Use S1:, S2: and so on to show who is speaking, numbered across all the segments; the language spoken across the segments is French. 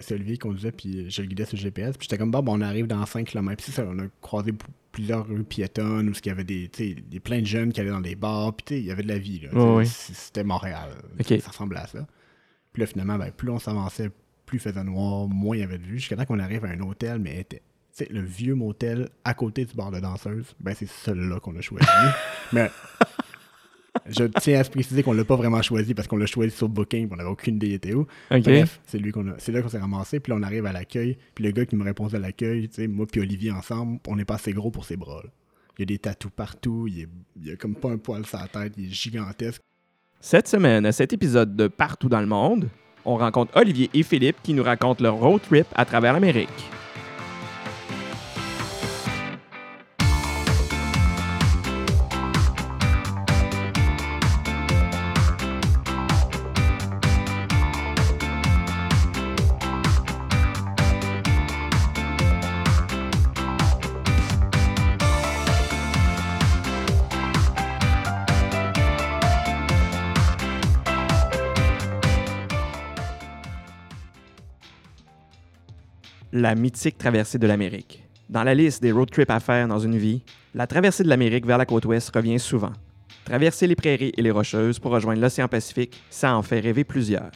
S1: c'est Olivier qui conduisait, puis je le guidais sur le GPS. Puis j'étais comme, bon, ben, on arrive dans 5 km. Puis c'est ça, on a croisé p- plusieurs rues piétonnes, où il y avait des, tu sais, des plein de jeunes qui allaient dans des bars, puis tu sais, il y avait de la vie. Là, tu sais,
S2: Ouais, ouais.
S1: c- C'était Montréal.
S2: Ok.
S1: Ça ressemblait à ça. Puis là, finalement, ben, plus on s'avançait, plus il faisait noir, moins il y avait de vue. Jusqu'à temps qu'on arrive à un hôtel, mais était. tu sais, le vieux motel à côté du bar de danseuse, ben c'est celui-là qu'on a choisi. mais je tiens à se préciser qu'on l'a pas vraiment choisi parce qu'on l'a choisi sur Booking, puis on n'avait aucune idée était où.
S2: Ok.
S1: Bref, c'est lui qu'on a- c'est là qu'on s'est ramassé, puis là on arrive à l'accueil, puis le gars qui me répond à l'accueil, tu sais, moi puis Olivier ensemble, on n'est pas assez gros pour ses bras. là. Il y a des tatous partout, il, est, il a comme pas un poil sur la tête, il est gigantesque.
S2: Cette semaine, à cet épisode de Partout dans le monde, on rencontre Olivier et Philippe qui nous racontent leur road trip à travers l'Amérique. La mythique traversée de l'Amérique. Dans la liste des road trips à faire dans une vie, la traversée de l'Amérique vers la côte ouest revient souvent. Traverser les prairies et les rocheuses pour rejoindre l'océan Pacifique, ça en fait rêver plusieurs.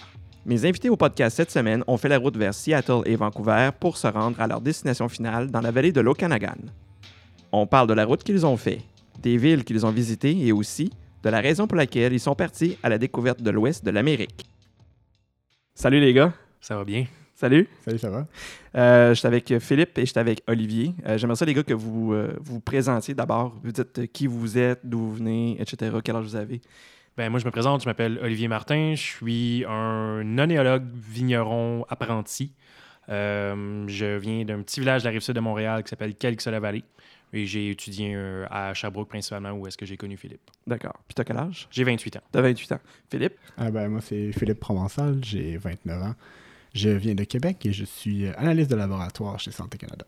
S2: Mes invités au podcast cette semaine ont fait la route vers Seattle et Vancouver pour se rendre à leur destination finale dans la vallée de l'Okanagan. On parle de la route qu'ils ont fait, des villes qu'ils ont visitées et aussi de la raison pour laquelle ils sont partis à la découverte de l'ouest de l'Amérique. Salut les gars!
S3: Ça va bien.
S2: Salut!
S1: Salut, ça va?
S2: Euh, j'étais avec Philippe et j'étais avec Olivier. Euh, J'aimerais ça, les gars, que vous euh, vous présentiez d'abord. Vous dites euh, qui vous êtes, d'où vous venez, etc., quel âge vous avez.
S3: Ben, moi, je me présente, je m'appelle Olivier Martin. Je suis un onéologue vigneron apprenti. Euh, je viens d'un petit village de la rive sud de Montréal qui s'appelle Calixola-Vallée. Et j'ai étudié euh, à Sherbrooke principalement, où est-ce que j'ai connu Philippe.
S2: D'accord. Puis t'as quel âge?
S3: J'ai 28 ans.
S2: T'as 28 ans. Philippe?
S1: Ah ben, moi c'est Philippe Provençal, j'ai 29 ans. Je viens de Québec et je suis euh, analyste de laboratoire chez Santé Canada.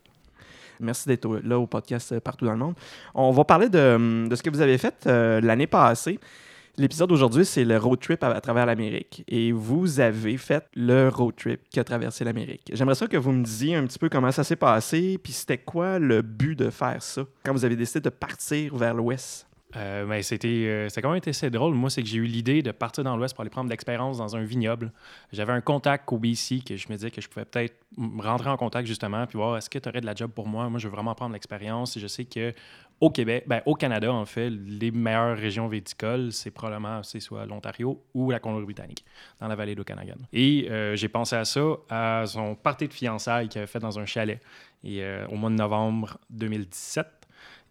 S2: Merci d'être au- là au podcast euh, partout dans le monde. On va parler de, hum, de ce que vous avez fait euh, l'année passée. L'épisode d'aujourd'hui, c'est le road trip à, à travers l'Amérique. Et vous avez fait le road trip qui a traversé l'Amérique. J'aimerais ça que vous me disiez un petit peu comment ça s'est passé, puis c'était quoi le but de faire ça quand vous avez décidé de partir vers l'Ouest.
S3: Euh, ben, c'était, euh, ça a quand même été assez drôle. Moi, c'est que j'ai eu l'idée de partir dans l'Ouest pour aller prendre de l'expérience dans un vignoble. J'avais un contact au BC que je me disais que je pouvais peut-être m- rentrer en contact justement, puis voir est-ce que tu aurais de la job pour moi. Moi, je veux vraiment prendre l'expérience. Et Je sais que au Québec, ben, au Canada, en fait, les meilleures régions viticoles, c'est probablement c'est soit l'Ontario ou la Colombie-Britannique, dans la vallée d'Okanagan. Et euh, j'ai pensé à ça à son party de fiançailles qu'il avait fait dans un chalet et, euh, au mois de novembre 2017.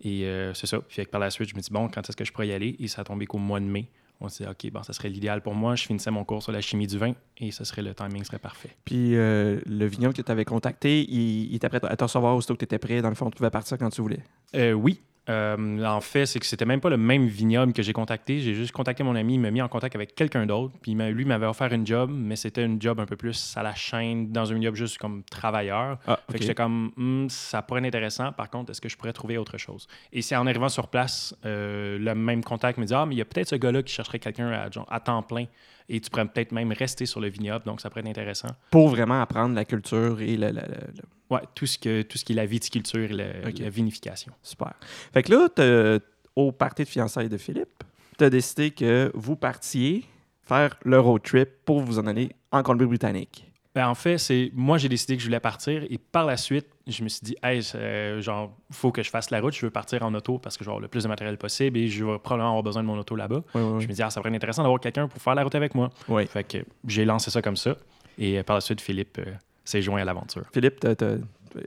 S3: Et euh, c'est ça. Puis fait que par la suite, je me dis, bon, quand est-ce que je pourrais y aller? Et ça a tombé qu'au mois de mai. On s'est dit, OK, bon, ça serait l'idéal pour moi. Je finissais mon cours sur la chimie du vin et ça serait le timing serait parfait.
S2: Puis euh, le vignoble que tu avais contacté, il, il était prêt à te recevoir aussitôt que tu étais prêt. Dans le fond, tu pouvais partir quand tu voulais.
S3: Euh, oui. Euh, en fait, c'est que c'était même pas le même vignoble que j'ai contacté. J'ai juste contacté mon ami, il m'a mis en contact avec quelqu'un d'autre. Puis il m'a- lui m'avait offert une job, mais c'était une job un peu plus à la chaîne, dans un vignoble juste comme travailleur.
S2: Ah,
S3: Fait que j'étais comme, Hmm, ça pourrait être intéressant. Par contre, est-ce que je pourrais trouver autre chose? Et c'est en arrivant sur place, euh, le même contact me dit, ah, mais il y a peut-être ce gars-là qui chercherait quelqu'un à, genre, à temps plein et tu pourrais peut-être même rester sur le vignoble, donc ça pourrait être intéressant.
S2: Pour vraiment apprendre la culture et le, le- le- le-
S3: Ouais, tout ce, que, tout ce qui est la viticulture et la,
S2: Ok.
S3: la vinification.
S2: Super. Fait que là, t'as- au party de fiançailles de Philippe, tu as décidé que vous partiez faire le road trip pour vous en aller en Colombie-Britannique.
S3: Ben, en fait, c'est moi, j'ai décidé que je voulais partir et par la suite, je me suis dit, hey, euh, genre, faut que je fasse la route, je veux partir en auto parce que je vais avoir le plus de matériel possible et je vais probablement avoir besoin de mon auto là-bas.
S2: Oui,
S3: Je me dis, ah, ça pourrait être intéressant d'avoir quelqu'un pour faire la route avec moi.
S2: Oui.
S3: Fait que j'ai lancé ça comme ça. Et euh, par la suite, Philippe euh, s'est joint à l'aventure.
S2: Philippe, t'as- t'as-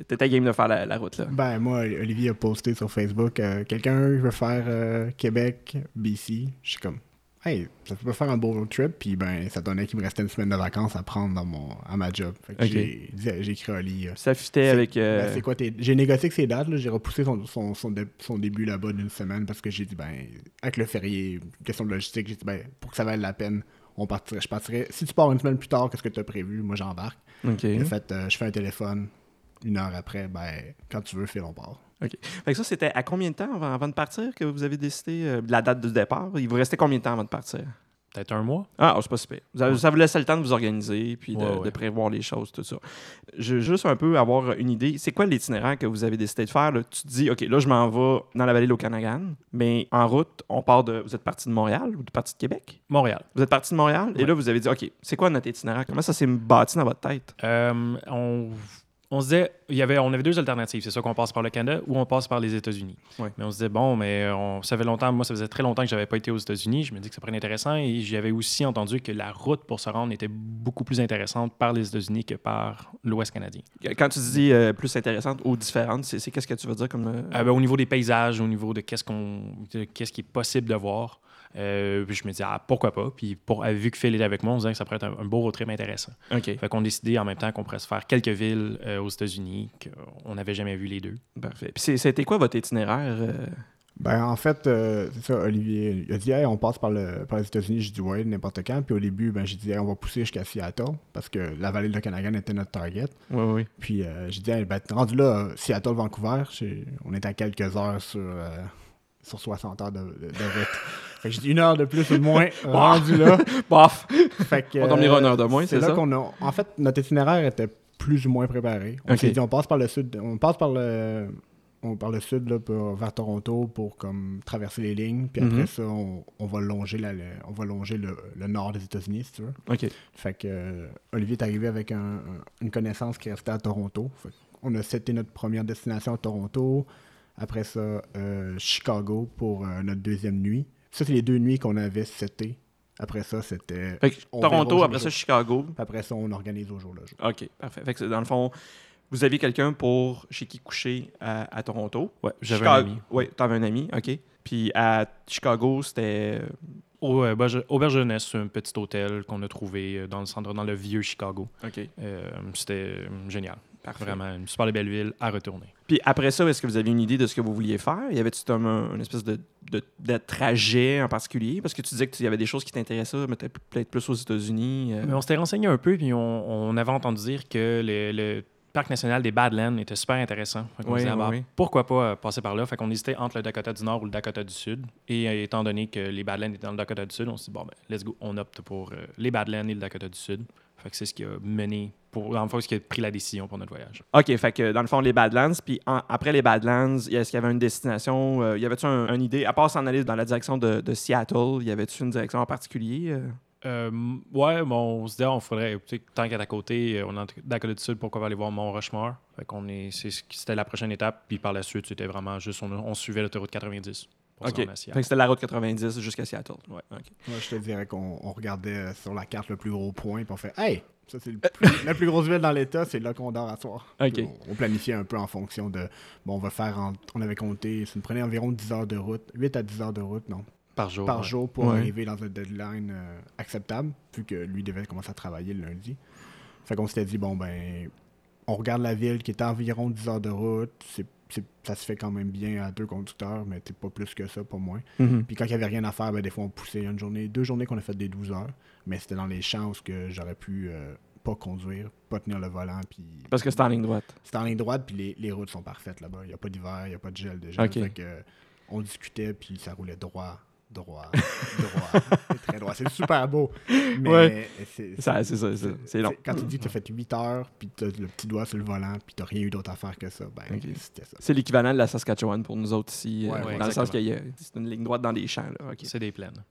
S2: t'étais game de faire la, la route, là.
S1: Ben moi, Olivier a posté sur Facebook, euh, quelqu'un veut faire euh, Québec, BC. Je suis comme, hey, ça peut faire un beau road trip. Puis ben, ça donnait qu'il me restait une semaine de vacances à prendre dans mon, à ma job. Fait que
S2: Ok.
S1: j'ai dit à- j'ai écrit à Oli. euh,
S2: Ça fitait
S1: C'est-
S2: avec... euh,
S1: Ben, c'est quoi tes- J'ai négocié avec ses dates, là, j'ai repoussé son, son, son, dé- son début là-bas d'une semaine parce que j'ai dit, ben, avec le férié, question de logistique, j'ai dit, ben, pour que ça vaille la peine, on partirait, je partirais. Si tu pars une semaine plus tard, qu'est-ce que tu as prévu Moi, j'embarque.
S2: OK.
S1: En fait, euh, je fais un téléphone, une heure après, ben, quand tu veux, fais on part.
S2: Fait que ça, c'était à combien de temps avant, avant de partir que vous avez décidé euh, de la date du départ? Il vous restait combien de temps avant de partir?
S3: peut-être un mois.
S2: Ah, oh, c'est pas super. Vous avez-
S3: Ouais.
S2: Ça vous laisse le temps de vous organiser puis de,
S3: Ouais, ouais.
S2: de prévoir les choses, tout ça. Je veux juste un peu avoir une idée. C'est quoi l'itinéraire que vous avez décidé de faire? là? Tu te dis, OK, là, je m'en vais dans la vallée de l'Okanagan, mais en route, on part de. Vous êtes parti de Montréal ou de parti de Québec?
S3: Montréal.
S2: Vous êtes parti de Montréal et
S3: Ouais.
S2: là, vous avez dit, OK, c'est quoi notre itinéraire? Comment ça s'est bâti dans votre tête?
S3: Euh, on, on se disait, il y avait, on avait deux alternatives. C'est soit qu'on passe par le Canada ou on passe par les États-Unis.
S2: Ouais.
S3: Mais on se disait, bon, mais euh, on, ça fait longtemps, moi, ça faisait très longtemps que j'avais pas été aux États-Unis. Je me dis que ça pourrait être intéressant et j'avais aussi entendu que la route pour se rendre était beaucoup plus intéressante par les États-Unis que par l'Ouest canadien.
S2: Quand tu dis euh, plus intéressante ou différente, c'est c'est qu'est-ce que tu veux dire comme. euh,
S3: Euh, ben, au niveau des paysages, au niveau de qu'est-ce qu'on, de qu'est-ce qui est possible de voir. euh, puis je me dis ah, pourquoi pas. Puis pour, euh, vu que Phil était avec moi, on se disait que ça pourrait être un, un beau road trip intéressant.
S2: OK,
S3: Fait qu'on décidait en même temps qu'on pourrait se faire quelques villes euh, aux États-Unis qu'on n'avait jamais vu les deux.
S2: parfait. Puis c'est- c'était quoi votre itinéraire? euh?
S1: Ben, en fait, euh, c'est ça, Olivier. Il a dit, hey, on passe par, le, par les États-Unis. J'ai dit, ouais, n'importe quand. Puis au début, ben, j'ai dit, Hey, on va pousser jusqu'à Seattle parce que la vallée de l'Okanagan était notre target.
S2: Oui, oui.
S1: Puis euh, j'ai dit, Hey, ben, rendu là, euh, Seattle, Vancouver, j'ai- on est à quelques heures sur, euh, sur 60 heures de, de, de route. Fait que j'ai dit, une heure de plus ou de moins, rendu là.
S2: Bof!
S1: Fait que,
S2: On dormira une heure de moins, c'est
S1: euh, là
S2: ça?
S1: qu'on a. En fait, notre itinéraire était plus ou moins préparé. On
S2: Ok.
S1: s'est dit, on passe par le sud, on passe par le, on, par le sud là, pour- vers Toronto pour comme traverser les lignes, puis
S2: Mhm.
S1: après ça, on, on va longer la- le, on va longer le, le nord des États-Unis, si tu veux.
S2: OK.
S1: Fait que euh, Olivier est arrivé avec un- un- une connaissance qui restait à Toronto. Fait on a c'était notre première destination à Toronto. Après ça, euh, Chicago pour euh, notre deuxième nuit. Ça, c'est les deux nuits qu'on avait c'était. Après ça, c'était.
S2: Fait que
S1: On verra au
S2: Toronto,
S1: jour
S2: après
S1: le
S2: ça,
S1: jour.
S2: Chicago.
S1: Après ça, on organise au jour le jour.
S2: OK, parfait. Fait que c'est- dans le fond, vous aviez quelqu'un pour chez qui coucher à, à Toronto.
S3: Ouais, j'avais un
S2: Chicago-
S3: ami.
S2: Oui, t'avais un ami, OK. Puis à Chicago, c'était...
S3: Au, euh, auberge- auberge jeunesse, un petit hôtel qu'on a trouvé euh, dans le centre, dans le vieux Chicago.
S2: OK,
S3: Euh, c'était euh, génial.
S2: parfait.
S3: Vraiment, une super belle ville à retourner.
S2: Puis après ça, est-ce que vous aviez une idée de ce que vous vouliez faire? Y avait-tu comme un, une espèce de, de, de trajet en particulier? Parce que tu disais qu'il y avait des choses qui t'intéressaient, mais peut-être peut-être plus aux États-Unis. euh.
S3: Mais on s'était renseigné un peu, puis on, on avait entendu dire que le, le parc national des Badlands était super intéressant. Fait qu'on
S2: Oui,
S3: disait, ah, bah,
S2: oui, oui.
S3: Pourquoi pas euh, passer par là? Fait qu'on hésitait entre le Dakota du Nord ou le Dakota du Sud. Et euh, étant donné que les Badlands étaient dans le Dakota du Sud, on s'est dit, bon, ben, let's go, on opte pour euh, les Badlands et le Dakota du Sud. Fait que c'est ce qui a mené, pour, en fait, ce qui a pris la décision pour notre voyage.
S2: OK, fait que dans le fond, les Badlands. Puis en- après les Badlands, y- est-ce qu'il y avait une destination? euh, y avait-tu un- une idée? À part s'en aller dans la direction de, de Seattle, y avait-tu une direction en particulier? euh?
S3: Euh, ouais, bon, on se dit, ah, on faudrait, tu sais, tant qu'à à côté, euh, on est en Dakota du Sud, pourquoi pas aller voir Mont Rushmore? Fait qu'on est, c'est ce qui- c'était la prochaine étape, puis par la suite, c'était vraiment juste, on, on suivait l'autoroute 90 pour se
S2: OK.
S3: rendre à Seattle.
S2: Fait que c'était la route 90 jusqu'à Seattle. Ouais. OK.
S1: Moi, je te dirais qu'on on regardait euh, sur la carte le plus gros point, puis on fait Hey! Ça, c'est le plus- la plus grosse ville dans l'État, c'est là qu'on dort à soir.
S2: Ok.
S1: Puis On, on planifiait un peu en fonction de. Bon, on va faire. en- on avait compté, ça nous prenait environ 10 heures de route, 8 à 10 heures de route, non,
S3: Par jour.
S1: par
S3: ouais.
S1: jour pour
S2: Ouais.
S1: arriver dans un deadline euh, acceptable, vu que lui devait commencer à travailler le lundi. Fait qu'on s'était dit, bon, ben, on regarde la ville qui est à environ 10 heures de route, c'est- c'est- ça se fait quand même bien à deux conducteurs, mais t'es pas plus que ça, pas moins. Puis quand il n'y avait rien à faire, ben, des fois on poussait une journée, deux journées qu'on a fait des 12 heures, mais c'était dans les champs où ce que j'aurais pu euh, pas conduire, pas tenir le volant, puis
S2: Parce que c'était en ligne droite.
S1: c'était en ligne droite, puis les, les routes sont parfaites là-bas. Il n'y a pas d'hiver, il n'y a pas de gel déjà.
S2: Ok.
S1: Fait que, euh, on discutait, puis ça roulait droit, droit, droit, C'est très droit. C'est super beau. Mais
S2: Ouais.
S1: c'est-
S2: Ça, c'est ça, c'est- c'est long.
S1: c'est- Quand tu dis que tu as fait 8 heures, puis tu as le petit doigt sur le volant, puis tu n'as rien eu d'autre à faire que ça, ben
S2: Ok.
S1: c'était ça.
S2: C'est l'équivalent de la Saskatchewan pour nous autres ici, euh,
S1: Ouais, ouais,
S2: dans le sens
S3: exactement.
S2: qu'il y a c'est une ligne droite dans les champs. là. OK.
S3: C'est des plaines.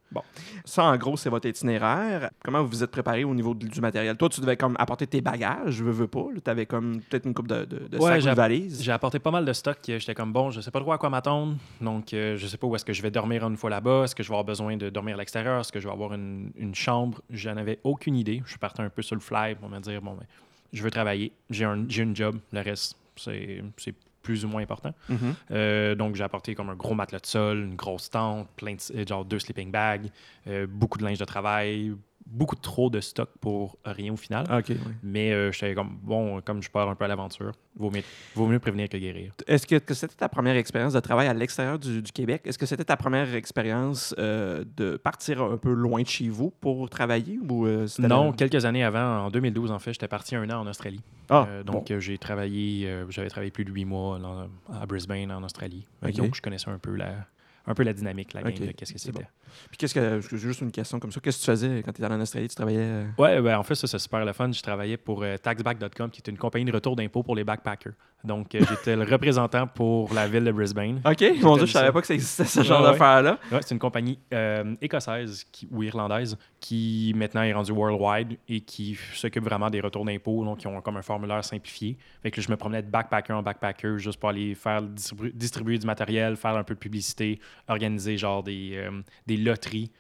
S2: Ça, en gros, c'est votre itinéraire. Comment vous vous êtes préparé au niveau de- du matériel? Toi, tu devais comme apporter tes bagages, je veux, veux pas. Tu avais comme peut-être une coupe de, de, de
S3: Ouais,
S2: sacs ou de
S3: j'app-
S2: valises.
S3: J'ai apporté pas mal de stock. euh, J'étais comme bon, je sais pas trop à quoi m'attendre. Donc, euh, je sais pas où est-ce que je vais dormir une fois là-bas. Est-ce que je vais avoir besoin de dormir à l'extérieur? Est-ce que je vais avoir une, une chambre? J'en avais aucune idée. Je suis parti un peu sur le fly pour me dire bon, ben, je veux travailler. J'ai un, j'ai une job. Le reste, c'est c'est plus ou moins important.
S2: Mhm.
S3: Euh, donc, j'ai apporté comme un gros matelas de sol, une grosse tente, plein de, euh, genre deux sleeping bags, euh, beaucoup de linge de travail, beaucoup trop de stock pour rien au final.
S2: OK. ouais.
S3: Mais euh, j'étais comme, bon, comme je pars un peu à l'aventure, vaut mieux, vaut mieux prévenir que guérir.
S2: Est-ce que, que c'était ta première expérience de travail à l'extérieur du, du Québec? Est-ce que c'était ta première expérience euh, de partir un peu loin de chez vous pour travailler? ou euh, c'était
S3: Non,
S2: la-
S3: quelques années avant, en 2012, en fait, j'étais parti un an en Australie.
S2: Ah,
S3: Euh,
S2: bon.
S3: donc, euh, j'ai travaillé, euh, j'avais travaillé plus de huit mois dans- à Brisbane, en Australie.
S2: Ok.
S3: Donc, je connaissais un peu la, un peu la dynamique, la
S2: Ok,
S3: game, de qu'est-ce que
S2: c'est
S3: c'était.
S2: Puis qu'est-ce que. j'ai Juste une question comme ça. Qu'est-ce que tu faisais quand tu étais allé en Australie? Tu travaillais. euh,
S3: Ouais, ben, en fait, ça, c'est super le fun. Je travaillais pour euh, taxback.com, qui est une compagnie de retour d'impôts pour les backpackers. Donc, euh, j'étais le représentant pour la ville de Brisbane.
S2: OK, mon Dieu,
S3: aime
S2: je savais
S3: ça.
S2: pas que ça existait ce
S3: Ouais,
S2: genre
S3: ouais.
S2: d'affaire-là.
S3: Ouais, c'est une compagnie euh, écossaise qui- ou irlandaise qui maintenant est rendue worldwide et qui s'occupe vraiment des retours d'impôts, donc qui ont comme un formulaire simplifié. Fait que là, je me promenais de backpacker en backpacker juste pour aller faire distribu- distribuer du matériel, faire un peu de publicité, organiser genre des, euh, des loteries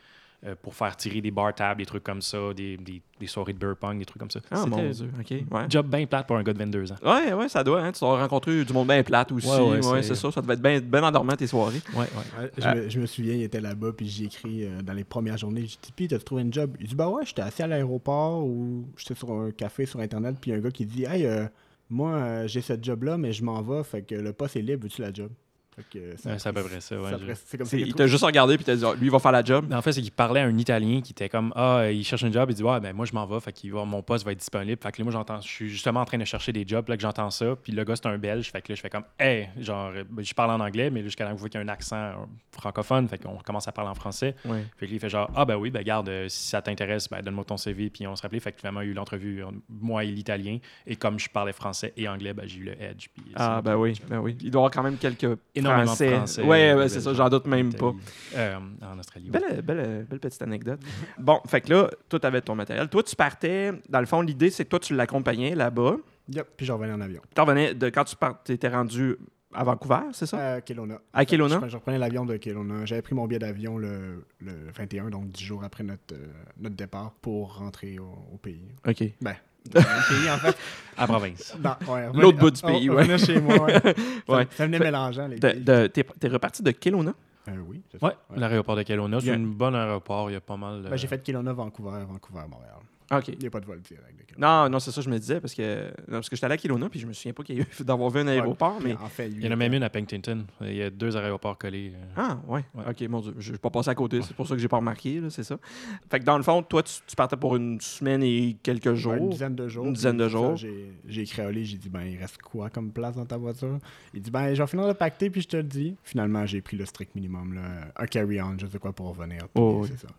S3: euh, pour faire tirer des bar tabs, des trucs comme ça, des, des- des soirées de beer pong, des trucs comme ça.
S2: Ah, mon
S3: C'était
S2: Dieu, OK, ouais.
S3: un Job bien plate pour un gars de 22 ans.
S2: Ouais, ouais, ça doit, hein. Tu dois rencontrer du monde bien plate aussi.
S3: Ouais,
S2: Ouais,
S3: ouais, c'est-
S2: c'est ça. Ça devait être bien ben endormant tes soirées.
S3: Ouais, ouais.
S1: Ouais, je, me, je me souviens, il était là-bas, puis j'ai écrit euh, dans les premières journées, j'ai dit, puis t'as trouvé un job. Il dit, bah ouais, j'étais assis à l'aéroport ou j'étais sur un café sur Internet, puis il y a un gars qui dit, hey, euh, moi, euh, j'ai ce job-là, mais je m'en vais, fait que le poste est libre, veux-tu la job? Fait que, euh, ça
S3: Ouais, c'est à
S1: a pris-
S3: peu près ça, ouais,
S1: a
S3: je-
S1: pris- C'est comme
S2: C'est-
S1: ça. qu'il
S2: Il
S1: a trouvé-
S2: t'a juste regardé puis t'a dit, Ah, lui, il va faire la job.
S3: En fait, c'est qu'il parlait à un Italien qui était comme Ah, il cherche un job. Il dit Ouais, ben moi, je m'en vais. Fait qu'il va, mon poste va être disponible. Fait que là, moi, j'entends, je suis justement en train de chercher des jobs. Là, que j'entends ça. Puis le gars, c'est un Belge. Fait que là, je fais comme Hey, genre, euh, ben, je parle en anglais, mais là, jusqu'à là, vous voyez qu'il y a un accent euh, francophone. Fait qu'on commence à parler en français.
S2: Ouais.
S3: Fait que là, il fait genre Ah, ben oui, ben garde, euh, si ça t'intéresse, ben donne-moi ton CV. Puis on se rappelait. Fait que finalement, il y a eu l'entrevue, euh, moi et l'italien. Et comme je parlais français et anglais, ben j'ai eu le edge. Puis,
S2: Ah, ben oui, ben oui. Il doit y avoir quand même quelques
S3: Énormément de
S2: français.
S3: Français,
S2: ouais,
S3: euh,
S2: ouais, c'est ça, j'en doute même ben, pas. Ben,
S3: Euh, en Australie. ouais.
S2: Belle, belle, belle petite anecdote. Bon, fait que là, toi, t'avais ton matériel. Toi, tu partais, dans le fond, l'idée, c'est que toi, tu l'accompagnais là-bas.
S1: Yep, puis je revenais en avion.
S2: T'en venais de quand tu partais, t'étais rendu à Vancouver, c'est ça?
S1: À Kelowna.
S2: À Kelowna?
S1: Je, je reprenais l'avion de Kelowna. J'avais pris mon billet d'avion le, le 21, donc 10 jours après notre, euh, notre départ pour rentrer au, au pays.
S2: OK.
S1: Ben, dans le pays, en fait.
S3: À province.
S1: Non, Bah, ouais,
S2: L'autre bout du
S1: on- on
S2: pays, ouais.
S1: revenait chez moi, ouais. Ça,
S2: Ouais.
S1: ça venait mélangeant, les
S2: De-
S1: pays.
S2: de- T'es t'es reparti de Kelowna?
S1: Euh, oui, c'est ça.
S3: Ouais, l'aéroport de Kelowna, c'est
S1: Yeah.
S3: un bon aéroport, il y a pas mal.
S1: Ben, j'ai fait Kelowna, Vancouver, Vancouver, Montréal.
S2: OK.
S1: Il n'y a pas de vol direct. de Kelowna.
S2: Non, non, c'est ça, je me disais, parce que, non, parce que j'étais allé à Kelowna, puis je me souviens pas qu'il y a eu d'avoir vu un aéroport, mais.
S1: Puis En fait,
S3: Il y en a même une à Penticton. Il y a deux aéroports collés. euh.
S2: Ah, ouais.
S3: Ouais.
S2: OK, mon Dieu. Je suis pas passé à côté. C'est pour ça que j'ai pas remarqué, là, c'est ça. Fait que dans le fond, toi, tu, tu partais pour une semaine et quelques jours.
S1: une dizaine de jours.
S2: Une dizaine de
S1: Puis,
S2: jours.
S1: ça, J'ai j'ai écrit à Oli, j'ai dit, ben, il reste quoi comme place dans ta voiture? Il dit, ben, je vais finir de pacter, puis je te le dis. Finalement, j'ai pris le strict minimum, là, un carry-on, je sais quoi, pour revenir. puis
S2: Oh, oui.
S1: c'est ça.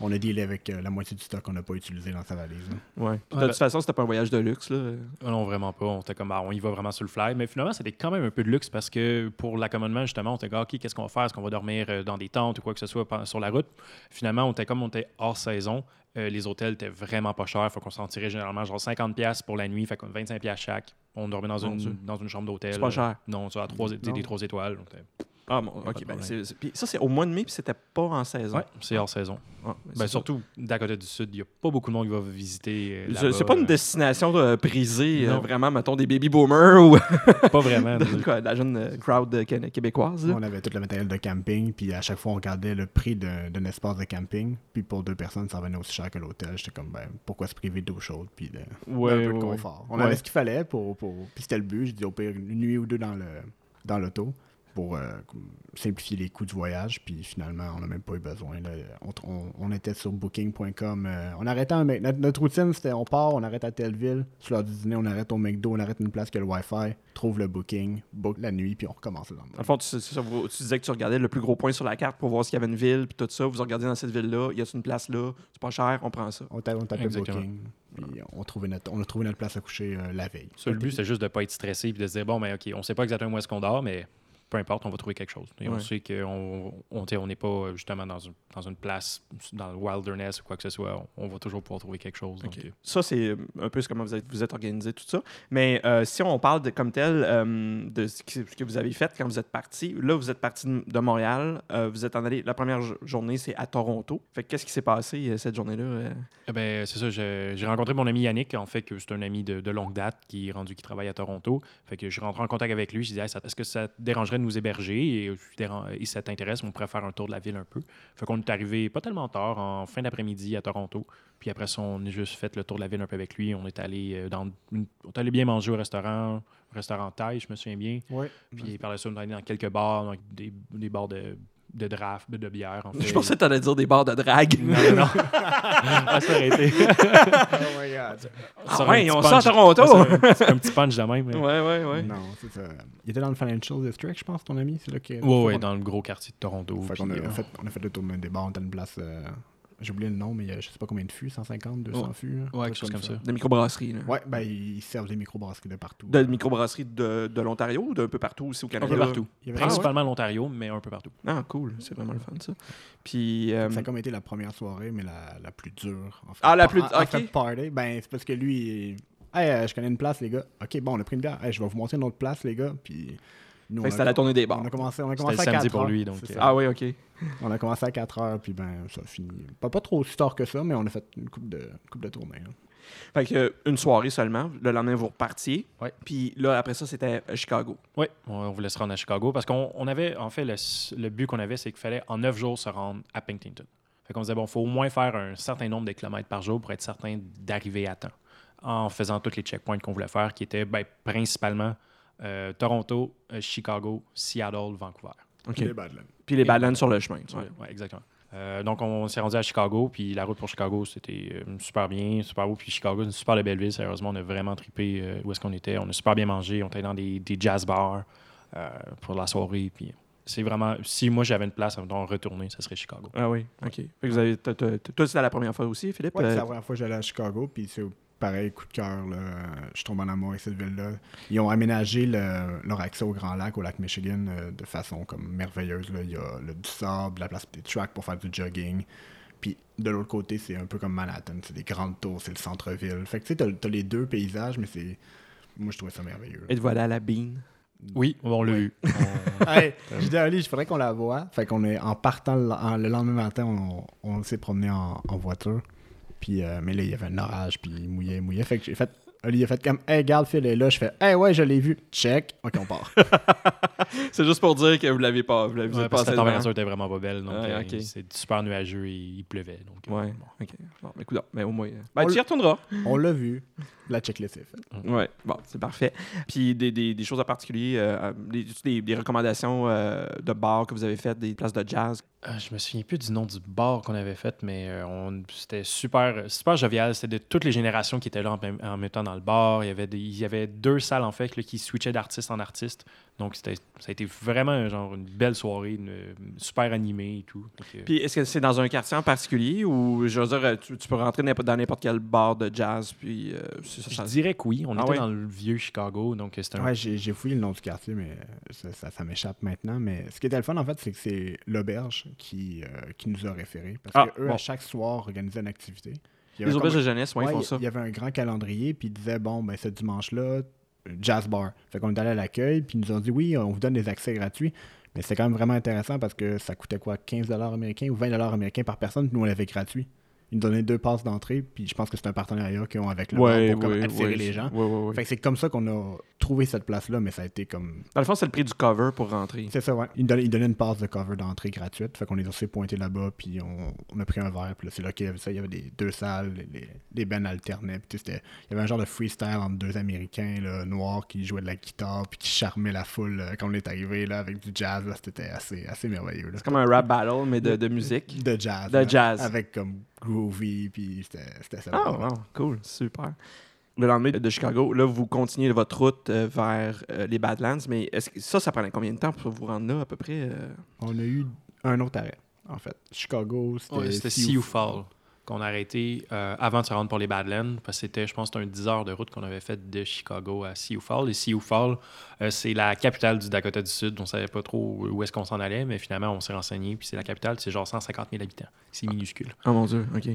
S1: On a dealé avec euh, la moitié du stock qu'on n'a pas utilisé dans sa valise. là.
S2: Ouais. Puis
S3: Ouais,
S2: de
S3: ben-
S2: toute façon, c'était pas un voyage de luxe, là.
S3: Ah Non, vraiment pas. On était comme, ah, on y va vraiment sur le fly. Mais finalement, c'était quand même un peu de luxe parce que pour l'accommodement, justement, on était comme, Ah, OK, qu'est-ce qu'on va faire? Est-ce qu'on va dormir euh, dans des tentes ou quoi que ce soit pen- sur la route? Finalement, on était comme, on était hors saison. Euh, les hôtels étaient vraiment pas chers. Faut qu'on s'en tirait généralement genre 50$ pour la nuit, fait comme 25$ chaque. On dormait dans,
S2: Mon Dieu.
S3: une, dans une chambre d'hôtel.
S2: C'est pas cher.
S3: Euh, Non, ça a trois,
S1: Non.
S3: des trois étoiles. donc, euh,
S2: Ah, bon,
S3: pas de
S2: OK. Ben,
S3: problème.
S2: c'est- c'est- puis ça, c'est au mois de mai, puis c'était pas en saison.
S3: ouais, c'est hors saison.
S2: Ah, ben,
S3: Ben,
S2: c'est-
S3: surtout, Dakota du Sud, il n'y a pas beaucoup de monde qui va visiter. euh,
S2: c'est
S3: là-bas,
S2: c'est pas
S3: euh,
S2: une destination euh, prisée, euh,
S3: Non.
S2: vraiment, mettons, des baby boomers ou
S3: Pas vraiment.
S2: de quoi, de la jeune euh, crowd euh, qué- québécoise. là.
S1: On avait tout le matériel de camping, puis à chaque fois, on regardait le prix d'un d'un espace de camping. Puis pour deux personnes, ça revenait aussi cher que l'hôtel. J'étais comme, ben, pourquoi se priver d'eau chaude, puis de,
S2: Ouais,
S1: d'un peu
S2: ouais,
S1: de
S2: ouais.
S1: confort. On
S2: Ouais.
S1: avait ce qu'il fallait pour, pour- Puis c'était le but, je dis au pire, une nuit ou deux dans le dans l'auto pour euh, simplifier les coûts du voyage. Puis finalement, on n'a même pas eu besoin. là. On, tr- on- on était sur booking.com. euh, on arrêtait un Mc- notre, notre routine, c'était on part, on arrête à telle ville. Sur l'heure du dîner, on arrête au McDo, on arrête une place que le Wi-Fi, trouve le booking, book la nuit, puis on recommence le lendemain.
S2: Dans le fond, tu, c'est ça, vous- tu disais que tu regardais le plus gros point sur la carte pour voir s'il y avait une ville, puis tout ça. Vous regardez dans cette ville-là, il y a une place là, c'est pas cher, on prend ça.
S1: On, t'a- on tapait
S3: Exactement.
S1: Booking. Puis on, trouvait notre, on a trouvé notre place à coucher euh, la veille.
S3: Ça, le but, c'est juste de ne pas être stressé et de se dire bon, mais OK, on sait pas exactement où est-ce qu'on dort, mais peu importe, on va trouver quelque chose. Et
S2: Ouais.
S3: on sait qu'on on, tu sais, on n'est pas euh, justement dans une, dans une place, dans le wilderness ou quoi que ce soit. On, on va toujours pouvoir trouver quelque chose. donc, euh,
S2: Ça, c'est un peu comment vous êtes, vous êtes organisé, tout ça. Mais euh, si on parle de, comme tel euh, de ce que ce que vous avez fait quand vous êtes parti, là, vous êtes parti de de Montréal, euh, vous êtes en allé, la première jo- journée, c'est à Toronto. Fait que qu'est-ce qui s'est passé euh, cette journée-là? euh?
S3: eh ben, c'est ça, je- j'ai rencontré mon ami Yannick, en fait, que c'est un ami de, de longue date qui est rendu, qui travaille à Toronto. Fait que je rentre en contact avec lui, je disais, Hey, ça- est-ce que ça te dérangerait de nous héberger? Et, euh, je déran- et ça t'intéresse, on pourrait faire un tour de la ville un peu. Fait qu'on est arrivé pas tellement tard, en fin d'après-midi à Toronto. Puis après ça, on a juste fait le tour de la ville un peu avec lui. On est allé euh, dans une- on est allé bien manger au restaurant, restaurant Thaï, je me souviens bien.
S1: Ouais.
S3: Puis par la suite, on est allé dans quelques bars, donc des, des bars de de draft, de bière. En fait.
S2: Je pensais que t'allais dire des bars de drague.
S3: Non, non, non. Ah, ça aurait été.
S1: Oh my god.
S2: Ah
S3: aurait un
S2: ouais,
S3: petit
S2: on sent à
S3: punch.
S2: Toronto.
S3: Ah, ça aurait un, petit- un petit punch de même. mais-
S2: Ouais, ouais, ouais.
S1: Non, c'est ça. Il était dans le Financial District, je pense, ton ami. C'est là que.
S3: Ouais, ouais, dans le gros quartier de Toronto.
S1: Fait
S3: puis,
S1: qu'on a,
S3: euh,
S1: fait, on a fait le tour de des bars, on était une place. euh, J'ai oublié le nom, mais il y a je sais pas combien de fûts, 150, 200
S2: Ouais.
S1: fûts. hein,
S3: Ouais, quelque chose comme ça.
S2: De microbrasserie, là.
S1: Ouais, ben ils servent des microbrasseries de partout.
S2: De microbrasserie de, de l'Ontario ou d'un peu partout aussi au
S3: Un
S2: Canada?
S3: peu partout.
S1: Il y avait-
S3: Principalement l'Ontario, mais un peu partout.
S2: Ah, cool. C'est vraiment le fun, ça. Puis, euh,
S1: Ça a comme été la première soirée, mais la, la plus dure. en fait.
S2: Ah, la
S1: En-
S2: plus-
S1: en- en
S2: ok.
S1: fait, party, ben, c'est parce que lui, il- hey, euh, je connais une place, les gars. Ok, bon, on a pris une bière. Hey, je vais vous montrer une autre place, les gars. Puis. Nous, on
S2: fait que
S1: a-
S2: c'était la tournée des bars.
S1: On a commencé, on a
S3: C'était
S1: commencé
S3: le
S1: à 4
S3: samedi pour
S1: heures,
S3: lui, donc,
S1: c'est
S3: euh,
S1: ça.
S2: Ah oui, OK.
S1: On a commencé à 4 heures, puis ben, ça finit. Pas, pas trop si tard que ça, mais on a fait une coupe de, coupe de hein. tournée. là.
S2: Fait que, euh, une soirée seulement. Le lendemain, vous repartiez.
S3: Ouais.
S2: Puis là, après ça, c'était à Chicago.
S3: Oui, on, on voulait se rendre à Chicago parce qu'on on avait, en fait, le, s- le but qu'on avait, c'est qu'il fallait en neuf jours se rendre à Penticton. Fait qu'on disait, bon, il faut au moins faire un certain nombre de kilomètres par jour pour être certain d'arriver à temps en faisant tous les checkpoints qu'on voulait faire qui étaient ben, principalement euh, Toronto, euh, Chicago, Seattle, Vancouver.
S2: OK.
S1: Les Badlands.
S2: Puis les bananes sur le chemin. tu vois.
S3: Ouais, ouais, exactement. Euh, donc, on s'est rendu à Chicago, puis la route pour Chicago, c'était euh, super bien, super beau. Puis Chicago, c'est une super belle ville. Sérieusement, on a vraiment trippé euh, où est-ce qu'on était. On a super bien mangé. On était dans des, des jazz bars euh, pour la soirée. Puis c'est vraiment. Si moi j'avais une place à me retourner, ce serait Chicago.
S2: Ah oui, OK. Fait que vous avez... t'as- t'as- t'as- Toi, c'était la première fois aussi, Philippe?
S1: Ouais,
S2: Euh,
S1: c'est la première fois que j'allais à Chicago, puis c'est pareil, coup de cœur, là. je tombe en amour avec cette ville-là. Ils ont aménagé le- leur accès au Grand Lac, au lac Michigan, euh, de façon comme merveilleuse. là. Il y a le, du sable, la place pour des tracks pour faire du jogging. Puis de l'autre côté, c'est un peu comme Manhattan, c'est des grandes tours, c'est le centre-ville. Fait que tu sais, t'as- t'as les deux paysages, mais c'est... Moi, je trouvais ça merveilleux.
S2: Et te voilà à la bean.
S3: Oui, on l'a vu.
S1: hey, j'ai dit à Oli, il faudrait qu'on la voit. Fait qu'on est en partant le, en- le lendemain matin, on, on s'est promené en, en voiture. Puis, euh, mais là, il y avait un orage, puis il mouillait, il mouillait. Fait que j'ai fait. Oli a fait comme, hey, garde, Phil est là. Je fais, hey, ouais, je l'ai vu. Check. Ok, on part.
S2: C'est juste pour dire que vous l'avez pas. Vous l'avez vous
S3: Ouais,
S2: êtes
S3: parce que
S2: passé
S3: la
S2: devant.
S3: température était vraiment pas belle. Donc,
S2: Ouais,
S3: euh,
S2: ok.
S3: c'est super nuageux et il pleuvait. Donc, euh,
S2: Ouais,
S3: bon.
S2: OK. Bon, mais écoute, mais au moins... euh, Ben,
S1: On
S2: tu y
S1: l-
S2: retourneras.
S1: on l'a vu. La checklist est faite.
S2: Ouais, bon, c'est parfait. Puis des, des, des choses en particulier, euh, des, des- des recommandations euh, de bars que vous avez faites, des places de jazz.
S3: Ah, je me souviens plus du nom du bar qu'on avait fait, mais euh, on- c'était super, super jovial. C'était de toutes les générations qui étaient là en, même- en même temps dans le bar. Il y avait, des- il y avait deux salles, en fait, là, qui switchaient d'artiste en artiste. Donc, c'était- ça a été vraiment genre une belle soirée, une- super animée et tout. euh, Fait que-
S2: Puis est-ce que c'est dans un quartier en particulier ou, je veux dire, euh, tu, tu peux rentrer n'importe- dans n'importe quel bar de jazz, puis euh, c'est ça,
S3: je
S2: ça-
S3: dirais que oui. On
S2: Ah
S3: était
S2: ouais?
S3: dans le vieux Chicago, donc euh, c'était un...
S1: Ouais, j'ai j'ai fouillé le nom du quartier, mais ça, ça- ça m'échappe maintenant. Mais ce qui était le fun, en fait, c'est que c'est l'auberge qui, euh, qui nous a référés. Parce
S2: Ah,
S1: qu'eux,
S2: bon.
S1: à chaque soir, organisaient une activité. Il y avait
S2: Les
S1: comme
S2: auberges de jeunesse, ouais,
S1: Ouais,
S2: ils font
S1: il-
S2: ça.
S1: Il y avait un grand calendrier, puis il disait bon, ben ce dimanche-là, jazz bar. Fait qu'on est allé à l'accueil, puis ils nous ont dit oui, on vous donne des accès gratuits. Mais c'était quand même vraiment intéressant parce que ça coûtait quoi, 15 américains ou 20 américains par personne, puis nous on l'avait gratuit. Ils nous donnaient deux passes d'entrée, puis je pense que c'est un partenariat qu'ils ont avec le bar pour comme, attirer les gens.
S2: Ouais, ouais, ouais.
S1: Fait que c'est comme ça qu'on a trouvé cette place-là, mais ça a été comme.
S2: Dans le fond, c'est le prix du cover pour rentrer.
S1: C'est ça, ouais. Ils nous donnaient, ils donnaient une passe de cover d'entrée gratuite. Fait qu'on les a aussi pointés là-bas, puis on, on a pris un verre. Puis là, c'est là qu'il y avait ça. Il y avait des deux salles, les- les, les bands alternaient. Puis tu sais, c'était- il y avait un genre de freestyle entre deux Américains là, noirs qui jouaient de la guitare, puis qui charmaient la foule euh, quand on est arrivé là, avec du jazz. là. C'était assez, assez merveilleux. là.
S2: C'est comme un rap battle, mais de, de musique.
S1: De jazz.
S2: De
S1: là,
S2: jazz.
S1: Avec comme groovy, puis c'était c'était ça.
S2: Ah, wow, cool, super. Le lendemain de Chicago, là, vous continuez votre route euh, vers euh, les Badlands, mais est-ce que ça, ça prenait combien de temps pour vous rendre là, à peu près? euh?
S1: On a eu un autre arrêt, en fait. Chicago, c'était.
S3: Ouais, C'était
S1: Sioux
S3: Sea You Fall qu'on a arrêté euh, avant de se rendre pour les Badlands, parce que c'était, je pense, c'était un 10 heures de route qu'on avait fait de Chicago à Sioux Falls. Et Sioux Falls, euh, c'est la capitale du Dakota du Sud. On savait pas trop où est-ce qu'on s'en allait, mais finalement, on s'est renseigné. Puis c'est la capitale, c'est genre 150 000 habitants. C'est minuscule.
S2: Ah mon dieu, ok.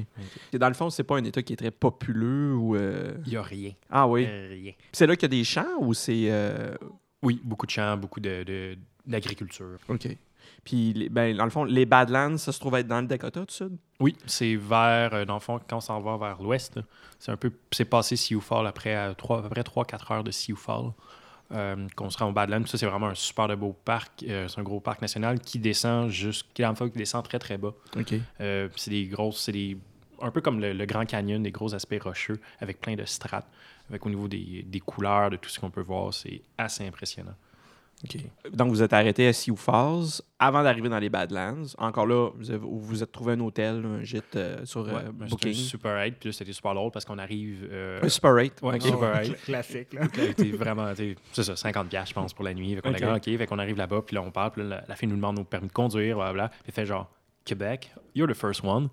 S2: Et Dans le fond, c'est pas un État qui est très populeux ou. euh,
S3: Il y a rien.
S2: Ah oui.
S3: Euh, rien.
S2: Puis C'est là qu'il y a des champs ou c'est. euh,
S3: Oui, beaucoup de champs, beaucoup de- de- d'agriculture.
S2: Ok. Puis, les- ben, dans le fond, les Badlands, ça se trouve être dans le Dakota du Sud.
S3: oui, c'est vers, euh, dans le fond, quand on s'en va vers l'ouest, là, c'est un peu, c'est passé Sioux Falls après euh, trois- à peu près 3-4 heures de Sioux Falls. euh, qu'on se rend au Badlands. Puis Ça, c'est vraiment un super de beau parc. Euh, c'est un gros parc national qui descend jusqu'à la fois qui descend très, très bas.
S2: Ok.
S3: Euh, puis c'est des grosses, c'est des, un peu comme le, le Grand Canyon, des gros aspects rocheux avec plein de strates. Avec au niveau des, des couleurs, de tout ce qu'on peut voir, c'est assez impressionnant.
S2: Donc, vous êtes arrêté à Sioux Falls avant d'arriver dans les Badlands. Encore là, vous avez- vous vous êtes trouvé un hôtel, un gîte euh, sur
S3: Ouais,
S2: euh,
S3: ben, c'était
S2: Booking.
S3: super aide, puis là, c'était super drôle parce qu'on arrive. euh,
S2: Un super rate.
S3: ouais,
S2: ok.
S3: super aide.
S1: Classique, là.
S3: Là, t'es vraiment, t'es- c'est ça, 50 piastres, je pense, pour la nuit. Fait qu'on
S2: Ok.
S3: est comme, OK, fait qu'on arrive là-bas, puis là, on parle, puis là, la, la fille nous demande nos permis de conduire, blablabla. Puis elle fait genre, Québec, you're the first one.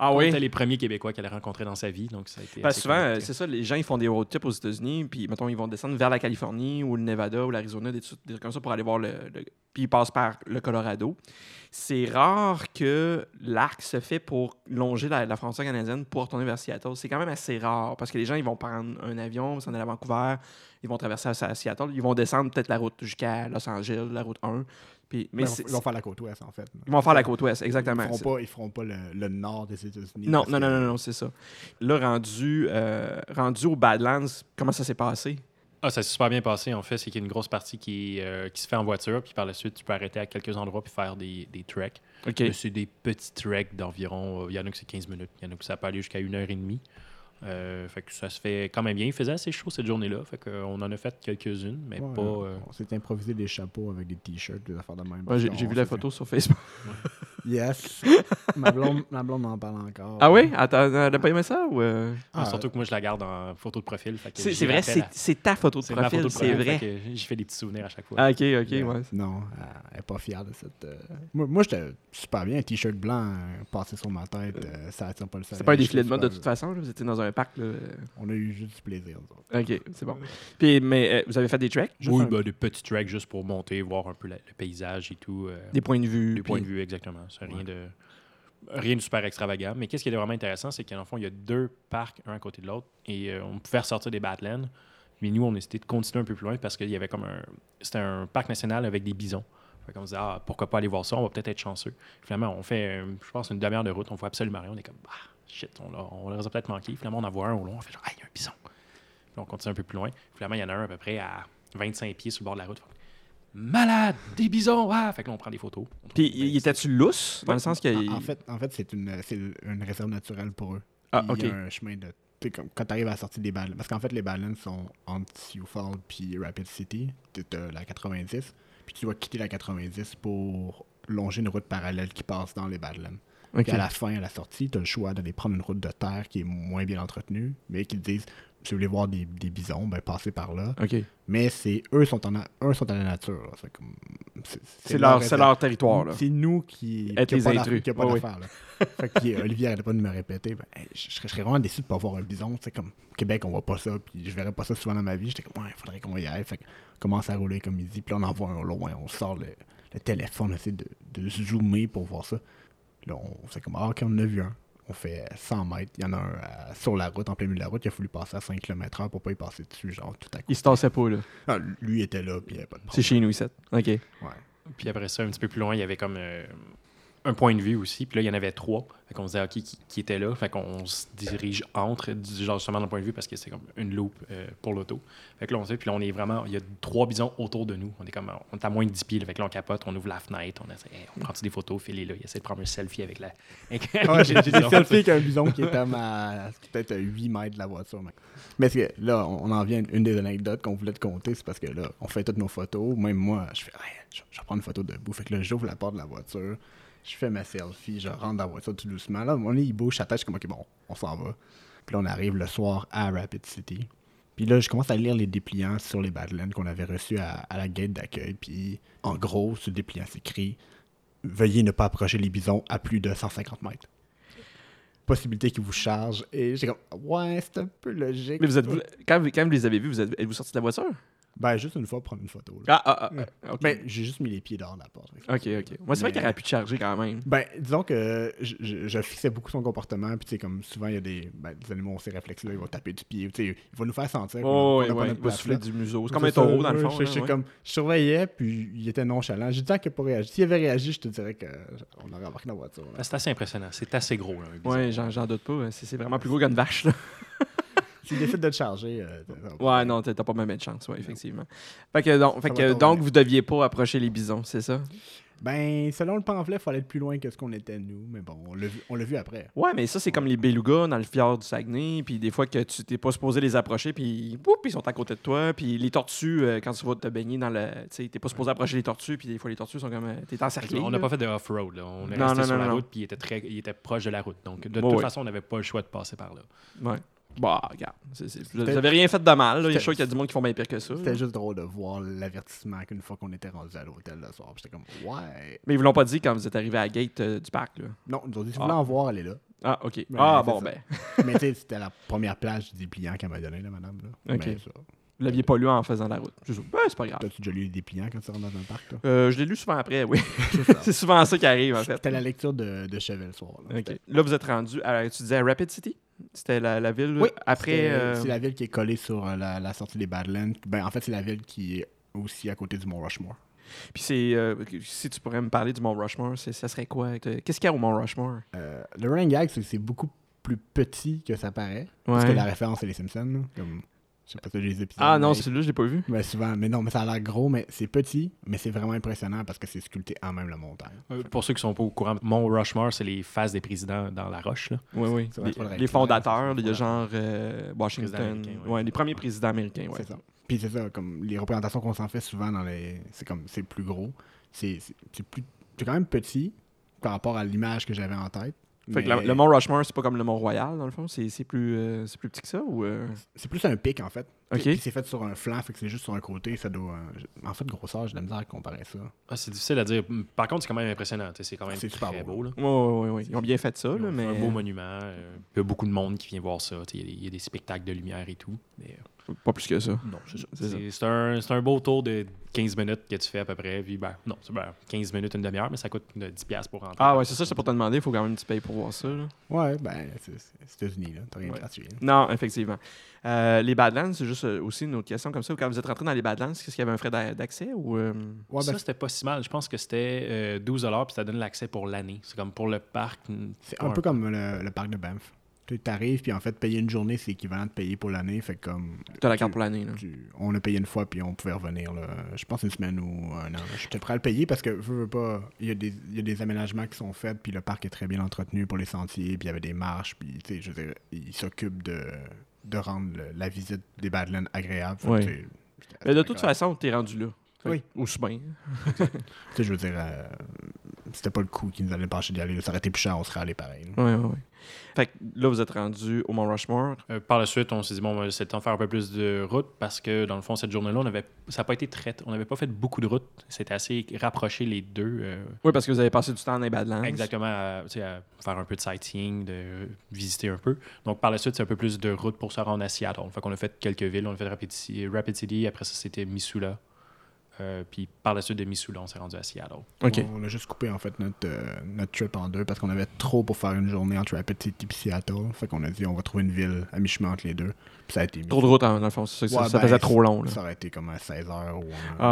S2: Ah
S3: On
S2: oui?
S3: était les premiers Québécois qu'elle a rencontrés dans sa vie, donc ça a été
S2: Parce que
S3: assez
S2: souvent, euh,
S3: connecté.
S2: c'est ça, les gens, ils font des road trips aux États-Unis, puis, mettons, ils vont descendre vers la Californie ou le Nevada ou l'Arizona, des, trucs des trucs comme ça pour aller voir le. le- puis ils passent par le Colorado. C'est rare que l'arc se fait pour longer la, la frontière canadienne pour retourner vers Seattle. C'est quand même assez rare parce que les gens, ils vont prendre un avion, s'en aller à Vancouver, ils vont traverser à, à Seattle, ils vont descendre peut-être la route jusqu'à Los Angeles, la route 1. Puis, mais
S1: Mais
S2: c'est-
S1: Ben, ils vont faire la côte ouest, en fait.
S2: ils vont faire la côte ouest, exactement.
S1: Ils
S2: C'est-
S1: feront pas, ils feront pas le, le nord des États-Unis.
S2: non,
S1: parce
S2: non,
S1: que-
S2: non, non, non, c'est ça. Là, rendu, euh, rendu au Badlands, comment ça s'est passé?
S3: Ah, ça s'est super bien passé, en fait. C'est qu'il y a une grosse partie qui, euh, qui se fait en voiture, puis par la suite, tu peux arrêter à quelques endroits puis faire des, des treks.
S2: OK.
S3: Mais C'est des petits treks d'environ, euh, il y en a que c'est 15 minutes, il y en a que ça peut aller jusqu'à une heure et demie. Euh, fait que ça se fait quand même bien. Il faisait assez chaud cette journée-là, fait qu'on en a fait quelques-unes, mais
S1: Ouais,
S3: pas...
S2: hein.
S1: on-
S3: euh,
S1: On s'est improvisé des chapeaux avec des t-shirts, des affaires de même.
S2: Ouais, j'ai
S1: parce
S2: j'ai
S1: qu'on
S2: vu la
S1: s'est fait-
S2: photo sur Facebook.
S1: Yes. ma, blonde, ma blonde en parle encore.
S2: Ah oui? Attends, elle n'a pas aimé ça? ou, euh?
S3: Ah,
S1: Ah,
S3: surtout que moi, je la garde en photo de profil. fait que
S2: C'est
S3: j'y
S2: c'est vrai,
S3: rappelle
S2: c'est
S3: à-
S2: c'est ta photo de
S3: c'est ma photo
S2: profil,
S3: de
S2: c'est
S3: profil,
S2: vrai.
S3: fait que J'y fais des petits souvenirs à chaque fois.
S2: Ah, OK, OK,
S1: Yeah.
S2: ouais.
S1: Non, elle- elle n'est pas fière de cette. euh, Moi, moi j'étais super bien. Un t-shirt blanc euh, passé sur ma tête, euh, ça attire pas le soleil.
S2: C'est pas un défilé de
S1: j'étais
S2: mode de
S1: super-
S2: toute façon, là, vous étiez dans un parc. là.
S1: On a eu juste du plaisir. nous autres.
S2: OK, c'est bon. Puis, mais euh, vous avez fait des tracks?
S1: Juste
S3: oui,
S1: un-
S3: bah, des petits tracks juste pour monter, voir un peu la- le paysage et tout. euh,
S2: Des points de vue.
S3: des
S2: puis-
S3: points de vue, exactement. C'est rien de. Rien de super extravagant, mais qu'est-ce qui est vraiment intéressant, c'est qu'en fond, il y a deux parcs, un à côté de l'autre, et euh, on pouvait ressortir des Badlands, mais nous, on décidait de continuer un peu plus loin parce qu'il y avait comme un. C'était un parc national avec des bisons. Fait qu'on se disait, ah, pourquoi pas aller voir ça, on va peut-être être chanceux. Finalement, on fait, euh, je pense, une demi-heure de route, on voit absolument rien, on est comme, bah, shit, on, l'a- on les a peut-être manqué. Finalement, on en voit un au long, on fait genre, ah, il y a un bison. Puis on continue un peu plus loin. Finalement, il y en a un à peu près à 25 pieds sur le bord de la route. Fait que, Malade, des bisons! Ah! Fait que là, on prend des photos. On trouve
S2: Puis,
S3: des
S2: il était-tu lousse? Dans le sens qu'il.
S1: En, en fait, en fait c'est une, c'est une réserve naturelle pour eux.
S2: Ah,
S1: Puis Il y
S2: OK.
S1: a un chemin de. tu sais, comme quand tu arrives à la sortie des balles, parce qu'en fait, les ballons sont entre Sioux Falls puis Rapid City, tu la 90, puis tu dois quitter la 90 pour longer une route parallèle qui passe dans les ballons.
S2: OK.
S1: Puis à la fin, à la sortie, tu as le choix d'aller prendre une route de terre qui est moins bien entretenue, mais qui te disent si vous voulez voir des, des bisons, ben passez par là.
S2: OK.
S1: Mais c'est eux sont en a- eux sont à la nature. là. C'est comme- c'est- c'est
S2: C'est leur, c'est
S1: raison.
S2: leur territoire, là.
S1: C'est nous qui
S2: Être
S1: qui a
S2: les
S1: pas d'affaire-
S2: intrus.
S1: qui a pas
S2: Ouais, ouais.
S1: d'affaire. là. fait que puis, Olivier arrêtait pas de me répéter ben, hey, je, je serais je serais vraiment déçu de pas voir un bison. C'est comme au Québec, on voit pas ça, puis je verrais pas ça souvent dans ma vie. J'étais comme ouais, faudrait qu'on y aille. Fait que, on commence à rouler comme il dit, puis là, on en voit un au loin, on sort le, le téléphone, on essaie de, de zoomer pour voir ça. Là, on fait comme ah, ok, on en a vu un. On fait 100 mètres, il y en a un euh, sur la route, en plein milieu de la route, il a fallu passer à 5 km/h pour pas y passer dessus, genre tout à coup.
S2: Ils se tassaient pas, là.
S1: Ah, lui était là, puis il n'y avait pas de
S2: C'est
S1: problème.
S2: chez nous, ici. OK.
S1: Ouais.
S3: Puis après ça, un petit peu plus loin, il y avait comme euh, un point de vue aussi. Puis là, il y en avait trois. Fait qu'on se disait, OK, qui, qui était là? Fait qu'on se dirige entre, du genre justement d'un point de vue, parce que c'est comme une loupe euh, pour l'auto. Fait que là, on sait, puis là, on est vraiment, il y a trois bisons autour de nous. On est comme, on est à moins de 10 pieds. là. Fait que là, on capote, on ouvre la fenêtre, on, essaie, hey, on prend des photos, Phil est là, il essaie de prendre un selfie avec la. avec
S1: Ah,
S3: le
S1: j'ai j'ai des
S3: bison.
S1: selfies avec un bison qui est comme à peut-être à 8 mètres de la voiture. Mais, mais c'est que là, on on en vient à une des anecdotes qu'on voulait te conter, c'est parce que là, on fait toutes nos photos. Même moi, je fais, Hey, je, je vais prendre une photo debout. Fait que là, j'ouvre la porte de la voiture, je fais ma selfie, je rentre dans la voiture tout doucement. Là, on est, il bouge sa tête, je suis comme, ok, bon, on s'en va. Puis là, on arrive le soir à Rapid City. Puis là, je commence à lire les dépliants sur les Badlands qu'on avait reçus à, à la gate d'accueil. Puis en gros, ce dépliant s'écrit Veuillez ne pas approcher les bisons à plus de 150 mètres. Possibilité qu'ils vous chargent. Et j'ai comme Ouais, c'est un peu logique.
S2: Mais vous êtes. vous- Quand, vous- quand vous les avez vus, vous êtes, vous sortis de la voiture?
S1: Ben, juste une fois prendre une photo. là.
S2: Ah, ah, ah. OK.
S1: Ben, j'ai juste mis les pieds dehors de la porte.
S2: OK, OK. Moi, c'est vrai
S1: Mais-
S2: qu'il aurait pu te charger quand même.
S1: Ben, disons que je, je- je fixais beaucoup son comportement, puis tu sais, comme souvent, il y a des, ben, des animaux ont ces réflexes-là, ils vont taper du pied, tu sais, ils vont nous faire sentir. qu'on- qu'on
S2: Oh, ouais,
S1: a pas
S2: ouais.
S1: notre
S2: Il va
S1: place,
S2: souffler
S1: là.
S2: du museau. C'est comme un
S1: C'est ça,
S2: taureau, dans le
S1: ouais,
S2: fond.
S1: Je,
S2: là,
S1: je-
S2: ouais.
S1: comme, je surveillais, puis il était nonchalant. J'ai dit tant qu'il n'a pas réagi. S'il avait réagi, je te dirais qu'on aurait embarqué dans la voiture. là.
S3: C'est assez impressionnant. C'est assez gros, là, un bison.
S2: Ouais, j'en j'en doute pas. hein. C'est c'est vraiment plus gros qu'une vache, là.
S1: S'il décide de te charger. euh, t'as- t'as-
S2: Ouais, non, t'as t'as pas même de chance, ouais, effectivement. Fait que, donc, fait
S1: va
S2: que,
S1: tourner.
S2: donc vous deviez pas approcher les bisons, c'est ça?
S1: Ben, selon le pamphlet, il fallait être plus loin que ce qu'on était nous, mais bon, on l'a vu, on l'a vu après.
S2: Ouais, mais ça, c'est comme les belugas dans le fjord du Saguenay, puis des fois que tu t'es pas supposé les approcher, puis boum, ils sont à côté de toi, puis les tortues, euh, quand tu vas te baigner dans le. Tu sais, t'es pas supposé approcher les tortues, puis des fois, les tortues sont comme. euh, T'es encerclé.
S3: On n'a
S2: là.
S3: pas fait de off-road. là. On est
S2: Non,
S3: resté
S2: non,
S3: sur
S2: non,
S3: la
S2: non.
S3: route, puis il était, très, il était proche de la route. Donc,
S2: Ouais,
S3: de toute
S2: ouais.
S3: façon, on n'avait pas le choix de passer par là.
S2: Ouais. Bah, regarde. c'est- c'est- Vous avez rien fait de mal, là. Il y a
S1: C'était-
S2: sûr qu'il y a du monde qui font bien pire que ça.
S1: C'était juste drôle de voir l'avertissement qu'une fois qu'on était rendu à l'hôtel le soir. Puis J'étais comme, ouais.
S2: Mais ils vous l'ont pas dit quand vous êtes arrivé à la gate euh, du parc, là.
S1: Non, nous ont dit, si vous
S2: Ah.
S1: voulez en voir, elle est là.
S2: Ah, OK.
S1: Ben,
S2: ah,
S1: c'est
S2: bon,
S1: ça.
S2: ben.
S1: Mais tu sais, c'était la première plage du dépliant qu'elle m'a donné, la madame. Là.
S2: Ok.
S1: Mais ça,
S2: Vous l'aviez pas lu en faisant la route. C'est ça. Ben, c'est pas grave.
S1: T'as-tu déjà lu les dépliants quand tu rentres dans un parc, toi?
S2: Euh, je l'ai lu souvent après, oui.
S1: C'est ça.
S2: c'est souvent ça qui arrive, en fait.
S1: C'était la lecture de, de Chevet le soir. là.
S2: OK.
S1: C'était-
S2: Là, vous êtes rendu à, tu disais à Rapid City? C'était la, la ville
S1: Oui,
S2: après.
S1: C'est
S2: euh,
S1: c'est la ville qui est collée sur euh, la, la sortie des Badlands. Ben, en fait, c'est la ville qui est aussi à côté du Mont Rushmore.
S2: Puis c'est. euh, si tu pourrais me parler du Mont Rushmore, c'est- ça serait quoi? T'as- Qu'est-ce qu'il y a au Mont Rushmore?
S1: Euh, le running gag, c'est que c'est beaucoup plus petit que ça paraît. Parce que
S2: Ouais.
S1: la référence, c'est les Simpsons. là. Comme, je sais pas si t'as déjà les épisodes.
S2: Ah non,
S1: mais-
S2: celui-là, je l'ai pas vu.
S1: mais souvent, mais non, mais ça a l'air gros, mais c'est petit, mais c'est vraiment impressionnant parce que c'est sculpté en même la montagne.
S3: Euh, pour ceux qui sont pas au courant, Mont Rushmore, c'est les faces des présidents dans la roche. là.
S2: Oui, oui.
S1: Ça va être
S2: Les,
S1: le
S2: les fondateurs,
S1: réacteur,
S2: il y a
S1: ouais.
S2: genre euh,
S3: Président
S2: Washington.
S3: américain,
S2: ouais.
S3: ouais.
S2: les premiers présidents américains, ouais.
S1: C'est ça. Puis c'est ça, comme les représentations qu'on s'en fait souvent dans les. C'est comme c'est plus gros. C'est c'est- c'est plus. C'est quand même petit par rapport à l'image que j'avais en tête.
S2: Fait que la-
S1: mais
S2: le Mont Rushmore, c'est pas comme le Mont Royal, dans le fond. C'est c'est plus, euh, c'est plus petit que ça ou. euh?
S1: C'est plus un pic en fait.
S2: Ok.
S1: Puis c'est fait sur un flanc, fait que c'est juste sur un côté, ça doit. euh, En fait, grosseur, j'ai de la misère à comparer ça.
S3: Ah, c'est difficile à dire. Par contre, c'est quand même impressionnant. tu sais, C'est quand même
S1: C'est super
S3: très
S1: beau.
S3: beau. là.
S2: Ouais, ouais, ouais, ouais. Ils ont bien fait ça,
S3: Ils
S2: là,
S3: ont fait
S2: mais.
S3: Un beau monument. euh, il y a beaucoup de monde qui vient voir ça. tu sais, Il y, a des- il y a des spectacles de lumière et tout. Mais, euh,
S2: Pas plus que ça.
S3: non, c'est ça.
S2: C'est ça.
S3: C'est- C'est un, c'est un beau tour de 15 minutes que tu fais à peu près. Puis, ben, non, c'est ben, 15 minutes, une demi-heure, mais ça coûte euh, 10$ piastres pour rentrer.
S2: Ah ouais, c'est ça, c'est pour te demander, il faut quand même que tu payes pour voir ça. là.
S1: Ouais, ben, c'est c'est États-Unis, là. T'as rien
S2: Ouais.
S1: de gratuit. là.
S2: Non, effectivement. Euh, les Badlands, c'est juste euh, aussi une autre question comme ça. Quand vous êtes rentré dans les Badlands, est-ce qu'il y avait un frais d'a- d'accès ou. euh,
S1: Ouais, ben,
S3: ça, c'était pas si mal. Je pense que c'était euh, 12 puis ça donne l'accès pour l'année. C'est comme pour le parc.
S1: c'est un peu comme le, le parc de Banff. Tu sais, t'arrives, puis en fait, payer une journée, c'est équivalent de payer pour l'année. Fait que comme.
S2: T'as la carte pour l'année, là.
S1: Tu- on a payé une fois, puis on pouvait revenir. là. Je pense une semaine ou un an. là. J'étais prêt à le payer parce que, veux, veux pas, il y, a des- il y a des aménagements qui sont faits, puis le parc est très bien entretenu pour les sentiers, puis il y avait des marches, puis tu sais, je veux dire, il s'occupe de, de rendre le- la visite des Badlands agréable. Fait que,
S2: Ouais.
S1: tu sais, j'étais-
S2: Mais de
S1: j'étais
S2: toute
S1: correct.
S2: façon, t'es rendu là. Fait que-
S1: Oui.
S2: Ou soubain.
S1: Tu sais, je veux dire, euh, c'était pas le coup qui nous allait pencher d'y aller. là. Ça aurait été plus cher, on serait allé pareil. là.
S2: Ouais, ouais, ouais. Fait que là, vous êtes rendu au Mont Rushmore.
S3: Euh, par la suite, on s'est dit, bon, ben, c'est le temps de faire un peu plus de route parce que, dans le fond, cette journée-là, on avait, ça n'a pas été très. On n'avait pas fait beaucoup de route. C'était assez rapproché les deux. euh,
S2: Oui, parce que vous avez passé du temps dans les Badlands.
S3: Exactement, à, tu sais, à faire un peu de sightseeing, de visiter un peu. Donc, par la suite, c'est un peu plus de route pour se rendre à Seattle. Fait qu'on a fait quelques villes. On a fait Rapid, Ci- Rapid City, après ça, c'était Missoula. Euh, puis par la suite de Missoula, on s'est rendu à Seattle.
S2: OK.
S1: On a juste coupé en fait notre, euh, notre trip en deux parce qu'on avait trop pour faire une journée entre Rapid City et Seattle. Fait qu'on a dit on va trouver une ville à mi-chemin entre les deux. Puis ça a été
S2: Trop de route, hein, dans le fond. c'est Ça, ça-
S1: Ouais,
S2: ça
S1: ben,
S2: faisait trop long, là.
S1: Ça aurait été comme à 16 h ou. un-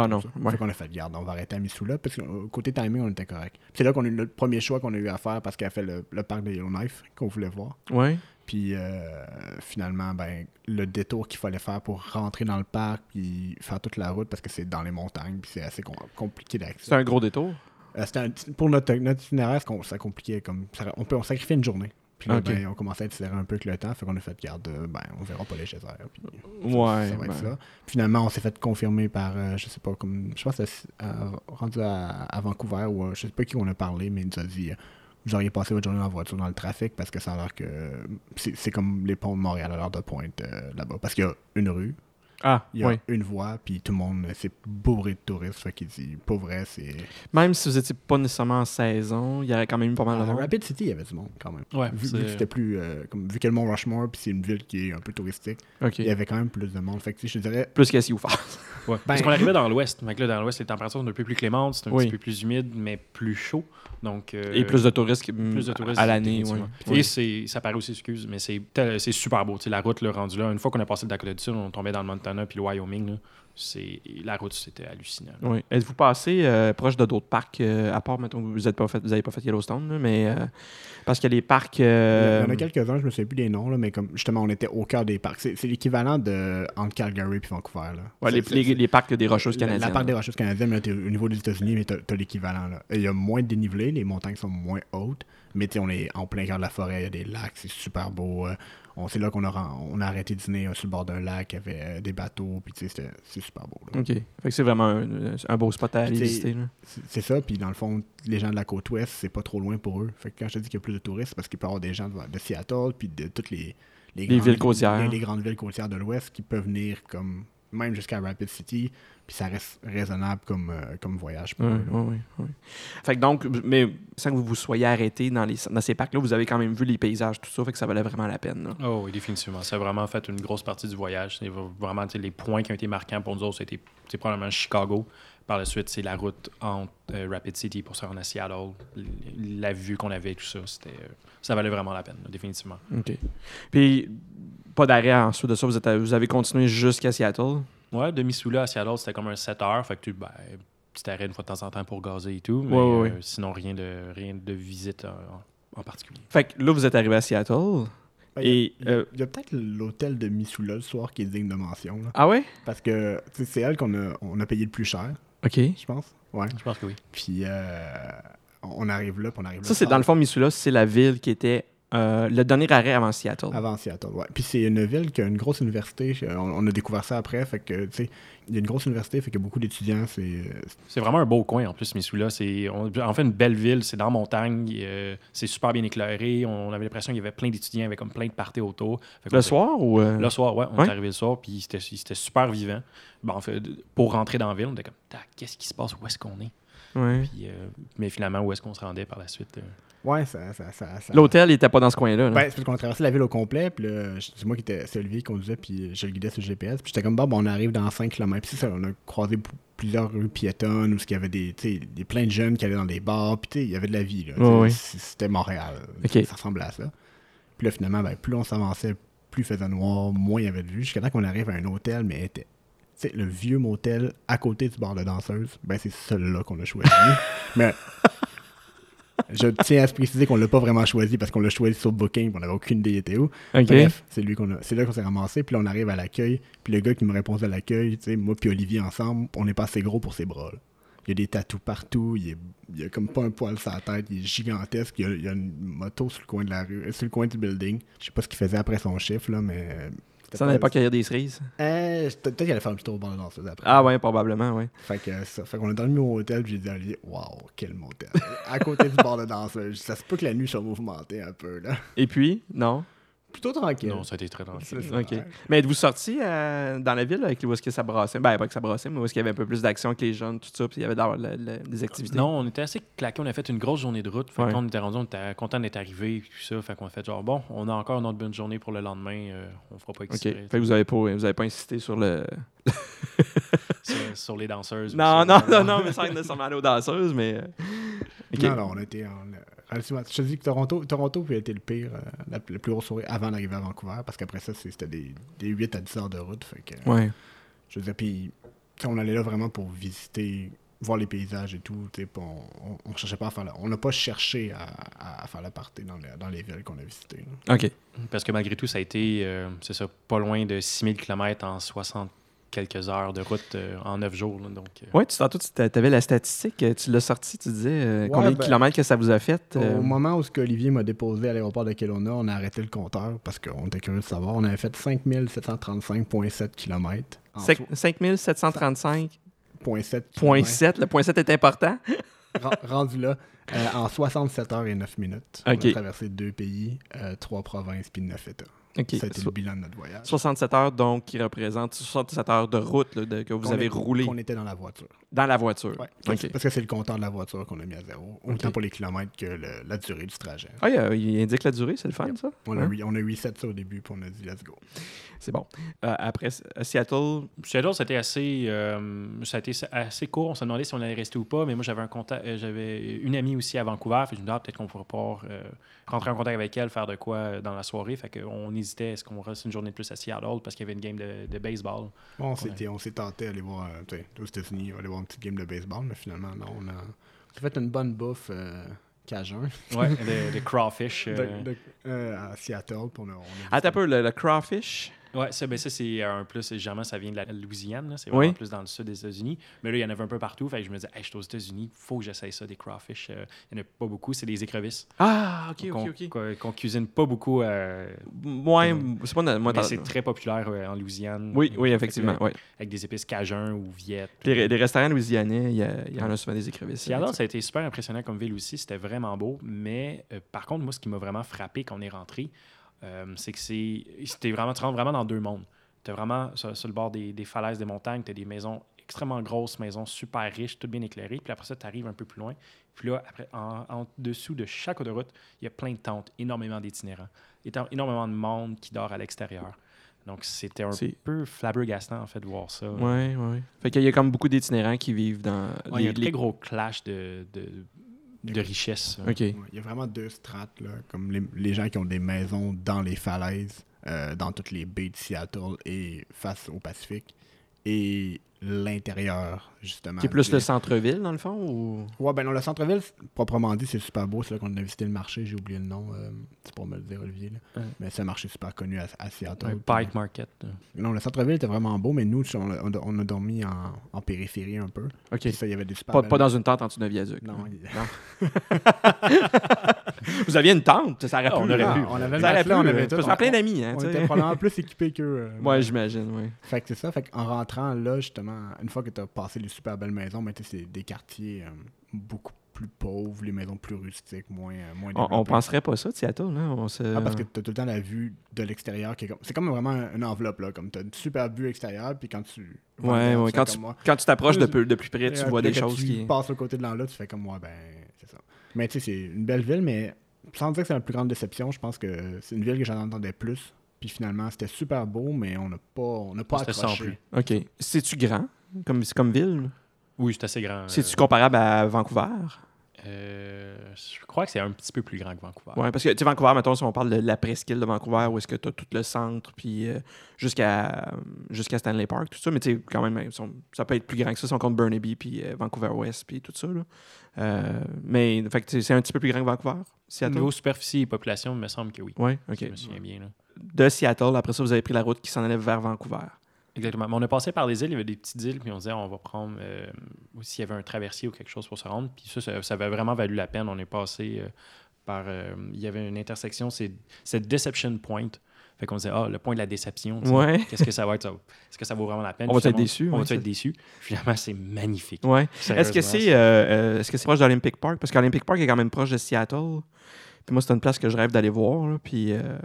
S2: Ah non,
S1: Fait
S2: ouais.
S1: qu'on a fait garde, on va arrêter à Missoula parce que euh, côté timing, on était correct. Puis C'est là qu'on a eu le premier choix qu'on a eu à faire parce qu'elle a fait le, le parc de Yellowknife qu'on voulait voir.
S2: Ouais.
S1: Puis euh, finalement, ben, le détour qu'il fallait faire pour rentrer dans le parc puis faire toute la route parce que c'est dans les montagnes puis c'est assez com- compliqué
S2: C'est
S1: d'accès.
S2: un gros détour.
S1: Euh, c'était un petit- pour notre, notre itinéraire, c'est qu'on- ça compliquait comme ça- on peut on sacrifiait une journée. Puis là,
S2: Ok.
S1: ben, on commençait à accélérer un peu avec le temps, fait qu'on a fait garde, euh, ben, on verra pas les chaises arrière, puis-
S2: Ouais.
S1: ça va être
S2: ben,
S1: ça. Puis Finalement, on s'est fait confirmer par, euh, je sais pas, comme, je pense que c'est euh, rendu à, à Vancouver ou euh, je sais pas qui on a parlé, mais il nous a dit euh, vous auriez passé votre journée en voiture dans le trafic parce que ça a l'air que c'est c'est comme les ponts de Montréal à l'heure de pointe euh, là-bas. Parce qu'il y a une rue,
S2: Ah,
S1: il y a
S2: oui.
S1: une voie, puis tout le monde euh, c'est bourré de touristes. Fait qu'il dit pas vrai, c'est.
S2: Même si vous étiez pas nécessairement en saison, il y aurait quand même eu pas mal de
S1: À
S2: monde.
S1: Rapid City, il y avait du monde quand même.
S3: Ouais,
S1: Vu,
S3: c'est-
S1: vu que c'était plus. euh, comme, vu que le Mont Rushmore, puis c'est une ville qui est un peu touristique,
S2: OK.
S1: il y avait quand même plus de monde. Fait que tu sais, je te dirais,
S2: Plus qu'à s'y faire.
S3: Ouais. Parce qu'on arrivait dans l'ouest. Fait que là, dans l'ouest, les températures sont un peu plus clémentes, c'est un
S2: Oui.
S3: petit peu plus humide, mais plus chaud. Donc, euh,
S2: Et plus de touristes, qui-
S3: plus de touristes
S2: Mm. à l'année. Ouais.
S3: définitivement. Et c'est- ça paraît aussi, excuse, mais c'est tel- c'est super beau. Tu sais, la route, le rendu là, une fois qu'on a passé le Dakota du Sud, on tombait dans le Montana puis le Wyoming. là. c'est la route, c'était hallucinant. là.
S2: Oui. Êtes-vous passé euh, proche de d'autres parcs, euh, à part, mettons, vous n'avez pas, fait- vous avez pas fait Yellowstone, là, mais euh, parce que les parcs. euh,
S1: Il y en a quelques-uns, je me souviens plus des noms, là, mais comme justement, on était au cœur des parcs. C'est c'est l'équivalent de entre Calgary et Vancouver. Là.
S2: ouais, les,
S1: C'est-
S2: les-
S1: c'est-
S2: les parcs des Rocheuses
S1: la-
S2: canadiennes.
S1: La part des rocheuses canadiennes, là, t'es au niveau des États-Unis, mais t'as t'as l'équivalent. là. Et Il y a moins de dénivelé, les montagnes sont moins hautes, mais t'sais, on est en plein cœur de la forêt, il y a des lacs, c'est super beau. euh, on C'est là qu'on a, ren- on a arrêté de dîner euh, sur le bord d'un lac, il y avait euh, des bateaux, puis t'sais, c'était- c'est super beau. là.
S2: OK. Fait que c'est vraiment un, un beau spot à aller
S1: Puis t'es-
S2: visiter. là.
S1: C'est- C'est ça, puis dans le fond, les gens de la côte ouest, c'est pas trop loin pour eux. Fait que quand je te dis qu'il y a plus de touristes, c'est parce qu'il peut y avoir des gens de, de Seattle, puis de toutes les,
S2: Les villes côtières.
S1: Les, les grandes villes côtières de l'ouest qui peuvent venir comme même jusqu'à Rapid City, puis ça reste raisonnable comme, euh, comme voyage pour
S2: Oui,
S1: eux. là.
S2: oui, oui, oui. Fait que donc, mais sans que vous vous soyez arrêté dans, les, dans ces parcs-là, vous avez quand même vu les paysages, tout ça, fait que ça valait vraiment la peine. là.
S3: Oh oui, définitivement. Ça a vraiment fait une grosse partie du voyage. C'est vraiment tu sais, les points qui ont été marquants pour nous autres, c'était c'est probablement Chicago. Par la suite, c'est la route entre euh, Rapid City pour se rendre à Seattle. L- La vue qu'on avait, tout ça, c'était euh, ça valait vraiment la peine, là, définitivement.
S2: OK. Puis, pas d'arrêt ensuite de ça, vous, êtes à- vous avez continué jusqu'à Seattle.
S3: Ouais, de Missoula à Seattle, c'était comme un 7 heures. Fait que tu ben, petit arrêt une fois de temps en temps pour gazer et tout. Mais
S2: Ouais, ouais,
S3: euh,
S2: ouais.
S3: sinon, rien de, rien de visite en, en particulier.
S2: Fait que là, vous êtes arrivé à Seattle.
S1: Ben, il y a-
S2: et,
S1: il y a-
S2: euh,
S1: il y a, peut-être l'hôtel de Missoula le soir qui est digne de mention, là.
S2: ah ouais?
S1: parce que tu sais, c'est elle qu'on a, on a payé le plus cher,
S2: OK.
S1: je pense. Ouais.
S3: Je pense que oui.
S1: Puis euh, on arrive là, puis on arrive là.
S2: Ça, c'est dans le fond, Missoula, c'est la ville qui était euh, le dernier arrêt avant Seattle.
S1: Avant Seattle, ouais. Puis c'est une ville qui a une grosse université. Euh, On, on a découvert ça après. Fait que, tu sais, il y a une grosse université, fait que beaucoup d'étudiants, c'est. euh,
S3: C'est vraiment un beau coin en plus, Missoula. C'est on- en fait une belle ville, c'est dans la montagne, euh, c'est super bien éclairé. On avait l'impression qu'il y avait plein d'étudiants, il y avait comme plein de parties autour. Fait qu'on
S2: Le
S3: s'est-
S2: soir ou. euh,
S3: Le soir, ouais, on
S2: Ouais.
S3: est arrivé le soir, puis c'était c'était super vivant. Ben, en fait, pour rentrer dans la ville, on était comme, Tac, qu'est-ce qui se passe, où est-ce qu'on est?
S2: ouais.
S3: Puis, euh, mais finalement, où est-ce qu'on se rendait par la suite? euh,
S1: Ouais, ça. ça, ça, ça-
S2: L'hôtel, il était pas dans ce coin-là. là.
S1: Ben, c'est parce qu'on a traversé la ville au complet, puis là, je- c'est moi qui étais, c'est Olivier qui conduisait, puis je le guidais sur le GPS, puis j'étais comme, bon, ben, on arrive dans 5 km, puis c'est ça, on a croisé p- plusieurs rues piétonnes, où il y avait des, tu sais, des, plein de jeunes qui allaient dans des bars, puis tu sais, il y avait de la vie, là, tu sais,
S2: Ouais, ouais.
S1: c- c'était Montréal,
S2: Ok.
S1: ça ressemblait à ça. Puis là, finalement, ben, plus on s'avançait, plus il faisait noir, moins il y avait de vue, jusqu'à temps qu'on arrive à un hôtel, mais était, tu sais, le vieux motel à côté du bar de danseuse, ben, c'est celui-là qu'on a choisi, mais... Je tiens à se préciser qu'on l'a pas vraiment choisi parce qu'on l'a choisi sur Booking, puis on n'avait aucune idée il était où.
S2: OK.
S1: Bref, c'est lui qu'on a- c'est là qu'on s'est ramassé, puis là on arrive à l'accueil, puis le gars qui me répond à l'accueil, tu sais, moi puis Olivier ensemble, on n'est pas assez gros pour ses bras. là. Il y a des tatous partout, il, est, il a comme pas un poil sur la tête, il est gigantesque, il y a, il y a une moto sur le coin de la rue, euh, sur le coin du building. Je sais pas ce qu'il faisait après son chiffre là, mais euh, c'était
S2: Ça n'allait pas cueillir des cerises.
S1: Euh, peut- peut-être qu'il allait faire un petit tour au bar de danseuse après.
S2: Ah ouais, probablement, ouais.
S1: Fait que euh, ça. Fait qu'on a dormi au hôtel, puis j'ai dit à Olivier, waouh, quel motel. à côté du bar de danseuse, ça se peut que la nuit soit mouvementée un peu là.
S2: Et puis, non.
S1: Plutôt tranquille.
S3: Non, ça a été très long.
S1: C'est ça.
S2: OK. Mais êtes-vous sorti euh, dans la ville avec où est-ce que ça brassait? Ben, pas que ça brassait, mais où est-ce qu'il y avait un peu plus d'action que les jeunes, tout ça, puis il y avait d'avoir le- le- des activités?
S3: Non, on était assez claqués. On a fait une grosse journée de route. Fait
S2: Ouais.
S3: que quand on était rendu, on était content d'être arrivé. Tout ça. Fait qu'on a fait genre, bon, on a encore notre bonne journée pour le lendemain. euh, on fera pas
S2: OK.
S3: exprès.
S2: Fait que vous avez pas, vous avez pas insisté sur le...
S3: sur, sur les danseuses.
S2: Non,
S3: aussi.
S2: non, non, non, mais ça ressemble à aux danseuses, mais... euh, OK.
S1: Non, non, on a été en. euh, relativement- Je te dis que Toronto, Toronto a été le pire, euh, la, le plus gros sourire avant d'arriver à Vancouver, parce qu'après ça, c'est- c'était des, des 8 à 10 heures de route. Fait que,
S2: Ouais.
S1: Je veux dire, puis tu sais, on allait là vraiment pour visiter, voir les paysages et tout. tu sais, puis On, on, on cherchait pas à faire la- On n'a pas cherché à, à- à faire la partie dans, le- dans les villes qu'on a visitées. là.
S2: OK.
S3: Parce que malgré tout, ça a été, euh, c'est ça, pas loin de 6000 km en 60 quelques heures de route euh, en 9 jours. là. donc, euh,
S2: Ouais, tu tantôt, tu t'a- t'avais la statistique, euh, tu l'as sortie, tu disais euh,
S1: Ouais,
S2: combien de
S1: ben,
S2: kilomètres que ça vous a fait.
S1: Au
S2: euh,
S1: moment où ce que Olivier m'a déposé à l'aéroport de Kelowna, on a arrêté le compteur parce qu'on était curieux de savoir. On avait fait 5735,7 km.
S2: cinq- 5735.7,
S1: 7
S2: le point 7 est important.
S1: Ren- rendu là, euh, en 67 heures et 9 minutes,
S2: Ok.
S1: on a traversé deux pays, euh, trois provinces puis neuf États.
S2: OK.
S1: Ça a été
S2: So-
S1: le bilan de notre voyage.
S2: 67 heures, donc, qui représente 67 heures de route là, de- que vous
S1: Qu'on
S2: avez
S1: est-
S2: roulé
S1: Qu'on était dans la voiture.
S2: dans la voiture.
S1: Ouais.
S2: OK.
S1: Parce que c'est le compteur de la voiture qu'on a mis à zéro, autant
S2: Ok.
S1: pour les kilomètres que le- la durée du trajet.
S2: Ah, il, euh, il indique la durée, c'est le fun, ça?
S1: On, a,
S2: Ouais.
S1: re- on a reset ça au début puis on a dit let's go.
S2: C'est bon. Euh, après, S- à Seattle,
S3: Seattle, c'était assez, euh, ça a été assez court. On s'est demandé si on allait rester ou pas, mais moi, j'avais un contact, euh, j'avais une amie aussi à Vancouver. Fait que je me disais, Ah, peut-être qu'on pourrait pas euh, rentrer en contact avec elle, faire de quoi euh, dans la soirée. Fait qu'on j'hésitais, est-ce qu'on reste une journée de plus à Seattle parce qu'il y avait une game de, de baseball.
S1: Bon, on s'était- on s'est tenté d'aller voir, euh, tu sais, aux États-Unis, aller voir une petite game de baseball, mais finalement, non, on a, on s'est fait une bonne bouffe euh, cajun
S3: Ouais, de, de crawfish. euh,
S1: de- de- euh, à Seattle. Pour on a
S2: Ah, Attends un peu, le, le crawfish.
S3: Ouais, ça, ben ça c'est un plus. Généralement, ça vient de la Louisiane. là. C'est
S2: Oui.
S3: vraiment plus dans le sud des États-Unis. Mais là, il y en avait un peu partout. Fait que je me disais, hey, je suis aux États-Unis, faut que j'essaye ça, des crawfish. Euh, il n'y en a pas beaucoup, c'est des écrevisses.
S2: Ah, ok,
S3: qu'on qu'on- qu'on cuisine pas beaucoup. euh,
S2: Moi, c'est pas dans- moi,
S3: mais
S2: dans-
S3: c'est très populaire euh, en Louisiane.
S2: Oui, oui,
S3: Fait que,
S2: effectivement.
S3: euh,
S2: ouais.
S3: Avec des épices cajun ou viettes.
S2: les, les restaurants louisianais, il y, a- il y en a souvent des écrevisses.
S3: Puis alors, ça a été super impressionnant comme ville aussi. C'était vraiment beau. Mais euh, par contre, moi, ce qui m'a vraiment frappé quand on est rentré, euh, c'est que c'est. C'était vraiment, tu rentres vraiment dans deux mondes. Tu vraiment sur, sur le bord des, des falaises des montagnes, tu as des maisons extrêmement grosses, maisons super riches, toutes bien éclairées. Puis après ça, tu arrives un peu plus loin. Puis là, après, en, en dessous de chaque autoroute, il y a plein de tentes, énormément d'itinérants, étant- énormément de monde qui dort à l'extérieur. Donc, c'était un
S2: C'est- euh,
S3: peu flabbergastant, en fait, de voir ça.
S2: Ouais, ouais. Fait qu'il y a comme beaucoup d'itinérants qui vivent dans.
S3: Ouais, il y a un
S2: les-
S3: très gros clash de, de, de hein. richesse.
S2: OK.
S1: Ouais, Il y a vraiment deux strates, là, comme les, les gens qui ont des maisons dans les falaises, euh, dans toutes les baies de Seattle et face au Pacifique, et l'intérieur, justement.
S2: Qui est plus
S1: des-
S2: le centre-ville, dans le fond, ou...
S1: Ouais, ben non, le centre-ville, c'est- proprement dit, c'est super beau. C'est là qu'on a visité le marché, j'ai oublié le nom, euh, c'est pour me le dire, Olivier. là.
S3: Ouais.
S1: Mais c'est un marché super connu à, à Seattle. euh,
S3: Un bike market. là.
S1: Non, le centre-ville était vraiment beau, mais nous, on a, on a- on a dormi en, en périphérie un peu.
S2: OK.
S1: Puis ça, il y avait des super
S2: Pas,
S1: belles-
S2: pas dans une tente en dessous d'un viaduc.
S1: Non, il-
S2: Vous aviez une tente, ça aurait
S3: Ah,
S2: pu.
S3: on aurait
S2: là.
S3: pu.
S1: on avait
S2: Ça
S1: le
S2: aurait
S1: matelas,
S2: pu,
S1: on
S2: euh,
S1: avait tout.
S2: parce qu'on a plein d'amis, hein,
S1: On
S2: tu sais.
S1: était probablement plus équipés qu'eux. euh,
S2: Ouais, j'imagine, oui.
S1: Fait que c'est ça, fait qu'en rentrant là, justement, une fois que t'as passé les super belles maisons, mais tu sais, c'est des quartiers euh, beaucoup plus pauvres, les maisons plus rustiques, moins, euh, moins
S2: On, euh, on
S1: développées.
S2: penserait pas ça, de Seattle, là. On se...
S1: Ah, parce que t'as tout le temps la vue de l'extérieur qui est comme. C'est comme vraiment une enveloppe, là. Comme t'as une super vue extérieure, puis quand tu.
S2: Ouais,
S1: Enfin,
S2: ouais,
S1: fais
S2: quand
S1: comme
S2: tu
S1: moi.
S2: quand tu t'approches de, peu- de plus près,
S1: Et,
S2: tu
S1: euh,
S2: vois
S1: puis
S2: des
S1: là, quand
S2: choses
S1: tu
S2: qui...
S1: passes au côté de l'enveloppe, tu fais comme moi, ben, c'est ça. Mais tu sais, c'est une belle ville, mais sans dire que c'est la plus grande déception, je pense que c'est une ville que j'en entendais plus. Puis finalement, c'était super beau, mais on n'a pas, on n'a pas
S3: C'était sans
S1: accroché.
S3: plus.
S2: OK. C'est-tu grand comme, comme ville?
S1: Euh,
S3: Oui, c'est assez grand.
S2: C'est-tu comparable à Vancouver?
S3: Euh, je crois que c'est un petit peu plus grand que Vancouver.
S2: Ouais, parce que, tu sais, Vancouver, mettons, si on parle de la presqu'île de Vancouver, où est-ce que tu as tout le centre, puis euh, jusqu'à jusqu'à Stanley Park, tout ça, mais tu sais, quand même, ils sont- ça peut être plus grand que ça si on compte Burnaby, puis euh, Vancouver West, puis tout ça, là. Euh, mais, fait que, tu sais, c'est un petit peu plus grand que Vancouver, Seattle?
S3: Niveau superficie et population, il me semble que oui.
S2: Ouais,
S3: Si
S2: OK.
S3: Je me souviens bien. là.
S2: De Seattle, après ça, vous avez pris la route qui s'en allait vers Vancouver.
S3: Exactement. Mais on a passé par des îles, il y avait des petites îles, puis on disait on va prendre euh, s'il y avait un traversier ou quelque chose pour se rendre. Puis ça, ça, ça avait vraiment valu la peine. On est passé euh, par. euh, il y avait une intersection, c'est c'est Deception Point. Fait qu'on disait ah, le point de la déception. tu sais.
S2: Ouais.
S3: Qu'est-ce que ça va être ça? Est-ce que ça vaut vraiment la peine?
S2: On va être
S3: Finalement,
S2: déçus,
S3: On
S2: ouais,
S3: va
S2: ça.
S3: être déçus. Finalement, c'est magnifique.
S2: Ouais. Est-ce que
S3: Sérieusement,
S2: c'est euh, euh, est-ce que c'est proche d'Olympic Park? Parce qu'Olympic Park est quand même proche de Seattle. Puis moi, c'est une place que je rêve d'aller voir, là, puis euh,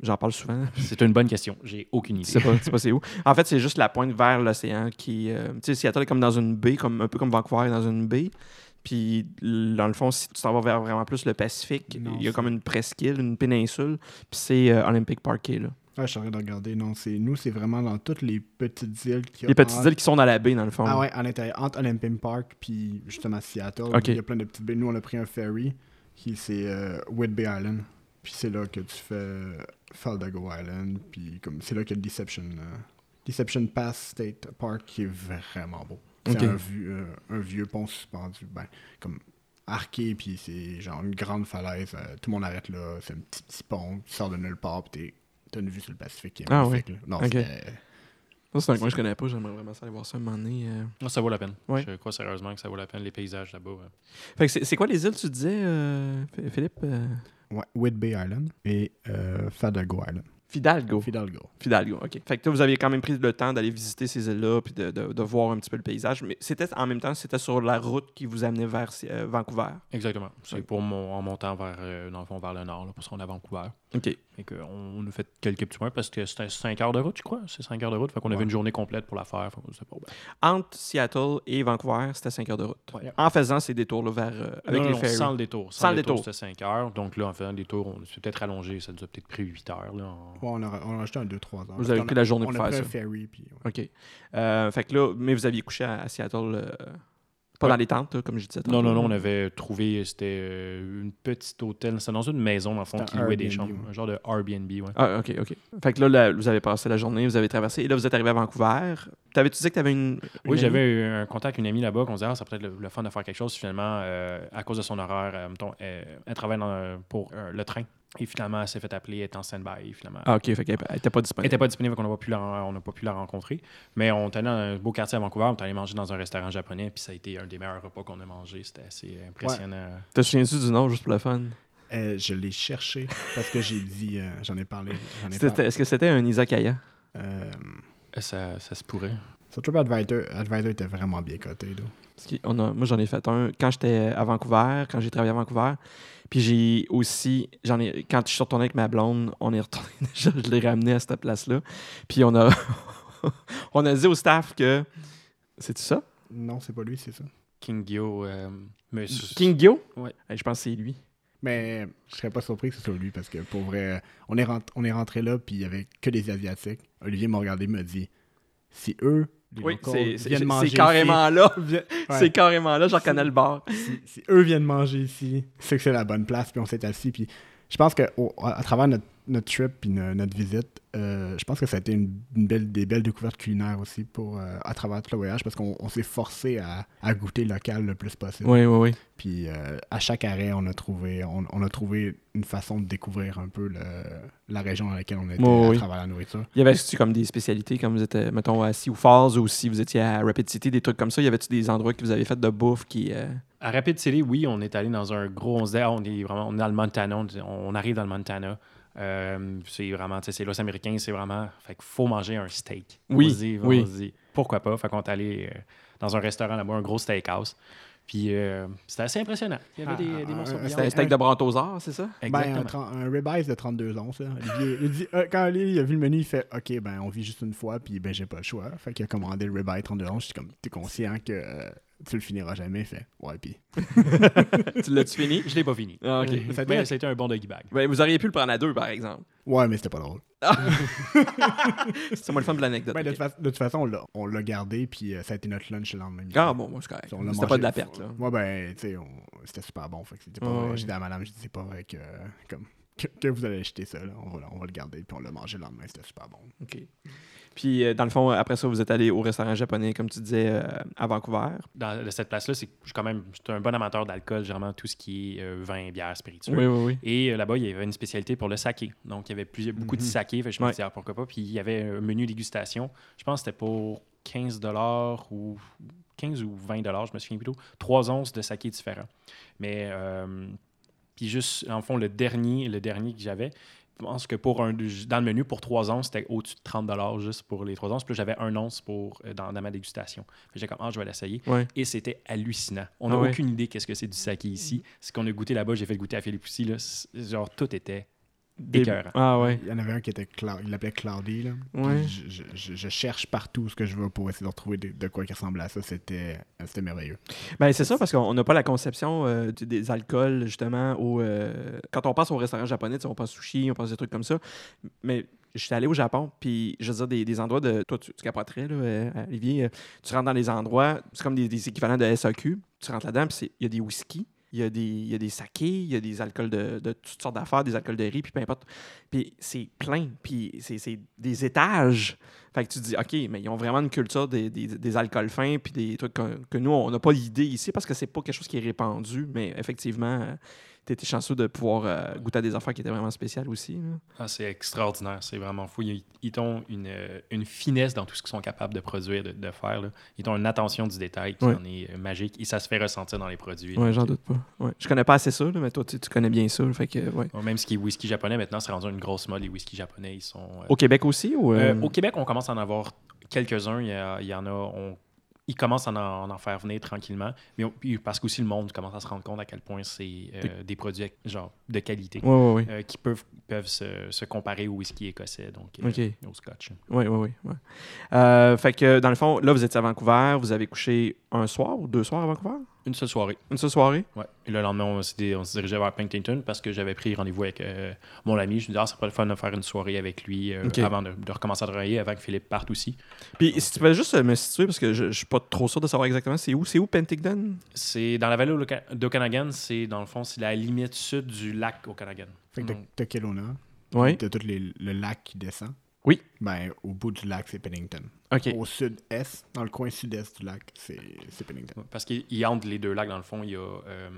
S2: j'en parle souvent.
S3: C'est une bonne question. J'ai aucune idée.
S2: Je sais pas, je sais pas c'est où. En fait, c'est juste la pointe vers l'océan qui. euh, tu sais, Seattle est comme dans une baie, comme, un peu comme Vancouver est dans une baie. Puis, l- dans le fond, si tu t'en vas vers vraiment plus le Pacifique,
S1: Non,
S2: il y a
S1: c'est-
S2: comme une presqu'île, une péninsule, puis c'est euh, Olympic Park qui est là.
S1: Ouais, Ah, je suis en train de regarder. Non, c'est nous, c'est vraiment dans toutes les petites îles qui
S2: Les petites îles qui sont dans la baie, dans le fond.
S1: Ah ouais, à l'intérieur, entre Olympic Park puis justement Seattle.
S2: Ok.
S1: Il y a plein de petites baies. Nous, on a pris un ferry qui c'est euh, Whidbey Island. Puis c'est là que tu fais Faldago Island. Puis comme c'est là qu'il y a Deception, euh, Deception Pass State Park qui est vraiment beau. C'est
S2: Ok.
S1: un, vieux, euh, un vieux pont suspendu, ben, comme arqué, puis c'est genre une grande falaise. euh, tout le monde arrête là. C'est un petit, petit pont, tu sors de nulle part, puis t'es- t'as une vue sur le Pacifique qui est
S2: Ah
S1: magnifique. là. Non,
S2: Ok.
S1: c'était-
S2: Ça, c'est un coin que je connais pas, j'aimerais vraiment ça aller voir ça un moment donné. euh.
S3: Non, ça vaut la peine.
S2: Ouais.
S3: Je crois sérieusement que ça vaut la peine. Les paysages là-bas. ouais.
S2: Fait que c'est c'est quoi les îles, tu disais, euh, Ph- Philippe euh,
S1: Ouais, Whidbey Island et euh, Fadago Island.
S2: Fidalgo.
S1: Fidalgo.
S2: Fidalgo, OK. Fait que toi, vous aviez quand même pris le temps d'aller visiter ces îles-là puis de, de- de voir un petit peu le paysage. Mais c'était en même temps, c'était sur la route qui vous amenait vers euh, Vancouver.
S3: Exactement. C'est
S2: Ouais.
S3: pour mon, en montant vers, euh, dans le fond, vers le nord, là, parce qu'on est à Vancouver.
S2: OK.
S3: Fait que on, on a fait quelques petits points parce que c'était 5 heures de route, je crois. C'est 5 heures de route. Fait qu'on
S1: Ouais.
S3: avait une journée complète pour la faire. Fait qu'on disait, bon, ben,
S2: Entre Seattle et Vancouver, c'était 5 heures de route.
S3: Ouais.
S2: En faisant ces détours-là vers, euh, avec
S3: non,
S2: les
S3: non,
S2: ferries.
S3: Sans le détour.
S2: Sans
S3: Sans,
S2: le
S3: le détour,
S2: détour.
S3: c'était 5 heures. Donc là, en faisant le détour, on s'est peut-être allongé. Ça nous a peut-être pris 8 heures. Là, en-
S1: Ouais, on a, on a acheté un 2-3 heures.
S2: Vous avez
S1: On
S2: pris
S1: a-
S2: la journée
S1: on
S2: pour
S1: a
S2: faire
S1: pris
S2: ça.
S1: un ferry, puis ouais.
S2: OK. Euh, fait que là, mais vous aviez couché à, à Seattle. euh, Pas
S3: Ouais.
S2: dans les tentes, là, comme je disais. tantôt,
S3: Non, non, non, on
S2: là.
S3: avait trouvé, c'était euh, une petite hôtel, c'est dans une maison, dans le fond,
S1: C'était
S3: qui
S1: un
S3: louait des
S1: Airbnb,
S3: chambres,
S1: ouais.
S3: un genre de Airbnb, ouais.
S2: Ah, OK, OK. Fait que là, là, vous avez passé la journée, vous avez traversé, et là, vous êtes arrivé à Vancouver. T'avais-tu dit que t'avais une. une
S3: Oui,
S2: amie?
S3: j'avais eu un contact, une amie là-bas, qu'on disait, ah, ça peut être le, le fun de faire quelque chose. Finalement, euh, à cause de son horaire, euh, mettons, euh, elle travaille dans- pour euh, le train. Et finalement, elle s'est fait appeler, elle est en stand-by. et Finalement,
S2: Ah, OK, fait qu'elle elle était pas
S3: elle
S2: disponible.
S3: n'était pas disponible, donc on n'a pas, pu la- on n'a pas pu la rencontrer. Mais on était allé dans un beau quartier à Vancouver, on est allé manger dans un restaurant japonais, puis ça a été un des meilleurs repas qu'on a mangé. C'était assez impressionnant.
S2: Te souviens-tu du nom, juste pour le fun?
S1: Euh, je l'ai cherché parce que j'ai dit, euh, j'en ai parlé. J'en ai
S2: C'était-
S1: parlé.
S2: Est-ce que c'était un izakaya?
S1: Euh,
S3: Ça, ça se pourrait.
S1: sur TripAdvisor, Advisor était vraiment bien coté. là.
S2: Parce qu'on a- moi, j'en ai fait un quand j'étais à Vancouver, quand j'ai travaillé à Vancouver. Puis j'ai aussi, j'en ai, quand je suis retourné avec ma blonde, on est retourné, je, je l'ai ramené à cette place-là. Puis on a, on a dit au staff que. C'est-tu ça?
S1: Non, c'est pas lui, c'est ça.
S3: King Gyo, euh, mais c'est-
S2: King Gyo?
S3: Ouais.
S2: Eh, je pense que c'est lui.
S1: Mais je serais pas surpris que ce soit lui parce que pour vrai, on est, rent- on est rentré là puis il y avait que des Asiatiques. Olivier m'a regardé m'a dit si eux, les
S2: Oui,
S1: locaux,
S2: c'est c'est-
S1: viennent manger
S2: c'est carrément là.
S1: ici- vi- ouais,
S2: C'est carrément là, je reconnais le bar.
S1: si, si eux viennent manger ici, c'est que c'est la bonne place puis on s'est assis puis je pense que au- à à travers notre, notre trip puis no- notre visite, euh, je pense que ça a été une, une belle, des belles découvertes culinaires aussi pour euh, à travers tout le voyage parce qu'on on s'est forcé à, à goûter local le plus possible.
S2: Oui, oui, oui.
S1: Puis euh, à chaque arrêt, on a trouvé, on, on a trouvé une façon de découvrir un peu le- la région dans laquelle on était
S2: Oh,
S1: à
S2: oui.
S1: travers la nourriture.
S2: Il y avait-tu comme des spécialités, comme vous étiez, mettons, à Sioux Falls ou si vous étiez à Rapid City, des trucs comme ça? Il Y avait-tu des endroits que vous avez fait de bouffe qui. euh,
S3: À Rapid City, oui, on est allé dans un gros. On se disait, ah, on est vraiment on est dans le Montana, on, on arrive dans le Montana. Euh, c'est vraiment, tu sais, c'est l'os américain, c'est vraiment. Fait qu'il faut manger un steak.
S2: Oui,
S3: On se dit,
S2: oui.
S3: on se dit, pourquoi pas? Fait qu'on est allé euh, dans un restaurant là-bas, un gros steakhouse. Puis euh, c'était assez impressionnant. Il y avait des,
S1: Ah,
S3: des
S1: ah,
S3: morceaux
S1: un-
S3: de
S1: un
S2: C'était
S3: viande.
S2: un steak de brontosaure, c'est ça?
S1: Ben, un,
S3: Exactement.
S1: tren- un ribeye de 32 onces. là. Olivier, il dit, euh, quand Olivier il a vu le menu, il fait OK, ben on vit juste une fois, puis ben j'ai pas le choix. Fait qu'il a commandé le ribeye 32 onces. Je suis comme, t'es conscient que euh, tu le finiras jamais. Il fait, ouais, puis.
S2: tu l'as-tu fini?
S3: Je l'ai pas fini.
S2: Ah, ok.
S3: Mais
S1: Ça te met-
S3: c'était un bon doggy bag.
S2: Ben, vous auriez pu le prendre à deux, par exemple.
S1: Ouais, mais c'était pas drôle.
S2: C'est moi le fun de l'anecdote.
S1: Ben, de,
S2: Euh, ok.
S1: toute fa- de toute façon, on l'a- on l'a gardé, puis euh, ça a été notre lunch le lendemain. midi.
S2: Ah bon, moi, c'est correct.
S1: On l'a
S2: C'était pas
S1: mangé.
S2: de la perte, là.
S1: Moi, ben, tu sais, on- c'était super bon. Fait que c'était pas
S2: Ouais,
S1: vrai.
S2: ouais.
S1: J'ai dit à madame, j'ai dit, c'est pas vrai que, comme, que, que vous allez acheter ça. là. On, va, on va le garder, puis on l'a mangé le lendemain. C'était super bon.
S2: OK. Puis, euh, dans le fond, après ça, vous êtes allé au restaurant japonais, comme tu disais, euh, à Vancouver.
S3: Dans, de cette place-là, c'est que je suis quand même je suis un bon amateur d'alcool, généralement tout ce qui est euh, vin, bière, spiritueux.
S2: oui, oui.
S3: Et euh, là-bas, il y avait une spécialité pour le saké. Donc, il y avait plusieurs, beaucoup de
S1: Mhm.
S3: saké. Fait que je me
S2: Ouais.
S3: disais, ah, pourquoi pas. Puis, il y avait un menu dégustation. Je pense que c'était pour 15 ou 15 ou 20 je me souviens plutôt. Trois onces de saké différents. Mais, euh, puis juste, en fond, le dernier, le dernier que j'avais, je pense que pour un, dans le menu, pour trois onces, c'était au-dessus de 30 juste pour les trois onces. Puis là, j'avais un once pour, euh, dans, dans ma dégustation. Fait que J'ai comme, ah, je vais l'essayer.
S2: Ouais.
S3: Et c'était hallucinant. On n'a
S2: Ah ouais.
S3: aucune idée qu'est-ce que c'est du saké ici. Ce qu'on a goûté là-bas, j'ai fait goûter à Philippe aussi. Là, c'est- genre, tout était écœurant.
S2: Ah, ouais.
S1: Il y en avait un qui était, Cla- il l'appelait Cloudy, là. Puis
S2: Ouais.
S1: Je, je- je- je cherche partout ce que je veux pour essayer de retrouver de, de quoi qui ressemblait à ça. C'était euh, c'était merveilleux.
S2: Ben, c'est ça, parce qu'on n'a pas la conception euh, du- des alcools, justement. Au, euh, quand on pense au restaurant japonais, tu sais, on pense sushi, on pense des trucs comme ça. Mais j'étais allé au Japon, puis je veux dire, des, des endroits de. Toi, tu, tu capoterais, là, euh, Olivier. euh, Tu rentres dans les endroits, c'est comme des, des équivalents de SAQ. Tu rentres là-dedans, puis c'est- il y a des whisky, il y a des, il y a des sakés, il y a des alcools de, de toutes sortes d'affaires, des alcools de riz, puis peu importe. Puis c'est plein, puis c'est c'est des étages. Fait que tu te dis, OK, mais ils ont vraiment une culture des, des, des alcools fins puis des trucs que, que nous, on n'a pas l'idée ici parce que c'est pas quelque chose qui est répandu. Mais effectivement, tu étais chanceux de pouvoir euh, goûter à des affaires qui étaient vraiment spéciales aussi. là.
S3: Ah, c'est extraordinaire. C'est vraiment fou. Ils, ils ont une, euh, une finesse dans tout ce qu'ils sont capables de produire, de, de faire. là. Ils ont une attention du détail qui
S2: Ouais.
S3: en est euh, magique. Et ça se fait ressentir dans les produits.
S2: Ouais, j'en
S3: Donc,
S2: doute pas. Ouais. Je connais pas assez ça, là, mais toi, tu, tu connais bien ça. là, Fait que, ouais.
S3: euh, Même ce qui est whisky japonais, maintenant, c'est rendu une grosse mode. Les whisky japonais, ils sont... euh,
S2: Au Québec aussi ou. euh,
S3: Euh, au Québec, on commence à en avoir quelques-uns. Il y, a- il y en a. On, ils commencent à en, en- en faire venir tranquillement. Mais on- puis parce qu'aussi le monde commence à se rendre compte à quel point c'est euh, des produits genre de qualité
S2: Ouais, ouais, ouais.
S3: euh, qui peuvent, peuvent se, se comparer au whisky écossais, donc euh,
S2: OK.
S3: au scotch.
S2: Oui, oui, oui. ouais. Euh, fait que, dans le fond, là, vous étiez à Vancouver, vous avez couché un soir ou deux soirs à Vancouver?
S3: Une seule soirée.
S2: Une seule soirée?
S3: Ouais. Et le lendemain, on, s'est- on se dirigeait vers Plankton parce que j'avais pris rendez-vous avec euh, mon ami. Je lui ai dit, ah, ça pourrait être le fun de faire une soirée avec lui euh,
S2: Ok.
S3: avant de, de recommencer à travailler, avant que Philippe parte aussi.
S2: Puis si tu peux juste euh, me situer, parce que je, je suis pas trop sûr de savoir exactement c'est où. C'est où Penticton?
S3: C'est dans la vallée d'Oka- d'Okanagan. C'est, dans le fond, c'est la limite sud du lac Okanagan.
S1: Fait que t'as-
S3: Donc,
S2: Mm.
S1: t'as Kelowna,
S2: Oui.
S1: t'as tout les- le lac qui descend.
S2: Oui.
S1: Ben, au bout du lac, c'est Pennington.
S2: OK.
S1: Au sud-est, dans le coin sud-est du lac, c'est c'est Pennington.
S3: Mm. Parce qu'il il entre les deux lacs, dans le fond, il y a. euh,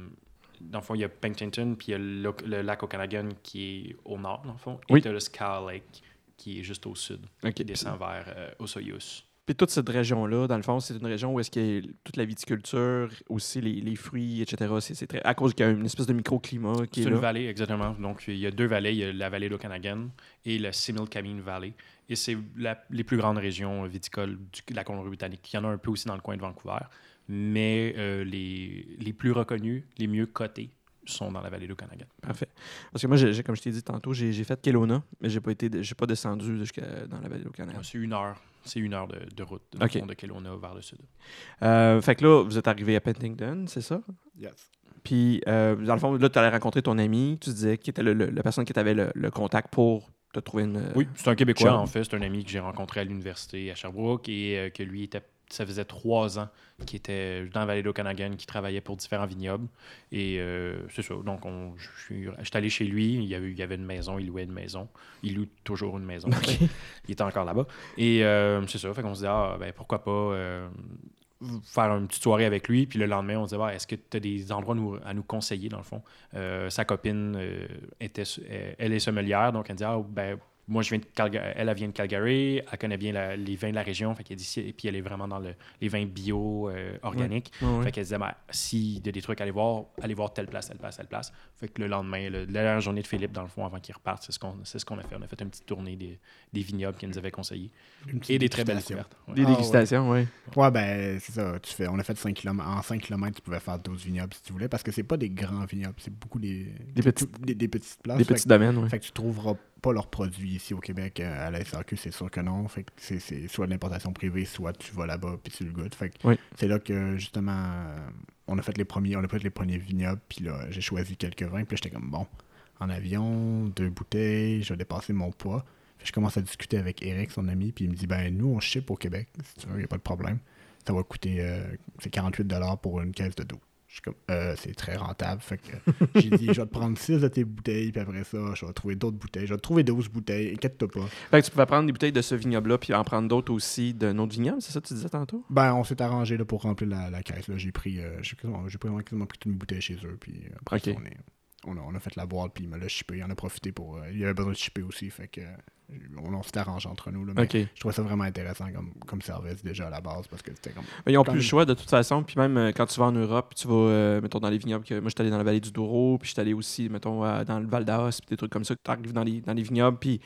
S3: dans le fond, il y a Penticton, puis il y a le, le lac Okanagan qui est au nord, dans le fond.
S2: Oui.
S3: Et tu le Scar Lake qui est juste au sud,
S2: OK.
S3: qui descend vers euh, Osoyoos.
S2: Puis toute cette région-là, dans le fond, c'est une région où est-ce que toute la viticulture, aussi les, les fruits, etc., c'est- c'est très... à cause qu'il y a une espèce de microclimat qui
S3: C'est
S2: est,
S3: une
S2: là.
S3: vallée, exactement. Donc, il y a deux vallées. Il y a la vallée d'Okanagan et la Similkameen Valley. Et c'est la- les plus grandes régions viticoles du- de la Colombie-Britannique. Il y en a un peu aussi dans le coin de Vancouver. Mais euh, les, les plus reconnus, les mieux cotés, sont dans la vallée d'Okanagan.
S2: Parfait. Parce que moi, j'ai, j'ai- comme je t'ai dit tantôt, j'ai, j'ai fait Kelowna, mais j'ai pas été, de- j'ai pas descendu jusqu'à dans la vallée au Canada.
S3: Ouais, C'est une heure. C'est une heure de, de route dans le
S2: Ok.
S3: fond, de Kelowna vers le sud.
S2: Euh, fait que là, vous êtes arrivé à Penticton, c'est ça?
S1: Yes.
S2: Puis, euh, dans le fond, là, tu allais rencontrer ton ami, tu disais qui était le- le- la personne qui t'avait le, le contact pour te trouver une.
S3: Oui, c'est un Québécois,
S2: Charles.
S3: en fait. C'est un ami que j'ai rencontré à l'université à Sherbrooke et euh, que lui, était, ça faisait trois ans qu'il était dans la vallée d'Okanagan, qui travaillait pour différents vignobles. Et euh, c'est ça. Donc, on- je suis je suis allé chez lui. Il y, avait, il y avait une maison, il louait une maison. Il loue toujours une maison. en fait. Il était encore là-bas. Et euh, c'est ça. Fait qu'on se dit, ah, ben, pourquoi pas euh, faire une petite soirée avec lui. Puis le lendemain, on se dit, Ah, est-ce que tu as des endroits nous- à nous conseiller, dans le fond? Euh, sa copine, euh, était, elle est sommelière. Donc, elle dit, ah, ben, moi, je viens de Calgary. Elle, elle vient de Calgary. Elle connaît bien la- les vins de la région. Fait qu'elle dit, si- et puis elle est vraiment dans le- les vins bio, euh, organiques.
S2: Ouais, ouais.
S3: Fait qu'elle disait, ben, s'il y a des trucs à aller voir, allez voir telle place, telle place, telle place. Fait que le lendemain, le- la dernière journée de Philippe, dans le fond, avant qu'il reparte, c'est ce qu'on c'est ce qu'on a fait. On a fait une petite tournée des, des vignobles qu'il nous avait conseillés
S1: Une petite
S3: et des très belles
S1: dégustation.
S3: découvertes. Ouais.
S2: Des
S1: Ah,
S2: dégustations, oui.
S1: Ouais, ben, c'est ça. Tu fais, on a fait 5 km. En 5 km, tu pouvais faire 12 vignobles si tu voulais, parce que c'est pas des grands vignobles, c'est beaucoup des,
S2: Des petits-
S1: des, des petites
S3: Ah,
S1: places.
S2: Des
S1: Fait
S2: petits domaines, oui.
S1: Fait que tu trouveras pas leurs produits ici au Québec euh, à la SAQ, c'est sûr que non. Fait que c'est, c'est soit de l'importation privée, soit tu vas là-bas puis tu le goûtes. Fait que
S2: Oui.
S1: c'est là que justement euh, on a fait les premiers, on a fait les premiers vignobles, puis là j'ai choisi quelques vins, puis là, j'étais comme bon, en avion, deux bouteilles, je vais dépasser mon poids. Fait que je commence à discuter avec Eric, son ami, puis il me dit ben nous on ship au Québec, si tu veux, y a pas de problème. Ça va coûter euh, c'est 48 pour une caisse de 12. Je suis comme, euh, c'est très rentable. Fait que j'ai dit, je vais te prendre 6 de tes bouteilles, puis après ça, je vais trouver d'autres bouteilles. Je vais te trouver 12 bouteilles, inquiète-toi pas.
S2: Fait que tu pouvais prendre des bouteilles de ce vignoble-là, puis en prendre d'autres aussi d'un autre vignoble, c'est ça que tu disais tantôt?
S1: Ben, on s'est arrangé là, pour remplir la, la caisse. là. J'ai pris, euh, j'ai quasiment- j'ai pris, quasiment pris toute une bouteille chez eux, puis euh, après
S2: Ok.
S1: ça, on, est- on a, on a fait la boîte, puis il me l'a shippé. Il en a profité pour. euh, il avait besoin de shipper aussi, fait que. euh, On, on s'est arrangé entre nous. Là, mais
S2: OK.
S1: Je trouvais ça vraiment intéressant comme, comme service déjà à la base parce que c'était comme.
S2: Mais ils n'ont
S1: Quand
S2: plus le
S1: même.
S2: choix de toute façon. Puis même euh, quand tu vas en Europe, tu vas, euh, mettons, dans les vignobles. Que, moi, j'étais allé dans la vallée du Douro, puis j'étais allé aussi, mettons, à- dans le Val d'Aos, puis des trucs comme ça. Tu arrives dans les, dans les vignobles, puis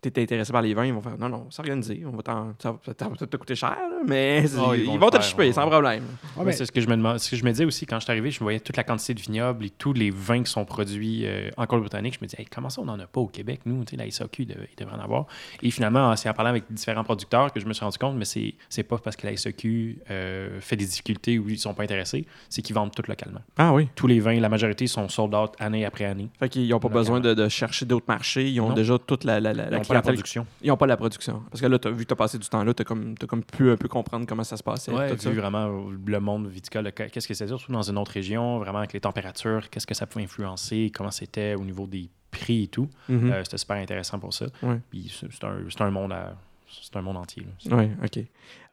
S2: tu es intéressé par les vins, ils vont faire non, non, c'est organisé. On va t'en- ça va ça va peut-être te coûter cher, là, mais c'est-
S3: Oh,
S2: ils,
S3: ils vont
S2: vont
S3: le
S2: te le
S3: faire,
S2: choper,
S3: ouais.
S2: sans problème.
S1: Ah,
S3: Ouais,
S1: ben,
S3: c'est ce que je me demande, ce que je me disais aussi quand je suis arrivé, je voyais toute la quantité de vignobles et tous les vins qui sont produits euh, en Colombie-Britannique. Je me disais, Hey, comment ça, on n'en a pas au Québec, nous? Tu sais, la SAQ, il dev- il devrait en avoir. Et finalement, c'est en parlant avec différents producteurs que je me suis rendu compte, mais c'est c'est pas parce que la SAQ euh, fait des difficultés ou ils sont pas intéressés, c'est qu'ils vendent tout localement.
S2: Ah oui.
S3: Tous les vins, la majorité sont sold out année après année.
S2: Fait qu'ils n'ont pas
S3: Localement.
S2: besoin de, de chercher d'autres marchés. Ils ont
S3: Non.
S2: déjà toute la, la, la, la
S3: Ils n'ont pas la
S2: clientèle-
S3: production.
S2: Ils n'ont pas la production. Parce que là, t'as- vu que tu as passé du temps là, tu as, comme pu un peu comprendre comment ça se passait.
S3: Ouais,
S2: tout ça.
S3: vu vraiment le monde viticole, le- qu'est-ce que c'était, surtout dans une autre région, vraiment avec les températures, qu'est-ce que ça pouvait influencer, comment c'était au niveau des prix et tout.
S2: Mhm.
S3: Euh, c'était super intéressant pour ça.
S2: Ouais.
S3: Puis c'est c'est un, c'est un monde à- c'est un monde entier. là. C'est-
S2: Oui, OK.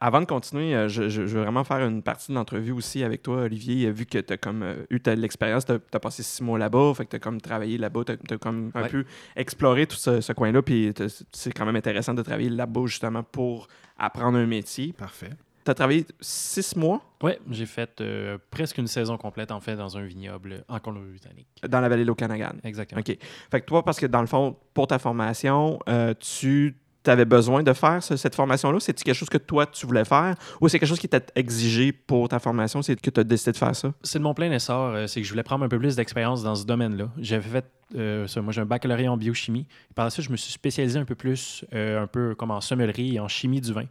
S2: Avant de continuer, euh, je, je- je veux vraiment faire une partie de l'entrevue aussi avec toi, Olivier, euh, vu que tu as comme, euh, eu ta- l'expérience, tu as, passé six mois là-bas, fait que tu as comme travaillé là-bas, tu as, comme un
S3: Ouais.
S2: peu exploré tout ce, ce coin-là, puis t'as- c'est quand même intéressant de travailler là-bas justement pour apprendre un métier.
S1: Parfait.
S2: Tu as travaillé six mois
S3: Ouais, j'ai fait euh, presque une saison complète en fait dans un vignoble en Colombie-Britannique.
S2: dans la vallée de l'Okanagan.
S3: Exactement.
S2: OK. Fait que toi, parce que dans le fond, pour ta formation, euh, tu avais besoin de faire ce- cette formation-là? C'est-tu quelque chose que toi, tu voulais faire? Ou c'est quelque chose qui t'a exigé pour ta formation? C'est que tu as décidé de faire ça?
S3: C'est de mon plein essor, euh, c'est que je voulais prendre un peu plus d'expérience dans ce domaine-là. J'avais fait euh, ça, moi j'ai un baccalauréat en biochimie. Et par la suite, je me suis spécialisé un peu plus, euh, un peu comme en sommellerie et en chimie du vin.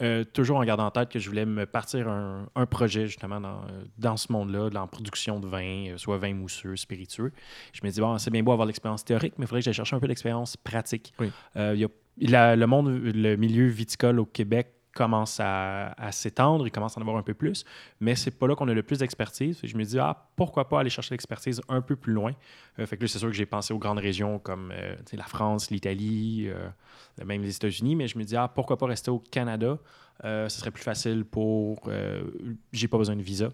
S3: euh, toujours en gardant en tête que je voulais me partir un, un projet justement dans, euh, dans ce monde-là, dans la production de vin, euh, soit vin mousseux, spiritueux. Je me dis, bon, c'est bien beau avoir l'expérience théorique, mais il faudrait que j'aille chercher un peu d'expérience pratique.
S2: Oui.
S3: Euh, il y a- la- le monde, le milieu viticole au Québec commence à, à s'étendre, il commence à en avoir un peu plus, mais c'est pas là qu'on a le plus d'expertise. Fait que Je me dis, ah, pourquoi pas aller chercher l'expertise un peu plus loin? Euh, fait que là, c'est sûr que j'ai pensé aux grandes régions comme euh, tu sais, la France, l'Italie, euh, même les États-Unis, mais je me dis, ah, pourquoi pas rester au Canada? Euh, ce serait plus facile pour. euh, j'ai pas besoin de visa.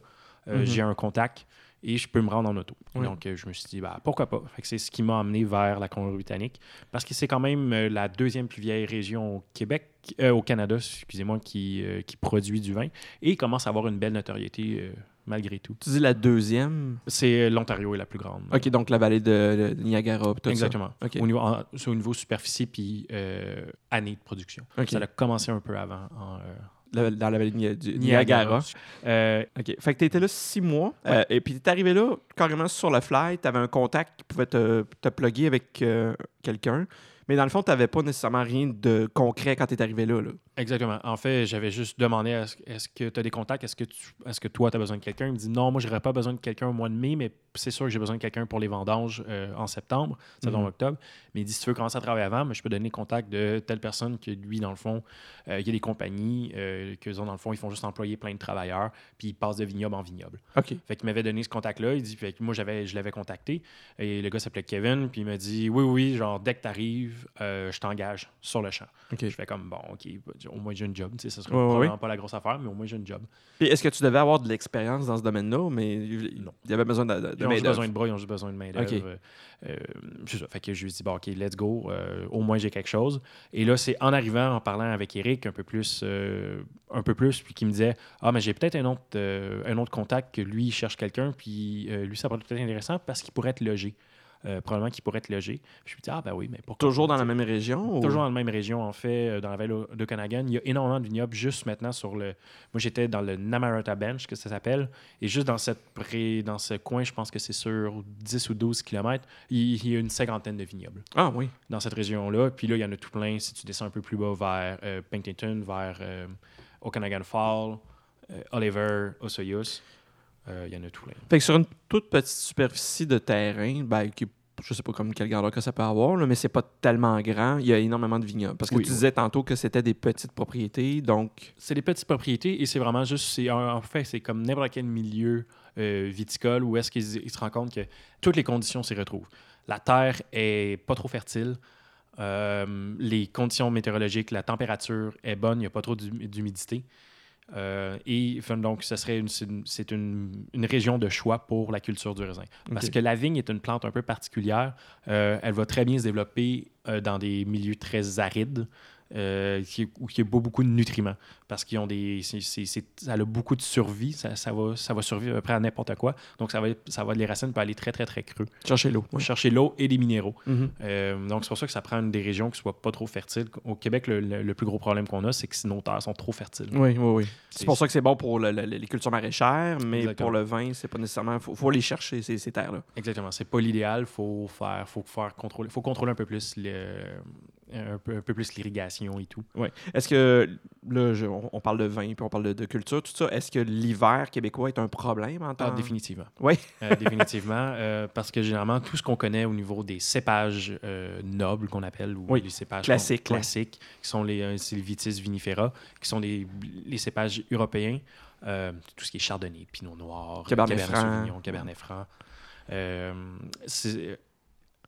S3: Euh,
S2: Mhm.
S3: J'ai un contact et je peux me rendre en auto.
S2: Oui.
S3: Donc, euh, je me suis dit, bah, pourquoi pas? Fait que c'est ce qui m'a amené vers la Colombie-Britannique parce que c'est quand même euh, la deuxième plus vieille région au Québec, euh, au Canada, excusez-moi, qui, euh, qui produit du vin et commence à avoir une belle notoriété euh, malgré tout.
S2: Tu dis la deuxième.
S3: C'est euh, l'Ontario est la plus grande.
S2: OK, donc la vallée de, de Niagara, puis tout
S3: Exactement.
S2: Ok.
S3: Au, niveau, en- c'est au niveau superficie puis euh, année de production.
S2: ça. OK.
S3: Ça a commencé un peu avant. en, euh,
S2: La- dans la vallée de Ni- du Niagara.
S3: Euh,
S2: OK. Fait que t'étais là six mois. euh, et puis t'es arrivé là, carrément sur le fly. T'avais un contact qui pouvait te, te plugger avec euh, quelqu'un. Mais dans le fond, t'avais pas nécessairement rien de concret quand t'es arrivé là. là.
S3: exactement. En fait, j'avais juste demandé est-ce est-ce que tu as des contacts Est-ce que, tu- est-ce que toi, tu as besoin de quelqu'un Il me dit non, moi, j'aurais pas besoin de quelqu'un au mois de mai, mais c'est sûr que j'ai besoin de quelqu'un pour les vendanges euh, en septembre, septembre,
S2: Mhm.
S3: octobre. Mais il dit si tu veux commencer à travailler avant, mais je peux donner le contact de telle personne que lui, dans le fond, euh, il y a des compagnies euh, que, dans le fond, ils font juste employer plein de travailleurs, puis ils passent de vignoble en vignoble.
S2: OK.
S3: Fait qu'il m'avait donné ce contact-là. Il dit, fait que moi, j'avais, je l'avais contacté. Et le gars s'appelait Kevin. Puis il m'a dit, oui, oui, genre, dès que t'arrives, euh, je t'engage sur le champ.
S2: OK.
S3: Je fais comme, bon, OK, au moins j'ai une job. Tu sais, ce serait
S2: Ouais, ouais,
S3: probablement pas la grosse affaire, mais au moins j'ai une job.
S2: Puis est-ce que tu devais avoir de l'expérience dans ce domaine-là? Mais il
S3: Non.
S2: il y avait besoin de, de- de
S3: Ils ont juste
S2: main-d'œuvre.
S3: besoin de bras, ils ont juste besoin de main-d'œuvre.
S2: OK.
S3: Euh, euh, c'est ça. Fait que je lui ai dit, bon, OK, let's go. Euh, au moins, j'ai quelque chose. Et là, c'est en arrivant, en parlant avec Eric un peu plus, euh, un peu plus puis qui me disait, ah, mais j'ai peut-être un, autre euh, un autre contact que lui, il cherche quelqu'un, puis euh, lui, ça pourrait être peut-être intéressant parce qu'il pourrait être logé. Euh, probablement qu'il pourrait être logé. Puis je lui dis, ah, ben oui, mais pourquoi
S2: Toujours
S3: pas,
S2: dans la
S3: tu sais.
S2: même région? ou-
S3: Toujours dans la même région, en fait, euh, dans la vallée de Okanagan. Il y a énormément de vignobles juste maintenant sur le. Moi, j'étais dans le Namarata Bench, que ça s'appelle. Et juste dans, cette pré- dans ce coin, je pense que c'est sur 10 ou 12 kilomètres, il il y a une cinquantaine de vignobles
S2: Ah oui.
S3: dans cette région-là. Puis là, il y en a tout plein. Si tu descends un peu plus bas vers euh, Penticton, vers euh, Okanagan Fall, euh, Oliver, Osoyoos, euh, il y en a tout plein.
S2: Fait que sur une toute petite superficie de terrain, ben, qui, je sais pas comme quelle grandeur que ça peut avoir, là, mais c'est pas tellement grand, il y a énormément de vignobles. Parce que
S3: Oui,
S2: tu
S3: oui.
S2: disais tantôt que c'était des petites propriétés, donc...
S3: C'est des petites propriétés et c'est vraiment juste, c'est en en fait, c'est comme n'importe quel milieu euh, viticole où est-ce qu'ils ils se rendent compte que toutes les conditions s'y retrouvent. La terre est pas trop fertile, euh, les conditions météorologiques, la température est bonne, il n'y a pas trop d'hum- d'humidité. Euh, et enfin, donc, ce serait une, c'est une- c'est une, une région de choix pour la culture du raisin. Parce
S2: Ok.
S3: que la vigne est une plante un peu particulière. Euh, elle va très bien se développer euh, dans des milieux très arides euh, qui, où il y a beau- beaucoup de nutriments. Parce qu'ils ont des. c'est- c'est- c'est- ça a beaucoup de survie. Ça, ça va, ça va survivre à peu près à n'importe quoi. Donc, ça va, être- ça va, les racines peuvent aller très, très, très creux.
S2: Cherchez l'eau. ouais.
S3: Chercher l'eau et les minéraux.
S2: Mhm.
S3: Euh, donc, c'est pour ça que ça prend une des régions qui ne soient pas trop fertiles. Au Québec, le, le- le plus gros problème qu'on a, c'est que nos terres sont trop fertiles.
S2: Oui, oui, oui. C'est
S3: C'est-
S2: pour ça que c'est bon pour le- le- les cultures maraîchères, mais
S3: Exactement.
S2: pour le vin, c'est pas nécessairement... Faut, faut aller chercher, ces, ces terres-là.
S3: Exactement. C'est pas l'idéal. Faut faire, faut faire contrôler, faut contrôler un peu plus le, un peu, un peu plus l'irrigation et tout.
S2: Est-ce que, là, je- on, on parle de vin, puis on parle de, de culture, tout ça, est-ce que l'hiver québécois est un problème en
S3: Ah,
S2: temps...
S3: définitivement.
S2: Oui.
S3: Euh, définitivement. euh, parce que généralement, tout ce qu'on connaît au niveau des cépages euh, nobles qu'on appelle, ou
S2: Oui,
S3: les cépages
S2: classiques,
S3: qu'on- classiques, qui sont les euh, c'est le Vitis vinifera, qui sont les, les cépages européens, euh, tout ce qui est chardonnay, pinot noir,
S2: Cabernet franc.
S3: sauvignon, cabernet franc. Euh, c'est-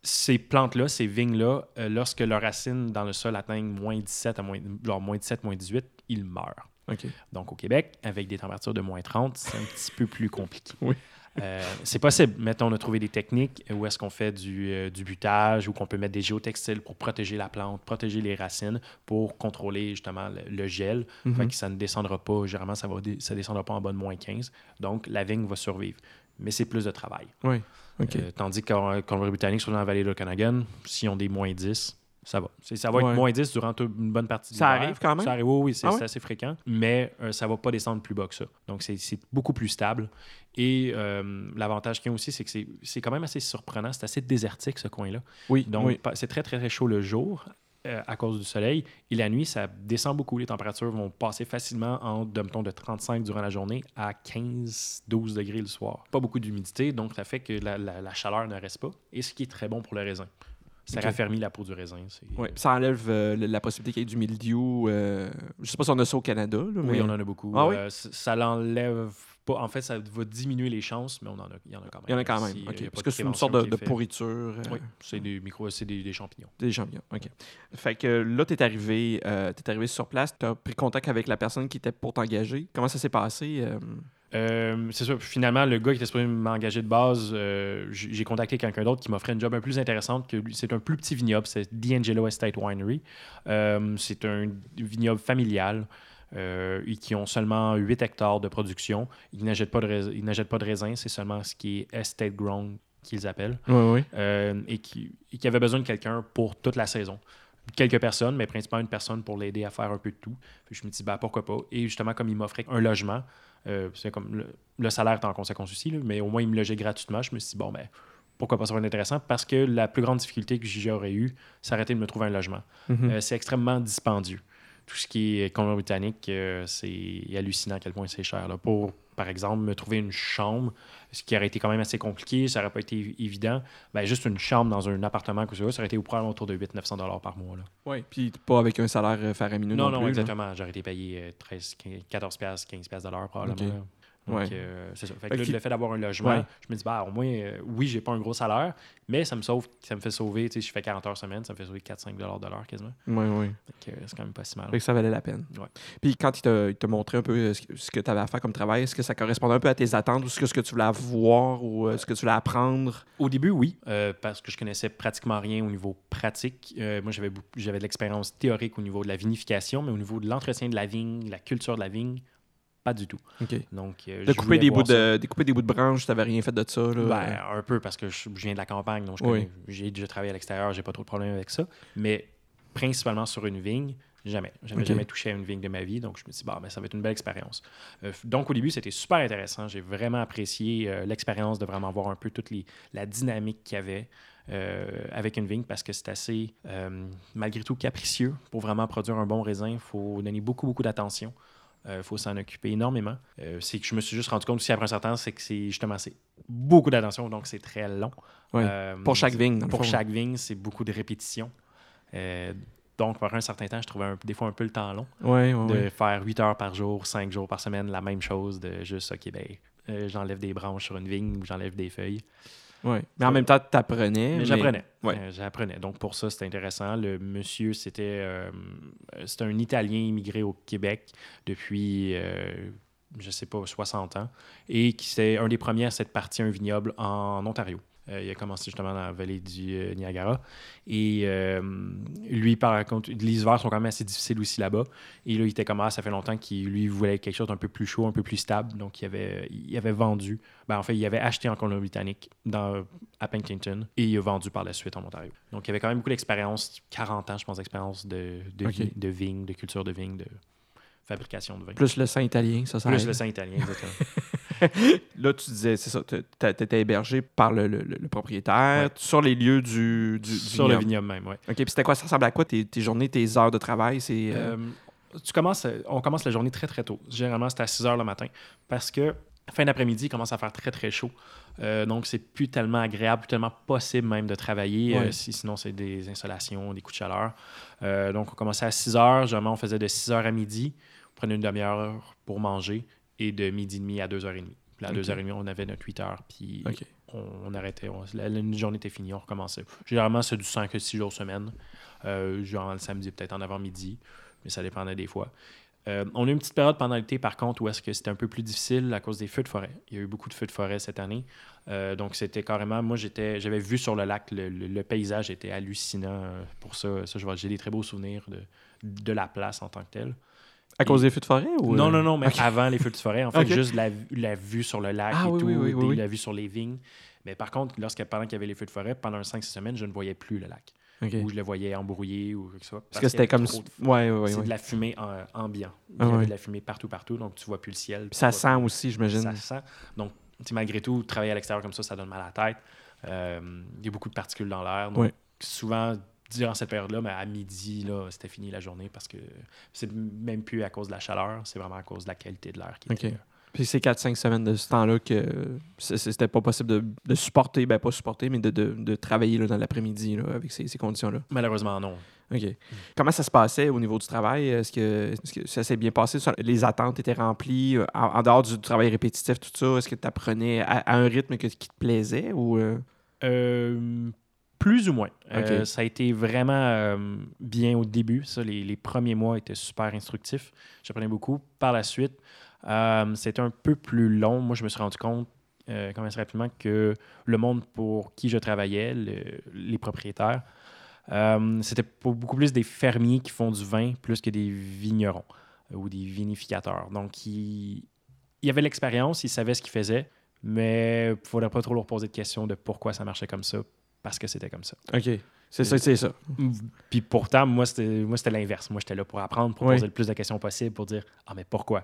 S3: ces plantes-là, ces vignes-là, euh, lorsque leurs racines dans le sol atteignent moins 17 à moins, genre moins 17, moins 18, ils meurent.
S2: OK.
S3: Donc, au Québec, avec des températures de moins 30, c'est un petit peu plus compliqué.
S2: Oui.
S3: Euh, c'est possible. Mettons, on a trouvé des techniques où est-ce qu'on fait du, euh, du butage ou qu'on peut mettre des géotextiles pour protéger la plante, protéger les racines, pour contrôler justement le, le gel.
S2: Mhm.
S3: Fait que ça ne descendra pas, généralement, ça ne descendra pas en bas de moins 15. Donc, la vigne va survivre. Mais c'est plus de travail.
S2: Oui. OK.
S3: Euh, tandis qu'en Colombie-Britannique, surtout dans la vallée de Okanagan, s'ils ont des moins 10, ça va. C'est- Ça va
S2: Ouais.
S3: être moins 10 durant toute une bonne partie du
S2: Ça arrive quand même?
S3: Ça arrive, oui, oui, c'est
S2: Ah ouais?
S3: c'est assez fréquent. Mais euh, ça va pas descendre plus bas que ça. Donc, c'est- c'est beaucoup plus stable. Et euh, l'avantage qu'il y a aussi, c'est que c'est- c'est quand même assez surprenant. C'est assez désertique, ce coin-là.
S2: oui,
S3: Donc,
S2: oui.
S3: pas- c'est très, très, très chaud le jour. euh, à cause du soleil. Et la nuit, ça descend beaucoup. Les températures vont passer facilement entre, de, mettons, de 35 durant la journée à 15-12 degrés le soir. Pas beaucoup d'humidité, donc ça fait que la, la- la chaleur ne reste pas. Et ce qui est très bon pour le raisin. Ça
S2: Ok.
S3: raffermit la peau du raisin. c'est-
S2: Ouais, ça enlève euh, le- la possibilité qu'il y ait du mildiou. euh, je sais pas si on a ça au Canada. là,
S3: Oui,
S2: mais-
S3: on en a beaucoup.
S2: Ah oui?
S3: Euh, c- ça l'enlève pas. En fait, ça va diminuer les chances, mais on en a, il y en a quand même.
S2: Il y en a quand même.
S3: Si,
S2: ok.
S3: euh, il y a pas
S2: Parce
S3: de
S2: que c'est une
S3: prévention
S2: sorte de,
S3: qui est
S2: de
S3: faite.
S2: pourriture euh,
S3: Oui, c'est des micro, c'est des, des champignons.
S2: des champignons. OK. Fait que là, tu es, arrivé euh, t'es arrivé sur place, tu as pris contact avec la personne qui était pour t'engager. Comment ça s'est passé? euh?
S3: Euh, c'est ça. Puis Finalement, le gars qui était supposé m'engager de base, euh, j- j'ai contacté quelqu'un d'autre qui m'offrait une job un peu plus intéressante. que lui. C'est un plus petit vignoble, c'est D'Angelo Estate Winery. Euh, c'est un vignoble familial. euh, et qui ont seulement 8 hectares de production. Ils n'achètent pas de rais- ils n'achètent pas de raisins, c'est seulement ce qui est estate grown qu'ils appellent. euh, et, qui, et qui avait besoin de quelqu'un pour toute la saison. Quelques personnes, mais principalement une personne pour l'aider à faire un peu de tout. Puis je me dis, bah pourquoi pas. Et justement, comme il m'offrait un logement, euh, c'est comme le, le salaire est en conséquence aussi, là, mais au moins il me logeait gratuitement. Je me suis dit, bon, ben, pourquoi pas, ça va être intéressant parce que la plus grande difficulté que j'aurais eue, c'est arrêter de me trouver un logement.
S2: Mhm.
S3: Euh, c'est extrêmement dispendieux. Tout ce qui est Colombie-Britannique, euh, c'est hallucinant à quel point c'est cher. là. Pour, par exemple, me trouver une chambre, ce qui aurait été quand même assez compliqué, ça n'aurait pas été évi- évident. Ben, juste une chambre dans un appartement, que ce soit, ça aurait été probablement autour de 800-900 par mois. là.
S2: Ouais, puis pas avec un salaire euh, faramineux. Non,
S3: Non, non,
S2: plus, là.
S3: exactement. J'aurais été payé euh, 13, 15, 14 piastres, 15 piastres de l'heure probablement.
S2: Ok.
S3: là. Donc,
S2: Ouais.
S3: euh, c'est ça. Fait
S2: Fait
S3: que là,
S2: qu'il-
S3: le fait d'avoir un logement,
S2: Ouais.
S3: je me dis, bah, au moins, euh, oui, j'ai pas un gros salaire, mais ça me sauve, ça me fait sauver, tu sais, je fais 40 heures semaine, ça me fait sauver 4-5 dollars de l'heure quasiment.
S2: Ouais, ouais.
S3: Fait que, euh, c'est quand même pas si mal.
S2: Fait que ça valait la peine.
S3: Ouais.
S2: Puis quand il t'a, il t'a montré un peu euh, ce que- ce que tu avais à faire comme travail, est-ce que ça correspondait un peu à tes attentes ou ce que, ce que tu voulais voir ou euh, ce que tu voulais apprendre?
S3: Au début, oui, euh, parce que je connaissais pratiquement rien au niveau pratique. Euh, moi, j'avais beaucoup- j'avais de l'expérience théorique au niveau de la vinification, mais au niveau de l'entretien de la vigne, la culture de la vigne, pas du tout.
S2: OK.
S3: Donc, euh,
S2: De
S3: je
S2: couper
S3: voulais
S2: des,
S3: voir
S2: bouts de, de couper des bouts de branches, tu n'avais rien fait de ça. Là.
S3: ça. Ben, un peu parce que je, je viens de la campagne, donc je
S2: Oui.
S3: connais- j'ai déjà travaillé à l'extérieur, j'ai pas trop de problèmes avec ça. Mais principalement sur une vigne, jamais. J'avais
S2: Ok.
S3: jamais touché à une vigne de ma vie, donc je me suis dit, bah, ben, ça va être une belle expérience. Euh, f- donc, au début, c'était super intéressant. J'ai vraiment apprécié euh, l'expérience de vraiment voir un peu toute les, la dynamique qu'il y avait euh, avec une vigne parce que c'est assez, euh, malgré tout, capricieux. Pour vraiment produire un bon raisin, il faut donner beaucoup, beaucoup d'attention. Il faut s'en occuper énormément. Euh, c'est que je me suis juste rendu compte aussi après un certain temps, c'est que c'est justement c'est beaucoup d'attention, donc c'est très long.
S2: Ouais.
S3: Euh,
S2: pour chaque vigne, dans le
S3: pour
S2: fond.
S3: chaque vigne, c'est beaucoup de répétitions. Euh, donc, par un certain temps, je trouvais un- des fois un peu le temps long
S2: Ouais, ouais, ouais.
S3: de faire 8 heures par jour, 5 jours par semaine, la même chose de juste, OK, ben, euh, j'enlève des branches sur une vigne ou j'enlève des feuilles.
S2: Ouais. Mais en même temps, tu apprenais.
S3: Mais, j'apprenais.
S2: ouais.
S3: Euh, j'apprenais. Donc, pour ça, c'était intéressant. Le monsieur, c'était euh, c'était un Italien immigré au Québec depuis, euh, je sais pas, 60 ans et qui c'est un des premiers à s'être parti un vignoble en Ontario. Euh, il a commencé justement dans la vallée du euh, Niagara. Et euh, lui, par contre, les hivers sont quand même assez difficiles aussi là-bas. Et là, il était comme, ah, ça fait longtemps qu'il lui voulait quelque chose d'un peu plus chaud, un peu plus stable. Donc, il avait, il avait vendu. Ben, en fait, il avait acheté en Colombie-Britannique dans- à Penkinton et il a vendu par la suite en Ontario. Donc, il avait quand même beaucoup d'expérience, 40 ans, je pense, d'expérience de, de,
S2: Ok.
S3: vi- de vigne, de culture de vigne, de fabrication de vin.
S2: Plus le sang italien, ça, ça
S3: Plus
S2: aide.
S3: le saint italien, exactement.
S2: Là, tu disais, c'est ça, tu étais hébergé par le, le- le- le propriétaire sur les lieux du, du, du
S3: Sur le
S2: vignoble.
S3: vignoble même, oui.
S2: OK, puis c'était quoi? Ça ressemble à quoi tes, tes journées, tes heures de travail? C'est, euh,
S3: Euh, tu commences, euh, on commence la journée très très tôt. Généralement, c'est à 6 h le matin. Parce que fin d'après-midi, il commence à faire très très chaud. Euh, donc, c'est plus tellement agréable, plus tellement possible même de travailler.
S2: Ouais.
S3: euh, si- sinon, c'est des insolations, des coups de chaleur. Euh, donc, on commençait à 6 h. Généralement, on faisait de 6 h à midi. On prenait une demi-heure pour manger et de midi et demi à 2h30. Puis à
S2: Ok.
S3: 2h30, on avait notre 8 h. Puis
S2: OK.
S3: on, on arrêtait. On, la, la- une journée était finie, on recommençait. Généralement, c'est du 5 à 6 jours semaine. Euh, genre le samedi, peut-être en avant-midi, mais ça dépendait des fois. Euh, on a eu une petite période pendant l'été, par contre, où est-ce que c'était un peu plus difficile à cause des feux de forêt. Il y a eu beaucoup de feux de forêt cette année. Euh, donc, c'était carrément... Moi, j'étais, j'avais vu sur le lac, le, le- le paysage était hallucinant. euh, Pour ça, ça je vois- j'ai des très beaux souvenirs de, de la place en tant que telle.
S2: à cause des feux de forêt? Ou...
S3: Non,
S2: euh,
S3: non, non, mais
S2: OK.
S3: avant les feux de forêt, en fait,
S2: Ok.
S3: juste la, la vue sur le lac
S2: Ah
S3: et
S2: oui,
S3: tout,
S2: oui, oui, oui,
S3: des-
S2: oui.
S3: la vue sur les vignes. Mais par contre, lorsque, pendant qu'il y avait les feux de forêt, pendant 5-6 semaines, je ne voyais plus le lac.
S2: OK.
S3: Ou je le voyais embrouillé ou quoi que ce soit.
S2: Parce que
S3: qu'il y avait
S2: c'était comme...
S3: trop de-
S2: Ouais, ouais, ouais.
S3: C'est
S2: ouais.
S3: de la fumée euh, ambiant. Il
S2: Ah
S3: y avait
S2: ouais.
S3: de la fumée partout, partout, donc tu vois plus le ciel.
S2: Puis
S3: tu
S2: ça
S3: vois
S2: sent aussi, j'imagine.
S3: ça sent. Donc, tu sais, malgré tout, travailler à l'extérieur comme ça, ça donne mal à la tête. Euh, Il y a beaucoup de particules dans l'air. Donc,
S2: Ouais.
S3: souvent, durant cette période-là, mais à midi, là, c'était fini la journée parce que c'est même plus à cause de la chaleur, c'est vraiment à cause de la qualité de l'air qui
S2: OK.
S3: était là.
S2: Puis c'est 4-5 semaines de ce temps-là que c- c- c'était pas possible de, de supporter, ben pas supporter, mais de, de- de travailler là, dans l'après-midi là, avec ces, ces conditions-là.
S3: Malheureusement, non.
S2: OK. Comment ça se passait au niveau du travail? Est-ce que, est-ce que ça s'est bien passé? Ça- Les attentes étaient remplies euh, en, en dehors du travail répétitif, tout ça? Est-ce que tu apprenais à, à un rythme que- qui te plaisait? ou euh,
S3: Euh, plus ou moins. Euh,
S2: Ok.
S3: ça a été vraiment euh, bien au début. Ça, les, les premiers mois étaient super instructifs. J'apprenais beaucoup. Par la suite, euh, c'était un peu plus long. Moi, je me suis rendu compte euh, quand même assez rapidement que le monde pour qui je travaillais, le- les propriétaires, euh, c'était pour beaucoup plus des fermiers qui font du vin plus que des vignerons euh, ou des vinificateurs. Donc, ils, ils avaient l'expérience, ils savaient ce qu'ils faisaient, mais il ne faudrait pas trop leur poser de questions de pourquoi ça marchait comme ça, parce que c'était comme ça.
S2: OK. C'est ça, c'est ça.
S3: Puis pourtant, moi, c'était moi, c'était l'inverse. Moi, j'étais là pour apprendre, pour
S2: Oui.
S3: poser le plus de questions possible, pour dire Ah, mais pourquoi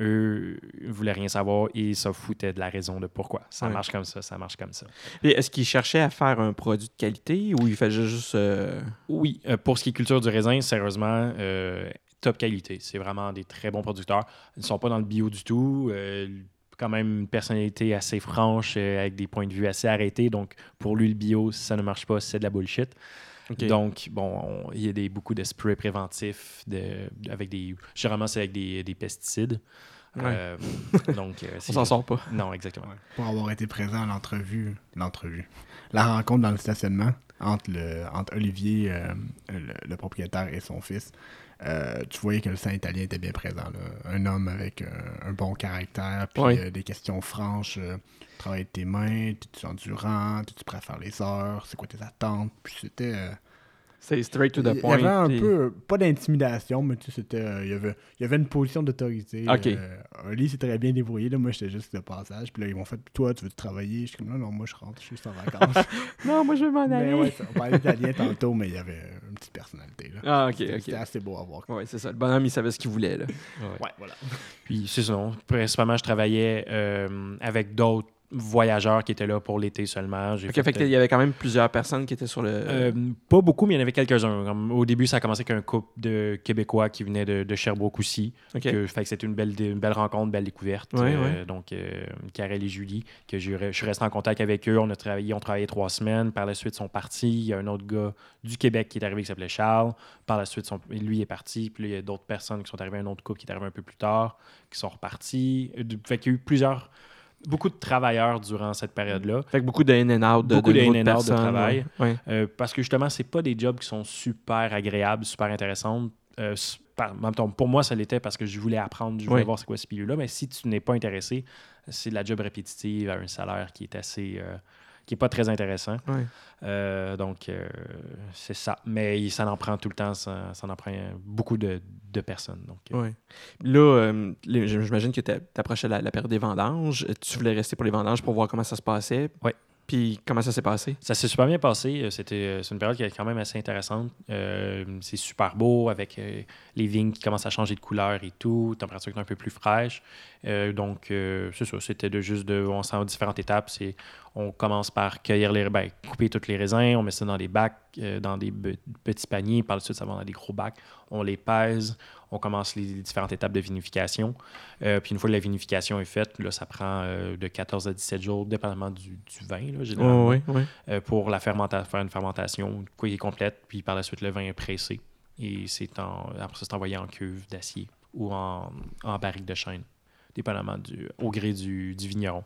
S3: Eux, ils voulaient rien savoir et ils se foutaient de la raison de pourquoi. Ça
S2: Oui.
S3: marche comme ça, ça marche comme ça.
S2: Et est-ce qu'il cherchait à faire un produit de qualité ou il faisait juste. euh,
S3: Oui, euh, pour ce qui est culture du raisin, sérieusement, euh, top qualité. C'est vraiment des très bons producteurs. Ils ne sont pas dans le bio du tout. euh, quand même une personnalité assez franche, euh, avec des points de vue assez arrêtés. Donc, pour lui, le bio, si ça ne marche pas, c'est de la bullshit.
S2: Donc,
S3: Donc, bon, on- il y a des, beaucoup de sprays préventifs, de, avec des, généralement, c'est avec des, des pesticides.
S2: Ouais.
S3: Euh, donc, euh,
S2: on
S3: c'est-
S2: s'en sort pas.
S3: Non, exactement.
S1: Pour avoir été présent à l'entrevue, l'entrevue, la rencontre dans le stationnement entre, le, entre Olivier, euh, le, le propriétaire, et son fils, euh, tu voyais que le sang italien était bien présent. là. Un homme avec euh, un bon caractère, puis
S2: Ouais.
S1: euh, des questions franches. euh, travail de tes mains, es-tu endurant, es-tu prêt à faire les heures, c'est quoi tes attentes, puis c'était... euh,
S2: C'est straight to the
S1: il y
S2: point.
S1: avait un
S2: puis-
S1: peu, pas d'intimidation, mais tu sais, c'était, euh, il, y avait, il y avait une position d'autorité.
S2: Ok.
S1: Euh, Oli s'est très bien débrouillé, là, moi j'étais juste de passage. Puis là, ils m'ont fait, toi, tu veux travailler? Je suis comme, non, non, moi je rentre, je suis juste en vacances.
S2: Non, moi je veux m'en aller.
S1: mais ouais, ça, on parlait italien tantôt, mais il y avait une petite personnalité. Là.
S2: Ah, ok,
S1: C'était-
S2: ok.
S1: C'était assez beau à voir.
S2: Ouais, c'est ça. Le bonhomme, il savait ce qu'il voulait. Là.
S3: Ouais, voilà. Puis c'est ça, non. Principalement, je travaillais euh, avec d'autres voyageurs qui étaient là pour l'été seulement. J'ai
S2: Ok, fait qu'il y avait quand même plusieurs personnes qui étaient sur le.
S3: euh, pas beaucoup, mais il y en avait quelques-uns. Comme, Au début, ça a commencé avec un couple de Québécois qui venaient de, de Sherbrooke aussi.
S2: Ok.
S3: Que, fait que c'était une belle, dé- une belle rencontre, belle découverte.
S2: Ouais,
S3: Euh, Donc, euh, Karel et Julie, que j'ai re- je suis resté en contact avec eux. On a travaillé, on travaillé trois semaines. Par la suite, ils sont partis. Il y a un autre gars du Québec qui est arrivé qui s'appelait Charles. Par la suite, son- lui est parti. Puis là, il y a d'autres personnes qui sont arrivées, un autre couple qui est arrivé un peu plus tard, qui sont repartis. Euh, du- Fait qu'il y a eu plusieurs, beaucoup de travailleurs durant cette période-là.
S2: Fait que beaucoup de in and out de,
S3: Beaucoup
S2: de,
S3: de
S2: nouveaux
S3: in and out de
S2: personnes,
S3: travail.
S2: ouais. Ouais.
S3: Euh, parce que justement, c'est pas des jobs qui sont super agréables, super intéressantes. Euh, s- par- en même temps, pour moi, ça l'était parce que je voulais apprendre, je voulais
S2: Oui.
S3: voir c'est quoi ce milieu-là. Mais si tu n'es pas intéressé, c'est de la job répétitive à un salaire qui est assez. euh, qui est pas très intéressant.
S2: Ouais.
S3: Euh, donc, euh, c'est ça. Mais il- ça en prend tout le temps, ça, ça en prend beaucoup de, de personnes. Donc, euh,
S2: Ouais. Là, euh, les- j'im- j'imagine que tu approchais la, la période des vendanges. Euh, Tu voulais rester pour les vendanges pour voir comment ça se passait.
S3: Ouais.
S2: Puis comment ça s'est passé?
S3: Ça s'est super bien passé. Euh, C'était, euh, c'est une période qui est quand même assez intéressante. Euh, c'est super beau avec euh, les vignes qui commencent à changer de couleur et tout, température qui est un peu plus fraîche. Euh, donc, euh, c'est ça. C'était de, juste de. On sent différentes étapes. C'est, on commence par cueillir les ben, couper toutes les raisins, on met ça dans des bacs, euh, dans des be- petits paniers. Par la suite, ça va dans des gros bacs. On les pèse. On commence les différentes étapes de vinification. Euh, puis une fois que la vinification est faite, là, ça prend euh, de 14 à 17 jours, dépendamment du, du vin, là, généralement
S2: Oh, oui, oui.
S3: euh, pour la fermenta- faire une fermentation, quoi, il est complète, puis par la suite, le vin est pressé. Et c'est en, après ça, c'est envoyé en cuve d'acier ou en, en barrique de chêne, dépendamment du, au gré du, du vigneron.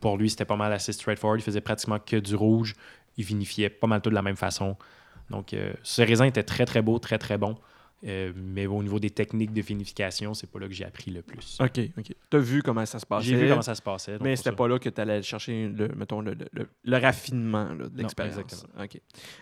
S3: Pour lui, c'était pas mal assez straightforward. Il faisait pratiquement que du rouge. Il vinifiait pas mal tout de la même façon. Donc, euh, ce raisin était très, très beau, très, très bon. Euh, mais au niveau des techniques de vinification, c'est pas là que j'ai appris le plus.
S2: OK, OK. Tu as vu comment ça se passait.
S3: J'ai vu comment ça se passait. donc
S2: Mais
S3: pour
S2: c'était
S3: ça.
S2: pas là que tu allais chercher, le, mettons, le, le- le- le raffinement là, de l'expérience.
S3: exactement.
S2: OK.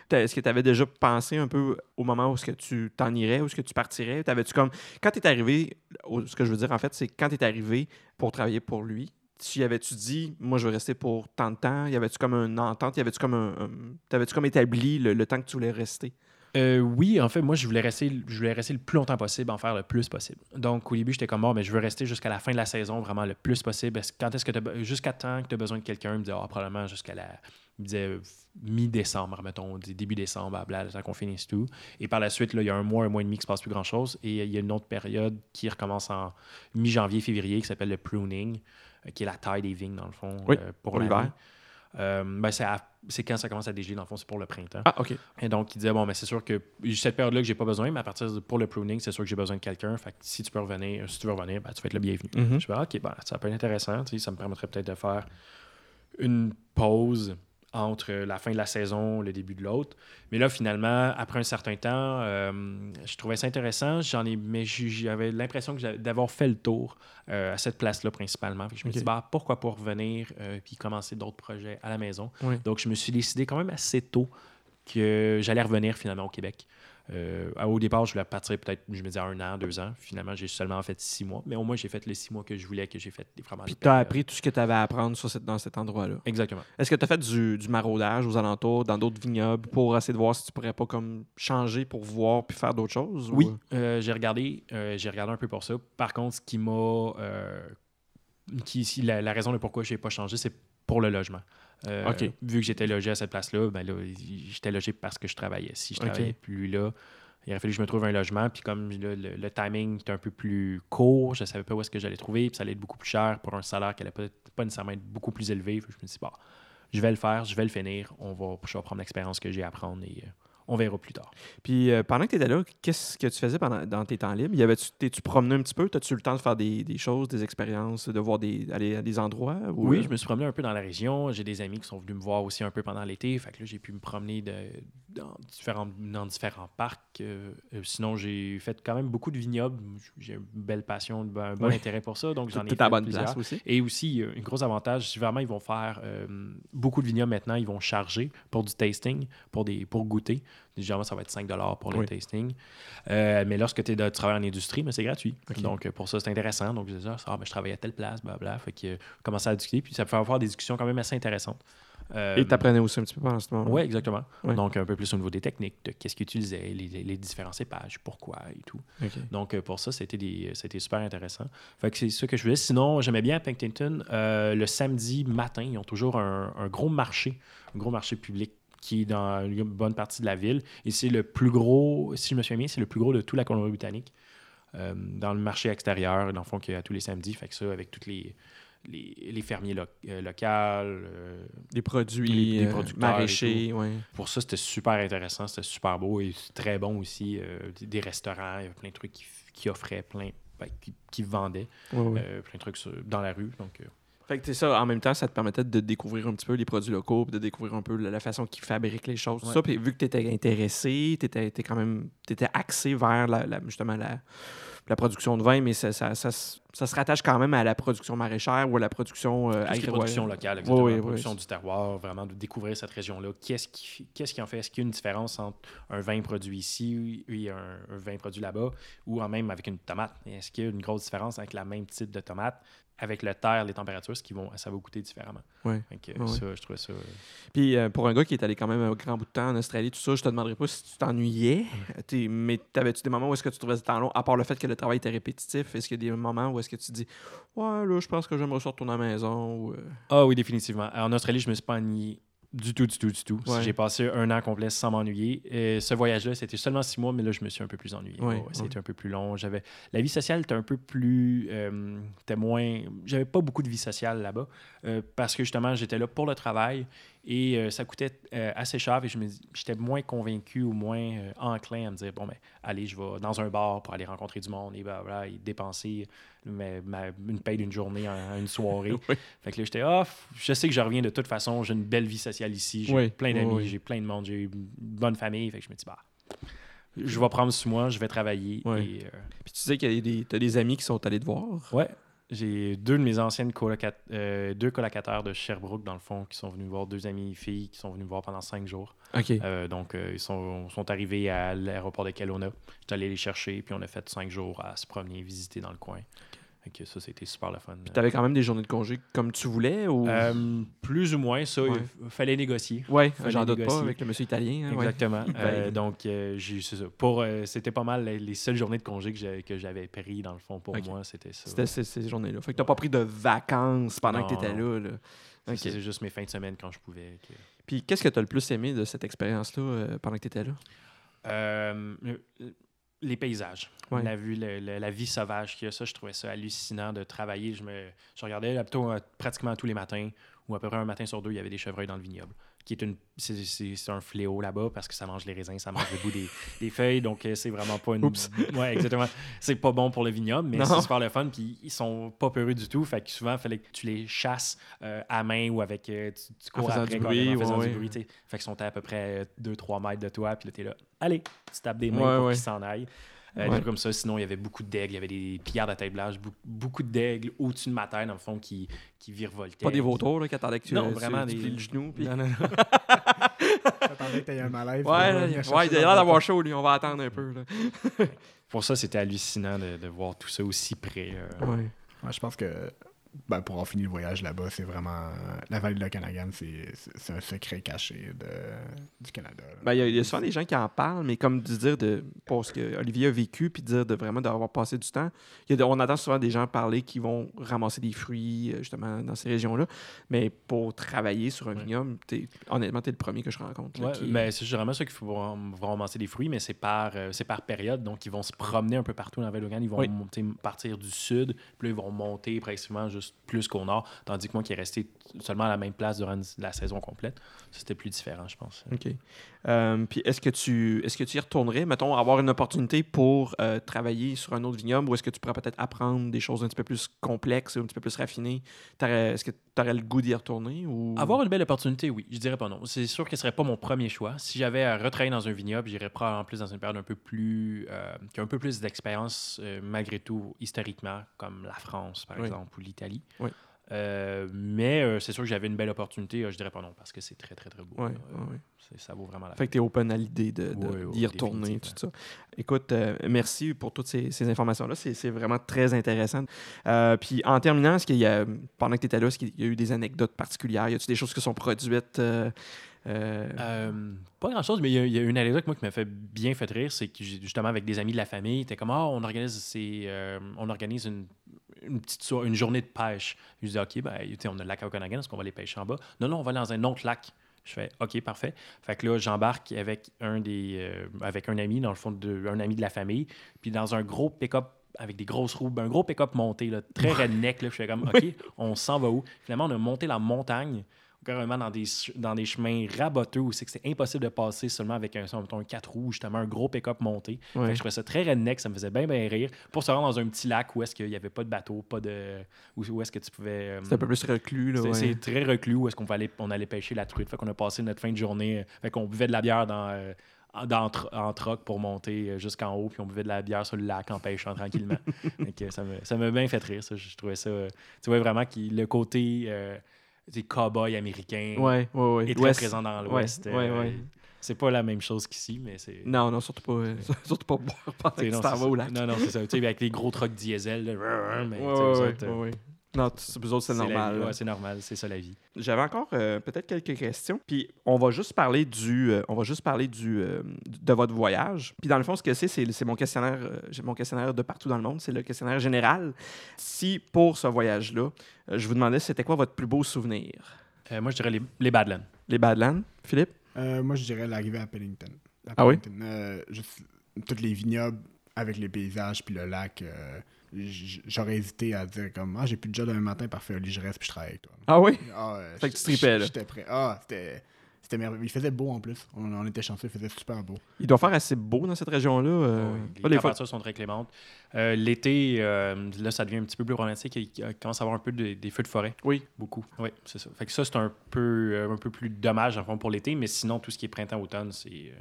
S2: T'as- Est-ce que tu avais déjà pensé un peu au moment où est-ce que tu t'en irais, où est-ce que tu partirais? T'avais-tu comme... Quand tu es arrivé, au- ce que je veux dire en fait, c'est quand tu es arrivé pour travailler pour lui, tu y avais-tu dit, moi je veux rester pour tant de temps? Y avait-tu comme une entente? Y avait-tu comme un... un- T'avais-tu comme établi le, le temps que tu voulais rester?
S3: Euh, oui, en fait, moi, je voulais, rester, je voulais rester le plus longtemps possible, en faire le plus possible. Donc, au début, j'étais comme, oh, mais je veux rester jusqu'à la fin de la saison, vraiment le plus possible. Est-ce- Quand est-ce que t'as be- jusqu'à temps que tu as besoin de quelqu'un, il me dit, Ah, probablement jusqu'à la il me disait euh, mi-décembre, mettons, début décembre, blablabla, le temps qu'on finisse tout. Et par la suite, là, il y a un mois, un mois et demi qui se passe plus grand-chose. Et euh, il y a une autre période qui recommence en mi-janvier, février, qui s'appelle le pruning, euh, qui est la taille des vignes, dans le fond,
S2: Oui,
S3: euh,
S2: pour l'hiver.
S3: l'année. Euh, ben, c'est à- c'est quand ça commence à dégeler, dans le fond, c'est pour le printemps.
S2: Ah, OK.
S3: Et donc, il disait, bon, mais c'est sûr que cette période-là que j'ai pas besoin, mais à partir de, pour le pruning, c'est sûr que j'ai besoin de quelqu'un. Fait que si tu peux revenir, si tu veux revenir, ben, tu vas être le bienvenu.
S2: Mhm.
S3: Je fais, ah, OK, ben, ça peut être intéressant. tu sais, Ça me permettrait peut-être de faire une pause entre la fin de la saison et le début de l'autre. Mais là, finalement, après un certain temps, euh, je trouvais ça intéressant. J'en ai, mais j'- j'avais l'impression que j'a- d'avoir fait le tour euh, à cette place-là principalement. Fait que je me
S2: Ok.
S3: suis dit, bah, pourquoi pas revenir euh, puis commencer d'autres projets à la maison.
S2: Oui.
S3: Donc, je me suis décidé quand même assez tôt que j'allais revenir finalement au Québec. Euh, au départ, je voulais partir peut-être, je me disais un an, deux ans. Finalement, j'ai seulement fait six mois. Mais au moins, j'ai fait les six mois que je voulais, que j'ai fait des fromages.
S2: Puis tu as
S3: période.
S2: appris tout ce que tu avais à apprendre sur cette- dans cet endroit-là.
S3: Exactement.
S2: Est-ce que tu as fait du, du maraudage aux alentours, dans d'autres vignobles, pour essayer de voir si tu pourrais pas comme changer pour voir puis faire d'autres choses? ou-
S3: Oui, euh, j'ai regardé, euh, j'ai regardé un peu pour ça. Par contre, ce qui m'a, euh, qui, si- la, la raison de pourquoi j'ai pas changé, c'est pour le logement. Euh,
S2: Ok.
S3: Vu que j'étais logé à cette place-là, ben là, j'étais logé parce que je travaillais. Si je
S2: Ok.
S3: travaillais plus là, il aurait fallu que je me trouve un logement. Puis comme là, le, le timing était un peu plus court, je savais pas où est-ce que j'allais trouver. Puis ça allait être beaucoup plus cher pour un salaire qui allait peut-être pas nécessairement être beaucoup plus élevé. Fait que je me suis dit, bah, je vais le faire, je vais le finir. On va, je vais prendre l'expérience que j'ai à prendre et euh, on verra plus tard.
S2: Puis euh, pendant que tu étais là, qu'est-ce que tu faisais pendant, dans tes temps libres? Y avait-tu, t'es-tu promené un petit peu? T'as-tu eu le temps de faire des, des choses, des expériences, de voir des, aller à des endroits? ou- euh,
S3: Oui, je me suis promené un peu dans la région. J'ai des amis qui sont venus me voir aussi un peu pendant l'été. Fait que là, j'ai pu me promener de- dans, différents, dans différents parcs. Euh, euh, sinon, j'ai fait quand même beaucoup de vignobles. J'ai une belle passion, un bon
S2: Oui.
S3: intérêt pour ça. Donc,
S2: T'es
S3: j'en ai
S2: t'es à la
S3: fait
S2: bonne
S3: plusieurs.
S2: place aussi.
S3: Et aussi, euh, un gros avantage, c'est vraiment, ils vont faire euh, beaucoup de vignobles maintenant, ils vont charger pour du tasting, pour, des, pour goûter. Généralement, ça va être 5 pour le
S2: Oui.
S3: tasting. Euh, mais lorsque tu es de travail en industrie, mais c'est gratuit.
S2: Ok.
S3: Donc, euh, pour ça, c'est intéressant. Donc, je disais, ah, ben, je travaille à telle place, blablabla. Fait que euh, commencer à discuter. Puis, ça peut avoir des discussions quand même assez intéressantes. Euh,
S2: Et t'apprenais aussi un petit peu pendant ce moment-là.
S3: oui, exactement.
S2: Ouais.
S3: Donc, un peu plus au niveau des techniques, de qu'est-ce qu'ils utilisaient, les, les- les différents cépages, pourquoi et tout.
S2: OK.
S3: Donc, euh, pour ça, c'était, des, euh, c'était super intéressant. Fait que c'est ça que je voulais. Sinon, j'aimais bien à Penticton, euh, le samedi matin, ils ont toujours un, un gros marché, un gros marché public qui est dans une bonne partie de la ville. Et c'est le plus gros, si je me souviens bien, c'est le plus gros de tout la Colombie-Britannique, euh, dans le marché extérieur, dans le fond, qu'il y a tous les samedis. Fait que ça, avec tous les, les, les fermiers lo- euh, locaux, euh,
S2: Des produits,
S3: Les- des
S2: euh,
S3: producteurs et
S2: maraîchers, ouais.
S3: pour ça, c'était super intéressant, c'était super beau et c'est très bon aussi. euh, des- des restaurants, il y avait plein de trucs qui, qui offraient, plein ben, qui, qui vendaient,
S2: Ouais, ouais.
S3: euh, plein de trucs sur- dans la rue. Donc, euh,
S2: Fait que c'est ça, en même temps, ça te permettait de découvrir un petit peu les produits locaux, puis de découvrir un peu la, la façon qu'ils fabriquent les choses, tout
S3: Ouais.
S2: ça. Puis vu que tu étais intéressé, tu étais, quand même t'étais axé vers la, la- justement la, la production de vin, mais ça, ça, ça, se- ça se rattache quand même à la production maraîchère ou à la production euh,
S3: tout ce qui est
S2: agricole.
S3: production locale, exactement,
S2: oui, oui.
S3: production du terroir, vraiment de découvrir cette région-là. Qu'est-ce qui, qu'est-ce qui en fait? Est-ce qu'il y a une différence entre un vin produit ici et un, un vin produit là-bas ou en même avec une tomate? Est-ce qu'il y a une grosse différence avec la même type de tomate? Avec le terre, les températures, ce qui vont, ça va goûter différemment.
S2: Ouais.
S3: Fait que,
S2: Ouais, ouais.
S3: ça, je trouvais ça. euh,
S2: Puis euh, pour un gars qui est allé quand même un grand bout de temps en Australie, tout ça, je te demanderais pas si tu t'ennuyais. T'es- mais t'avais-tu des moments où est-ce que tu trouvais ce temps long, à part le fait que le travail était répétitif, est-ce qu'il y a des moments où est-ce que tu dis Ouais, là, je pense que j'aimerais ça retourner à la maison ou, euh,
S3: Ah oui, définitivement. En Australie, je me suis pas ennuyé du tout, du tout, du tout.
S2: Ouais.
S3: J'ai passé un an complet sans m'ennuyer. Et ce voyage-là, c'était seulement six mois, mais là, je me suis un peu plus ennuyé.
S2: Ouais,
S3: Ouais, c'était un peu plus long. J'avais La vie sociale était un peu plus... euh, était moins... J'avais pas beaucoup de vie sociale là-bas euh, parce que, justement, j'étais là pour le travail et euh, ça coûtait euh, assez cher et je me dis- j'étais moins convaincu ou moins euh, enclin à me dire, bon, ben, allez, je vais dans un bar pour aller rencontrer du monde et, blablabla, et dépenser ma- ma- une paye d'une journée en- en une soirée. Fait que là, j'étais off. Je sais que je reviens de toute façon. J'ai une belle vie sociale ici. J'ai
S2: Oui,
S3: plein d'amis,
S2: oui, oui.
S3: j'ai plein de monde, j'ai une bonne famille. Fait que je me dis, bah, je vais prendre sous moi, je vais travailler.
S2: Oui.
S3: Et, euh,
S2: Puis tu sais qu'il y a des, t'as des amis qui sont allés te voir.
S3: ouais, j'ai deux de mes anciennes colocat- euh, deux colocataires de Sherbrooke, dans le fond, qui sont venus me voir, deux amies filles qui sont venues me voir pendant cinq jours.
S2: OK.
S3: Euh, donc, euh, ils sont, sont arrivés à l'aéroport de Kelowna. J'étais allé les chercher, puis on a fait cinq jours à se promener, visiter dans le coin. Fait que ça, c'était super le fun.
S2: T'avais quand même des journées de congé comme tu voulais ou.
S3: Euh, plus ou moins, ça,
S2: Ouais.
S3: il fallait négocier.
S2: ouais,
S3: fallait
S2: j'en doute pas
S3: négocier.
S2: avec le monsieur italien. hein, ouais.
S3: Exactement. Euh,
S2: Ben-
S3: donc, euh, j'ai- c'est ça. Pour, euh, c'était pas mal les, les seules journées de congé que j'avais, que j'avais pris, dans le fond, pour
S2: Ok.
S3: moi. C'était ça.
S2: C'était ces, ces journées-là. Fait que t'as pas pris de vacances pendant que
S3: Non,
S2: t'étais là. là.
S3: C'est-
S2: Ok.
S3: C'est juste mes fins de semaine quand je pouvais. que-
S2: Puis qu'est-ce que tu as le plus aimé de cette expérience-là euh, pendant que tu étais là?
S3: Euh, le- les paysages.
S2: Ouais.
S3: On a vu le- le- la vie sauvage qu'il y a. Ça, je trouvais ça hallucinant de travailler. Je, me, je regardais la photo, euh, pratiquement tous les matins, ou à peu près un matin sur deux, il y avait des chevreuils dans le vignoble. qui est une C'est c'est- c'est un fléau là-bas parce que ça mange les raisins, ça mange le bout des, des feuilles. Donc, euh, c'est vraiment pas une.
S2: Oups.
S3: Ouais, exactement. C'est pas bon pour le vignoble, mais
S2: Non.
S3: c'est super le fun. Puis ils sont pas peureux du tout. Fait que souvent, il fallait que tu les chasses euh, à main ou avec. euh, tu, tu
S2: En
S3: cours
S2: faisant
S3: après,
S2: du
S3: quand
S2: bruit,
S3: même, en faisant
S2: ouais,
S3: du
S2: ouais.
S3: bruit, tu sais. Fait qu'ils sont à, à peu près 2-3 mètres de toi, puis là, t'es là, allez, tu tapes des mains
S2: Ouais,
S3: pour
S2: ouais.
S3: qu'ils s'en aillent. Euh, des
S2: Ouais.
S3: trucs comme ça. Sinon, il y avait beaucoup d'aigles, il y avait des pillards de tête blanche, bou- beaucoup d'aigles au-dessus de ma tête, dans le fond, qui, qui virevoltaient.
S2: Pas des vautours là, qui attendaient que tu,
S3: Non,
S2: tu-
S3: vraiment
S2: tu
S3: des-
S2: plies le genou. puis-
S3: Non, non, non.
S1: T'attendais que t'aies un malaise.
S2: Ouais,
S1: pour
S2: là,
S1: venir
S2: il-
S1: chercher
S2: ouais, il
S1: dans
S2: a l'air
S1: le
S2: d'avoir chaud, lui. On va attendre un peu. Là.
S3: Pour ça, c'était hallucinant de, de voir tout ça aussi près. euh.
S2: Ouais.
S1: Ouais, je pense que ben, pour avoir fini le voyage là-bas, c'est vraiment. La vallée de l'Okanagan, c'est c'est- c'est un secret caché de- du Canada. là.
S2: Ben, il y, a- il y a souvent des gens qui en parlent, mais comme de dire de pour ce que Olivier a vécu, puis de dire de vraiment d'avoir passé du temps. Il y a de- on entend souvent des gens parler qui vont ramasser des fruits euh, justement dans ces régions-là, mais pour travailler sur un
S3: Ouais.
S2: vignoble, t'es- honnêtement, t'es le premier que je rencontre. là,
S3: Ouais,
S2: qui-
S3: mais c'est généralement ceux qui vont, vont ramasser des fruits, mais c'est par, euh, c'est par période. Donc, ils vont se promener un peu partout dans la vallée d'Ogan. Ils vont
S2: Oui.
S3: monter- partir du sud, puis là, ils vont monter pratiquement juste plus qu'au nord. Tandis que moi, qui est resté seulement à la même place durant une- la saison complète, ça, c'était plus différent, je pense.
S2: OK. Euh, puis est-ce que tu est-ce que tu y retournerais, mettons, avoir une opportunité pour euh, travailler sur un autre vignoble ou est-ce que tu pourrais peut-être apprendre des choses un petit peu plus complexes, un petit peu plus raffinées? T'aurais- Est-ce que tu aurais le goût d'y retourner ou
S3: Avoir une belle opportunité, oui. Je dirais pas non. C'est sûr que ce serait pas mon premier choix. Si j'avais à retravailler dans un vignoble, j'irais probablement plus dans une période un peu plus. euh, qui a un peu plus d'expérience, euh, malgré tout, historiquement, comme la France, par
S2: Oui.
S3: exemple, ou l'Italie.
S2: Oui.
S3: Euh, mais euh, c'est sûr que j'avais une belle opportunité, euh, je dirais pas non, parce que c'est très, très, très beau.
S2: Ouais,
S3: là. Euh,
S2: ouais, ouais.
S3: c'est- Ça vaut vraiment la peine.
S2: Fait que tu es open à l'idée de, de-
S3: Ouais, ouais,
S2: d'y retourner, tout
S3: définitivement.
S2: ça. Écoute, euh, merci pour toutes ces, ces informations-là. C'est, c'est vraiment très intéressant. Euh, puis en terminant, est-ce qu'il y a, pendant que tu étais là, est-ce qu'il y a eu des anecdotes particulières? Y a-tu des choses qui sont produites? euh, euh,
S3: Euh, pas grand chose, mais il y a- il y, a une anecdote moi, qui m'a fait bien fait rire, c'est que j'ai- justement avec des amis de la famille, t'es comme Ah, on organise ces, euh, on organise une, une petite soir- une journée de pêche. Je dis ok, ben, tu sais, on a le lac à Okanagan, est-ce qu'on va aller pêcher en bas Non, non, on va aller dans un autre lac. Je fais ok, parfait. Fait que là, j'embarque avec un des, euh, avec un ami dans le fond de, un ami de la famille, puis dans un gros pick-up avec des grosses roues, ben, un gros pick-up monté, là, très redneck. Là, je fais comme ok, on s'en va où Finalement, on a monté la montagne carrément dans des, ch- dans des chemins raboteux où c'est que c'est impossible de passer seulement avec un, mettons, un 4 roues, justement, un gros pick-up monté. Fait que
S2: Ouais.
S3: je trouvais ça très redneck, ça me faisait bien, bien rire. Pour se rendre dans un petit lac où est-ce qu'il n'y avait pas de bateau, pas de. où, où est-ce que tu pouvais. euh,
S2: c'est un peu plus reclus. Là,
S3: c'est
S2: ouais.
S3: c'est très reclus où est-ce qu'on va aller- on allait pêcher la truite. Fait qu'on a passé notre fin de journée. euh, Fait qu'on buvait de la bière dans. euh, en- dans- en troc pour monter euh, jusqu'en haut, puis on buvait de la bière sur le lac en pêchant tranquillement. Fait que ça me- ça m'a bien fait rire, ça. Je trouvais ça. euh, Tu vois vraiment qui le côté euh, des cow-boy américain
S2: Ouais, ouais, ouais.
S3: est très
S2: L'Ouest.
S3: présent dans
S2: Ouais,
S3: l'Ouest.
S2: ouais,
S3: euh,
S2: ouais.
S3: C'est pas la même chose qu'ici, mais c'est.
S2: Non, non, surtout pas, euh, surtout pas boire pendant que
S3: T'sais,
S2: tu
S3: non,
S2: t'en
S3: c'est
S2: vas
S3: ça.
S2: au lac.
S3: Non, non, c'est ça. Tu sais, avec les gros trucks diesel, là, rrr, mais
S2: Ouais,
S3: tu sais,
S2: ouais,
S3: vous
S2: ouais,
S3: autres, euh,
S2: ouais, ouais. Non, t- vous autres, c'est
S3: la vie.
S2: normal. là.
S3: Ouais, c'est normal, c'est ça la vie.
S2: J'avais encore euh, peut-être quelques questions. Puis on va juste parler du, euh, on va juste parler du, euh, de votre voyage. Puis dans le fond, ce que c'est, c'est, c'est mon questionnaire, euh, j'ai mon questionnaire de partout dans le monde. C'est le questionnaire général. Si pour ce voyage-là, euh, je vous demandais c'était quoi votre plus beau souvenir
S3: Euh, moi, je dirais les, les Badlands.
S2: Les Badlands, Philippe
S1: Euh, moi, je dirais l'arrivée à Pennington. À
S2: Ah oui?
S1: Pennington, euh, juste toutes les vignobles avec les paysages puis le lac. euh, j- J'aurais hésité à dire comme Ah, j'ai plus de job demain matin, parfait, Oli, je reste puis je travaille avec toi.
S2: Ah oui.
S1: Ah, euh,
S2: Fait que tu
S1: j-
S2: tripais, là.
S1: J'étais prêt. Ah, c'était c'était merveilleux. Il faisait beau en plus. On, on était chanceux, il faisait super beau.
S2: Il doit faire assez beau dans cette région-là. euh,
S3: Ah Oui,
S2: pas
S3: les
S2: des fois-
S3: températures sont très clémentes. Euh, L'été, euh, là, ça devient un petit peu plus romantique. Il il commence à avoir un peu de- des feux de forêt.
S2: Oui.
S3: Beaucoup. Oui, c'est ça. Fait que ça, c'est un peu, euh, un peu plus dommage, en fond, pour l'été. Mais sinon, tout ce qui est printemps-automne, c'est euh,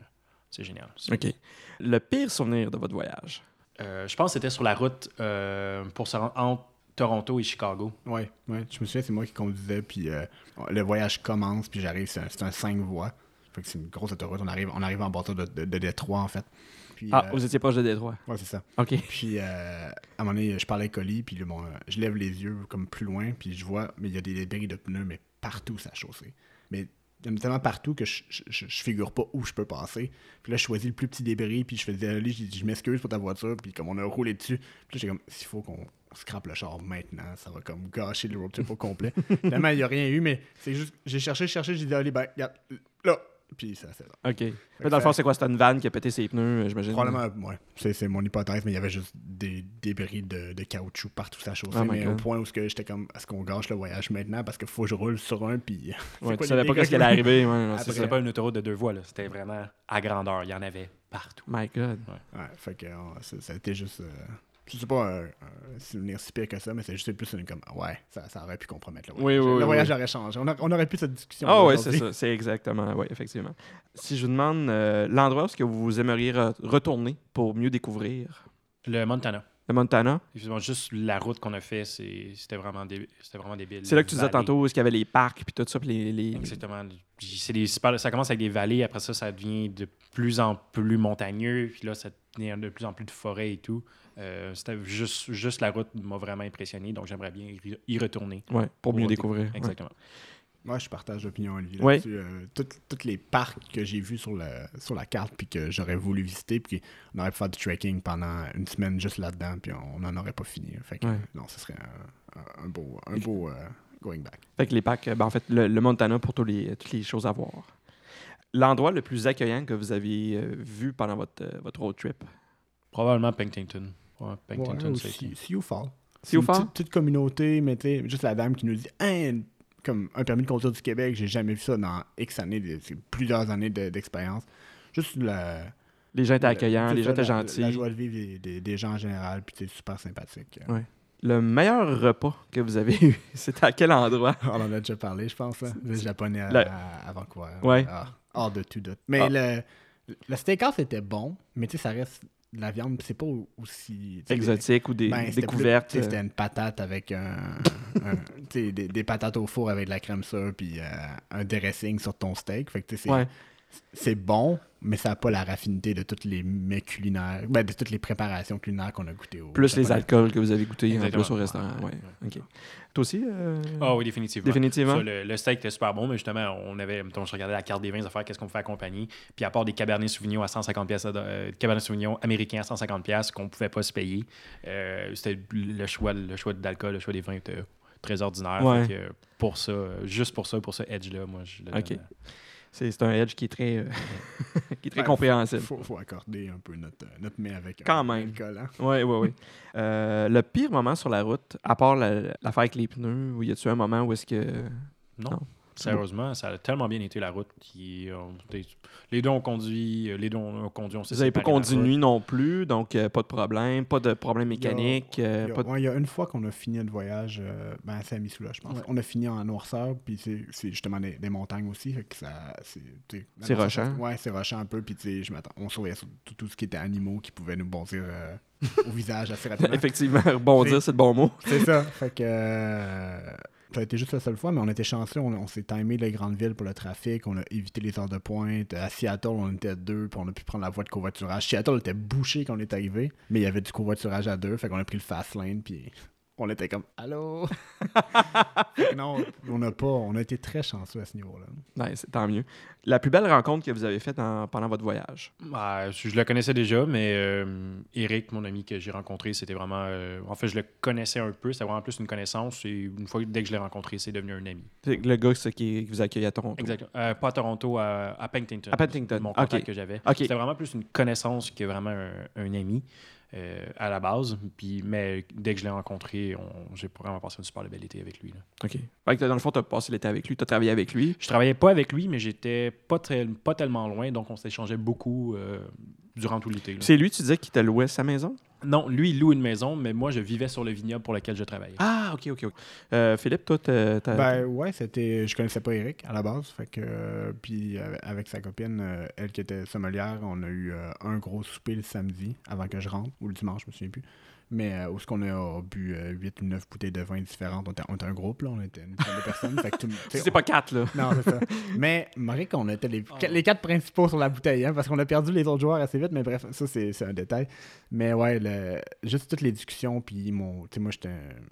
S3: c'est génial. C'est-
S2: Ok. Le pire souvenir de votre voyage
S3: Euh, je pense que c'était sur la route euh, pour se rendre entre Toronto et Chicago.
S1: Ouais, ouais. Je me souviens, c'est moi qui conduisais, puis euh, le voyage commence, puis j'arrive, c'est un, c'est un 5 voies. Fait que c'est une grosse autoroute. On arrive, on arrive en bordure de, de, de Détroit, en fait. Puis,
S2: Ah,
S1: euh,
S2: vous étiez proche de Détroit.
S1: ouais, c'est ça.
S2: Ok.
S1: Puis euh, à un moment donné, je parlais avec Oli, puis là, bon, euh, je lève les yeux comme plus loin, puis je vois, mais il y a des débris de pneus, mais partout sa chaussée. Mais il y en a tellement partout que je, je, je- je figure pas où je peux passer. Puis là, je choisis le plus petit débris, puis je fais euh, désolé, je, je m'excuse pour ta voiture, puis comme on a roulé dessus, puis là, j'ai comme, s'il faut qu'on scrape le char maintenant, ça va comme gâcher le road trip au complet. Finalement, il n'y a rien eu, mais c'est juste, j'ai cherché, cherché, j'ai dit, allez, ben, regarde, là, puis ça, c'est là.
S2: OK. Là, dans le fond, c'est quoi? C'était une vanne qui a pété ses pneus, euh, j'imagine.
S1: Probablement, ouais. C'est, c'est mon hypothèse, mais il y avait juste des débris de, de caoutchouc partout sur la chaussée.
S2: Oh my
S1: mais au
S2: God.
S1: point où ce que j'étais comme, est-ce qu'on gâche le voyage maintenant parce qu'il faut que je roule sur un, puis. c'est
S2: Ouais,
S1: quoi
S2: tu savais pas
S1: l'idée
S2: qu'est-ce qui allait arriver. ouais, non, c'est
S1: Après-
S2: ça.
S3: C'était pas une autoroute de deux voies, là. C'était vraiment à grandeur. Il y en avait partout.
S2: My God.
S1: Ouais, fait que euh, ça, ça a été juste. euh, je sais pas un, un souvenir si pire que ça, mais c'est juste plus une comme. Ouais, ça, ça aurait pu compromettre le
S2: Oui,
S1: voyage.
S2: oui,
S1: le
S2: oui,
S1: voyage
S2: oui.
S1: aurait changé. On, a- on aurait pu cette discussion.
S2: Ah oui, c'est ça. C'est exactement. Oui, effectivement. Si je vous demande euh, l'endroit où est-ce que vous aimeriez re- retourner pour mieux découvrir
S3: Le Montana.
S2: le Montana,
S3: Effectivement, juste la route qu'on a fait, c'est- c'était vraiment, dé- c'était vraiment débile.
S2: c'est là que tu disais
S3: Vallée.
S2: tantôt où est-ce qu'il y avait les parcs puis tout ça, puis les, les-
S3: Exactement. Puis c'est des super- ça commence avec des vallées, après ça, ça devient de plus en plus montagneux, puis là, ça devient de plus en plus de forêts et tout. Euh, c'était juste, juste la route m'a vraiment impressionné, donc j'aimerais bien y- y retourner.
S2: Ouais, pour mieux
S3: Pour-
S2: découvrir. ouais.
S3: Exactement.
S1: Moi, je partage l'opinion, Olivier.
S2: Oui.
S1: Là-dessus. Euh, toutes- Tous les parcs que j'ai vus sur, la- sur la carte, puis que j'aurais voulu visiter, puis on aurait pu faire du trekking pendant une semaine juste là-dedans, puis on n'en aurait pas fini. hein. Fait que
S2: Ouais.
S1: non, ce serait un, un- un beau, un beau euh, going back.
S2: Fait que les parcs, euh, ben, en fait, le, le Montana pour tous les, toutes les choses à voir. L'endroit le plus accueillant que vous avez euh, vu pendant votre, euh, votre road trip.
S3: Probablement Pentington. Ouais, Pentington,
S1: Ouais, ou
S3: ça a été-
S1: Si si you fall.
S2: Si vous
S1: une petite, petite communauté, mais tu sais, juste la dame qui nous dit Hein, comme un permis de conduire du Québec, j'ai jamais vu ça dans X années, de- c'est plusieurs années de- d'expérience. juste la.
S2: les gens étaient
S1: la-
S2: accueillants,
S1: c'est
S2: les gens
S1: ça,
S2: étaient
S1: la-
S2: gentils.
S1: La, joie de vivre des, des- des gens en général, puis c'est super sympathique.
S2: Ouais. Le meilleur repas que vous avez eu, c'était à quel endroit?
S1: On en a déjà parlé, je pense, hein, le japonais à,
S2: Le-
S1: à- à Vancouver.
S2: Ouais.
S1: Ah, hors de tout doute. Mais
S2: Ah.
S1: le, le steakhouse était bon, mais tu sais, ça reste de la viande, puis c'est pas aussi. tu sais, les-
S2: Exotique ou des
S1: Ben, c'était plus-
S2: découvertes? euh?
S1: tu sais, C'était une patate avec un. un- tu sais, des, des patates au four avec de la crème sure, puis euh, un dressing sur ton steak. Fait que tu sais, c'est
S2: Ouais.
S1: c'est bon, mais ça n'a pas la raffinité de toutes les mets culinaires, ben, de toutes les préparations culinaires qu'on a goûtées au.
S2: Plus les
S1: Japonais.
S2: alcools que vous avez goûtés en
S3: Exactement.
S2: plus au restaurant. Ouais.
S3: Ouais.
S2: OK. Toi aussi? euh,
S3: Ah oui, définitivement.
S2: Définitivement.
S3: Ça, le, le steak était super bon, mais justement, on avait, mettons, je regardais la carte des vins, des affaires, qu'est-ce qu'on pouvait accompagner. Puis à part des cabernets Sauvignon à 150 pièces, euh, cabernets Sauvignon américains à 150 pièces qu'on pouvait pas se payer. euh, c'était le choix, le choix d'alcool, le choix des vins était très ordinaire.
S2: Ouais.
S3: Fait que pour ça, euh, juste pour ça, pour ce edge là, moi, je le
S2: Ok.
S3: donne,
S2: C'est c'est un edge qui est très, euh, qui est très
S1: Ouais,
S2: compréhensible.
S1: Faut, faut accorder un peu notre, euh, notre mets avec.
S2: Quand
S1: un
S2: même.
S1: alcool, hein.
S2: Oui, oui, oui. Euh, le pire moment sur la route, à part la- l'affaire avec les pneus, où y a-tu un moment où est-ce que.
S3: Non.
S2: Non.
S3: Sérieusement, ça a tellement bien été la route. qui, euh, t'es- les deux ont conduit, euh, les deux ont ont conduit, on s'est
S2: Vous n'avez pas
S3: séparés dans la
S2: conduit de nuit non plus, donc euh, pas de problème, pas de problème mécanique. euh,
S1: Il y a,
S2: pas de-
S1: ouais, il y a une fois qu'on a fini notre voyage, euh, ben, c'est à Missoula, je pense.
S2: Ouais.
S1: On a fini en noirceur, puis c'est c'est justement des, des montagnes aussi. fait que ça- c'est tu sais, la
S2: C'est
S1: noirceur, ça-
S2: rushant.
S1: Ouais, c'est rushant un peu, puis tu sais, je m'attends. On surveillait sur tout, tout ce qui était animaux qui pouvaient nous bondir euh, au visage assez rapidement.
S2: Effectivement, rebondir, c'est le bon mot.
S1: c'est ça. Fait que. euh, ça a été juste la seule fois, mais on était chanceux. On, on s'est timé les grandes villes pour le trafic. On a évité les heures de pointe. À Seattle, on était à deux, puis on a pu prendre la voie de covoiturage. Seattle était bouché quand on est arrivé, mais il y avait du covoiturage à deux. Fait qu'on a pris le fast lane, puis on était comme Allô? Fait que non, on n'a pas. On a été très chanceux à ce niveau-là.
S2: Ouais, c'est tant mieux. La plus belle rencontre que vous avez faite en- pendant votre voyage.
S3: Bah, je je le connaissais déjà, mais euh, Eric, mon ami que j'ai rencontré, c'était vraiment. euh, en fait, je le connaissais un peu, c'était vraiment plus une connaissance. Et une fois, dès que je l'ai rencontré, c'est devenu un ami.
S2: C'est Le gars c'est qui, qui vous accueille à Toronto.
S3: Exactement. Euh, pas à Toronto, à, à Penticton.
S2: À Penticton,
S3: Mon contact
S2: ok.
S3: que j'avais.
S2: Ok.
S3: C'était vraiment plus une connaissance que vraiment un, un ami euh, à la base. Puis, mais dès que je l'ai rencontré, on- j'ai vraiment passé une super belle été avec lui. là.
S2: OK. Fait que dans le fond, tu as passé l'été avec lui, tu as travaillé avec lui.
S3: Je travaillais pas avec lui, mais j'étais pas, très- pas tellement loin, donc on s'échangeait beaucoup euh, durant tout l'été. là.
S2: C'est lui, tu disais, qui te louait sa maison?
S3: Non, lui, il loue une maison, mais moi, je vivais sur le vignoble pour lequel je travaillais.
S2: Ah, OK, OK, OK. Euh, Philippe, toi, t'as... t'as-
S1: Ben ouais, c'était. Je connaissais pas Eric à la base. Fait que. euh, puis euh, avec sa copine, euh, elle qui était sommelière, on a eu euh, un gros souper le samedi avant que je rentre, ou le dimanche, je me souviens plus. Mais euh, où est-ce qu'on a bu 8 ou 9 bouteilles de vin différentes? On était, on était un groupe, là, on était une dizaine de personnes. fait que tout, le- tu sais,
S2: C'est pas quatre, là.
S1: non, c'est ça. Mais Maric, on était
S2: Oh.
S1: les, les quatre principaux sur la bouteille, hein, parce qu'on a perdu les autres joueurs assez vite, mais bref, ça, c'est c'est un détail. Mais ouais, le- juste toutes les discussions, puis mon, tu sais, moi, j'étais un-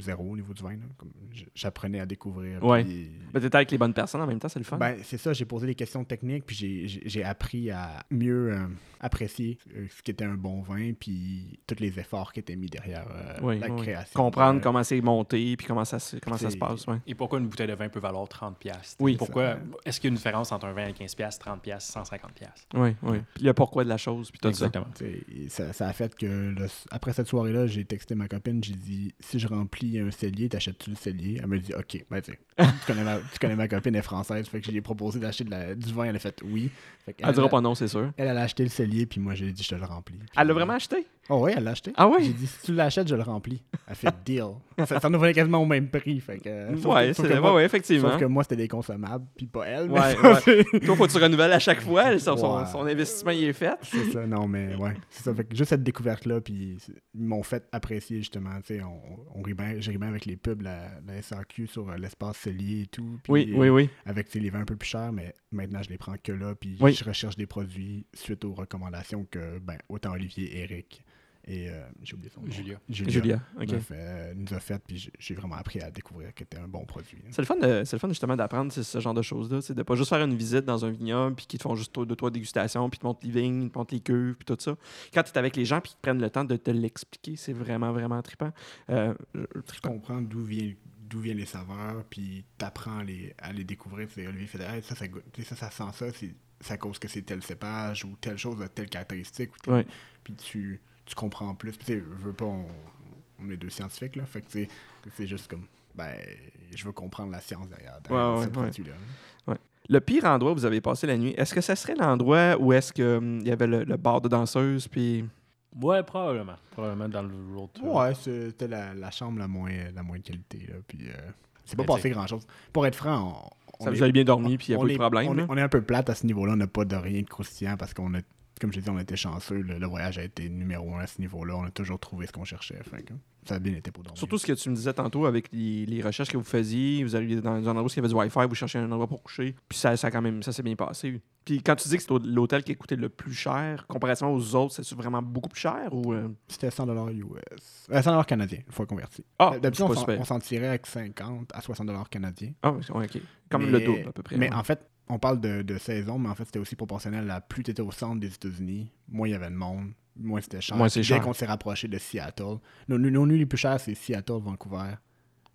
S1: zéro au niveau du vin. là. Comme j- J'apprenais à découvrir.
S2: Ouais.
S1: puis-
S2: Mais t'étais avec les bonnes personnes en même temps, c'est le fun.
S1: Ben, c'est ça, j'ai posé des questions techniques, puis j'ai- j'ai j'ai appris à mieux euh, apprécier euh, ce qui était un bon vin, puis tous les efforts qui étaient mis derrière euh,
S2: Oui,
S1: la
S2: oui.
S1: création.
S2: Comprendre
S1: Euh,
S2: comment c'est monté puis comment ça, se- comment ça se
S1: c'est-
S2: passe. ouais.
S3: Et pourquoi une bouteille de vin peut valoir 30$? piastres?
S2: Oui.
S3: Pourquoi
S1: Ça-
S3: est-ce qu'il y a une différence entre un vin à 15$, piastres, 30$, piastres, 150$? piastres?
S2: Oui, oui. Puis le pourquoi de la chose, puis tout ça.
S1: T'sais, Ça, ça a fait que le- après cette soirée-là, j'ai texté ma copine, j'ai dit si je remplis un cellier, t'achètes-tu le cellier Elle me dit ok, ben tu sais, tu connais ma, tu connais ma copine, elle est française, fait que je lui ai proposé d'acheter de la- du vin, elle a fait oui. Fait qu'elle-
S2: Elle dira pas non, c'est sûr.
S1: Elle elle a acheté le cellier, puis moi j'ai dit je te le remplis. Puis-
S2: Elle l'a vraiment acheté?
S1: Oh oui, elle l'a acheté.
S2: Ah oui?
S1: J'ai dit si tu l'achètes, je le remplis. Elle fait deal. ça, ça nous valait quasiment au même prix, fait que. euh, sauf
S2: ouais,
S1: que- sauf
S2: c'est
S1: que
S2: ouais,
S1: moi-
S2: ouais, effectivement.
S1: Sauf que moi c'était des consommables, puis pas elle. mais
S2: Ouais,
S1: ça,
S2: ouais.
S1: c'est-
S2: Toi, faut que tu renouvelles à chaque fois. Son, son-
S1: Ouais.
S2: son investissement, il est fait.
S1: C'est ça, non, mais ouais. C'est ça. Fait que juste cette découverte-là, puis c'est- ils m'ont fait apprécier justement. Tu sais, on, on rit bien, j'ai ri bien avec les pubs, la, la SAQ sur euh, l'espace cellier et tout. puis,
S2: Oui,
S1: euh,
S2: oui, oui.
S1: Avec tu sais, les vins un peu plus chers, mais maintenant je les prends que là, puis
S2: Oui.
S1: je recherche des produits suite aux recommandations que, ben, autant Olivier, Eric et euh, j'ai oublié son nom.
S3: Julia.
S1: Julia.
S2: Julia, OK.
S1: nous a fait- euh, nous a fait, puis j'ai- j'ai vraiment appris à découvrir que c'était un bon produit. hein.
S2: C'est le fun, de- c'est le fun justement d'apprendre ce- ce genre de choses-là, tu sais, de pas juste faire une visite dans un vignoble puis qu'ils te font juste deux trois dégustations puis ils te montrent les vignes, ils te montrent les cuves puis tout ça. Quand tu es avec les gens puis qu'ils prennent le temps de te l'expliquer, c'est vraiment vraiment trippant. Euh, euh,
S1: tu
S2: trippant.
S1: comprends d'où vient d'où viennent les saveurs, puis t'apprends à les, à les découvrir. C'est Olivier fait Hey, ça, ça, goûte- tu sais, ça, ça sent ça, c'est c'est à cause que c'est tel cépage ou telle chose, a telle caractéristique. ou telle-
S2: Ouais.
S1: Puis tu, tu comprends plus. Puis tu sais, veux pas, on, on est deux scientifiques, là. Fait que tu sais, c'est juste comme, ben, je veux comprendre la science derrière, derrière
S2: Ouais,
S1: ce
S2: ouais, ouais.
S1: produit-là.
S2: Le pire endroit où vous avez passé la nuit, est-ce que ça serait l'endroit où est-ce que hum, il y avait le, le bar de danseuse puis
S3: Ouais, probablement. Probablement dans euh, le road tour.
S1: Ouais, c'était la, la chambre la moins, la moins de qualité, là. Puis euh, c'est pas
S3: Mais
S1: passé grand-chose. Pour être franc, on, on
S2: ça vous
S1: est-
S2: avez bien dormi puis il y a
S1: on
S2: pas eu de
S1: est-
S2: problème
S1: On
S2: là?
S1: est, on est un peu plate à ce niveau-là. On n'a pas de rien de croustillant parce qu'on a, comme je dit, on était chanceux. Le, le voyage a été numéro un à ce niveau-là. On a toujours trouvé ce qu'on cherchait. Fait que ça a bien été pour dormir.
S2: Surtout ce que tu me disais tantôt avec les, les recherches que vous faisiez, vous arriviez dans un endroit où il y avait du Wi-Fi, vous cherchez un endroit pour coucher, puis ça, ça a quand même, ça s'est bien passé. Puis quand tu dis que c'est au- l'hôtel qui a coûté le plus cher, comparativement aux autres, c'est vraiment beaucoup plus cher ou euh,
S1: c'était 100 US. Euh, 100 canadien, une fois converti.
S2: ah, c'est
S1: Ben, D'habitude,
S2: pas
S1: on s'en-
S2: super.
S1: on s'en tirait avec 50 à 60 canadien.
S2: Ah, ouais, ok. Comme
S1: Mais-
S2: le double à peu près.
S1: Mais
S2: ouais.
S1: en fait, on parle de, de saison, mais en fait, c'était aussi proportionnel à plus tu étais au centre des États-Unis, moins il y avait de monde, moins c'était cher.
S2: Moins c'est
S1: Puis
S2: cher.
S1: Dès qu'on s'est rapproché de Seattle, nos, nos, nos nuits les plus chères, c'est Seattle, Vancouver.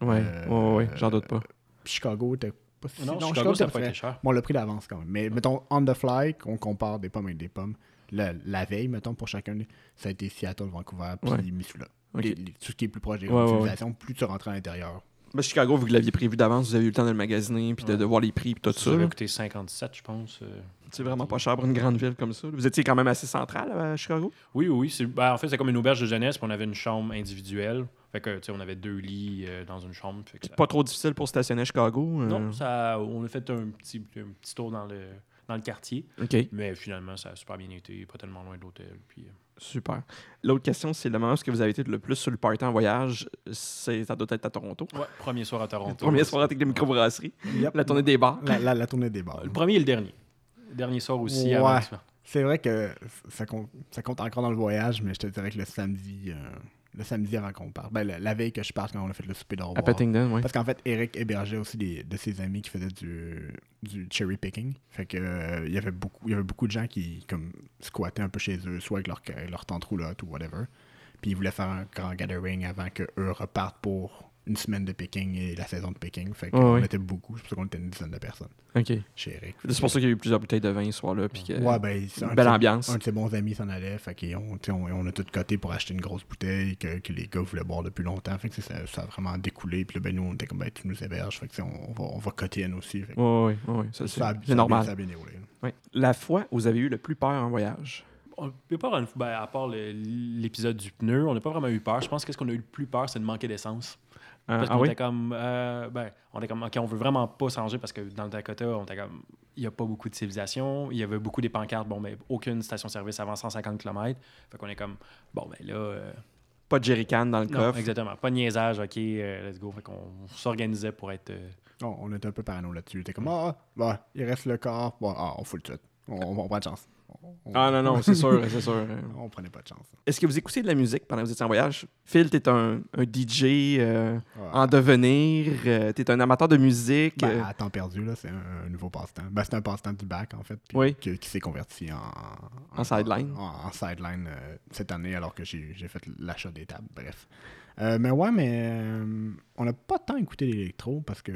S2: ouais,
S1: euh,
S2: ouais, ouais, j'en doute pas.
S1: Chicago, t'as pas si-
S3: Non,
S1: non,
S3: Chicago,
S1: Chicago,
S3: ça
S1: t'as
S3: n'a pas
S1: fait-
S3: été cher.
S1: Bon, le prix d'avance quand même. Mais mettons, on the fly, qu'on compare des pommes avec des pommes. La, la veille, mettons, pour chacun, ça a été Seattle, Vancouver, puis
S2: Ouais.
S1: Missoula.
S2: Ok.
S1: Les- les- tout ce qui est plus proche des
S2: Ouais, ouais, ouais.
S1: réutilisations, plus tu rentres à l'intérieur.
S2: Mais Chicago, vous que l'aviez prévu d'avance, vous avez eu le temps de le magasiner, puis de,
S3: Ouais.
S2: de voir les prix, puis tout ça.
S3: Ça
S2: là.
S3: avait coûté 57, je pense. euh.
S2: C'est vraiment pas cher pour une grande ville comme ça. là. Vous étiez quand même assez central à Chicago?
S3: Oui, oui. c'est- ben, en fait, c'est comme une auberge de jeunesse, puis on avait une chambre individuelle. Fait que, tu sais, on avait deux lits euh, dans une chambre. Fait que ça-
S2: Pas trop difficile pour stationner à Chicago? euh,
S3: Non, ça, on a fait un petit, un petit tour dans le, dans le quartier.
S2: OK.
S3: Mais finalement, ça a super bien été, pas tellement loin de l'hôtel. Puis, euh,
S2: Super. L'autre question, c'est le moment où est-ce que vous avez été le plus sur le party en voyage, c'est, ça doit être à Toronto.
S3: ouais, premier soir à Toronto.
S2: Première soirée avec les microbrasseries, la tournée des bars.
S1: La, la- la tournée des bars.
S3: Le premier et le dernier. Le dernier soir aussi.
S1: Ouais.
S3: avant que-
S1: C'est vrai que ça compte, ça compte encore dans le voyage, mais je te dirais que le samedi, euh, le samedi avant qu'on parte, ben, la, la veille que je parte quand on a fait le souper d'or.
S2: À Pettington, oui.
S1: Parce qu'en fait, Eric hébergeait aussi des, de ses amis qui faisaient du, du cherry picking. Fait que euh, il y avait beaucoup, il y avait beaucoup de gens qui comme squattaient un peu chez eux, soit avec leur, leur tente roulotte ou whatever. Puis ils voulaient faire un grand gathering avant que eux repartent pour une semaine de picking et la saison de picking. Fait qu'on
S2: Ouais, ouais.
S1: était beaucoup, c'est pour ça qu'on était une dizaine de personnes
S2: OK.
S1: chez Eric.
S2: C'est pour ça qu'il y a eu plusieurs bouteilles de vin ce soir-là. Puis que...
S1: Ouais, ben, c'est un
S2: belle
S1: de ses-
S2: ambiance.
S1: Un de ses bons amis s'en allait, fait qu'on- tu sais, on, on a tout coté pour acheter une grosse bouteille que, que les gars voulaient boire depuis longtemps. Fait que ça, ça a vraiment découlé. Puis là, ben, nous, on était comme, ben, tu nous héberges. Fait que, tu sais, on, on va, on va coter à nous aussi. Fait que
S2: Ouais, ouais, ouais, ouais, ça, c'est,
S1: ça a-
S2: c'est
S1: ça a-
S2: normal.
S1: ça a bien déroulé. là.
S2: Ouais. La fois où vous avez eu le plus peur en voyage.
S3: On peut pas avoir une- ben, à part le- l'épisode du pneu, on n'a pas vraiment eu peur. Je pense que ce qu'on a eu le plus peur, c'est de manquer d'essence.
S2: Euh,
S3: Parce
S2: ah
S3: qu'on
S2: oui?
S3: était comme, euh, ben, on était comme, OK, on veut vraiment pas changer parce que dans le Dakota, on était comme, il n'y a pas beaucoup de civilisation. Il y avait beaucoup des pancartes, bon, mais aucune station-service avant 150 km. Fait qu'on est comme, bon, ben là, euh,
S2: Pas de jerrycan dans le
S3: non,
S2: coffre.
S3: exactement, pas de niaisage, OK, euh, let's go. Fait qu'on on s'organisait pour être. euh,
S1: On, on était un peu parano là-dessus. T'es comme, ah, bah, il reste le corps. Bon, ah, on fout le tout. On, on prend pas de chance. On, on-
S2: Ah non, non, c'est sûr, c'est sûr. Euh,
S1: on prenait pas de chance.
S2: Est-ce que vous écoutez de la musique pendant que vous étiez en voyage? Phil, t'es un, un DJ euh,
S1: Ouais.
S2: en devenir, euh, t'es un amateur de musique.
S1: Ben,
S2: euh,
S1: à temps perdu, là, c'est un, un nouveau passe-temps. Ben, c'est un passe-temps du bac, en fait, puis
S2: Oui.
S1: que- qui, s'est converti en,
S2: En sideline.
S1: En, en sideline euh, cette année, alors que j'ai j'ai fait l'achat des tables, bref. Euh, mais ouais, mais euh, on n'a pas tant écouté l'électro parce que,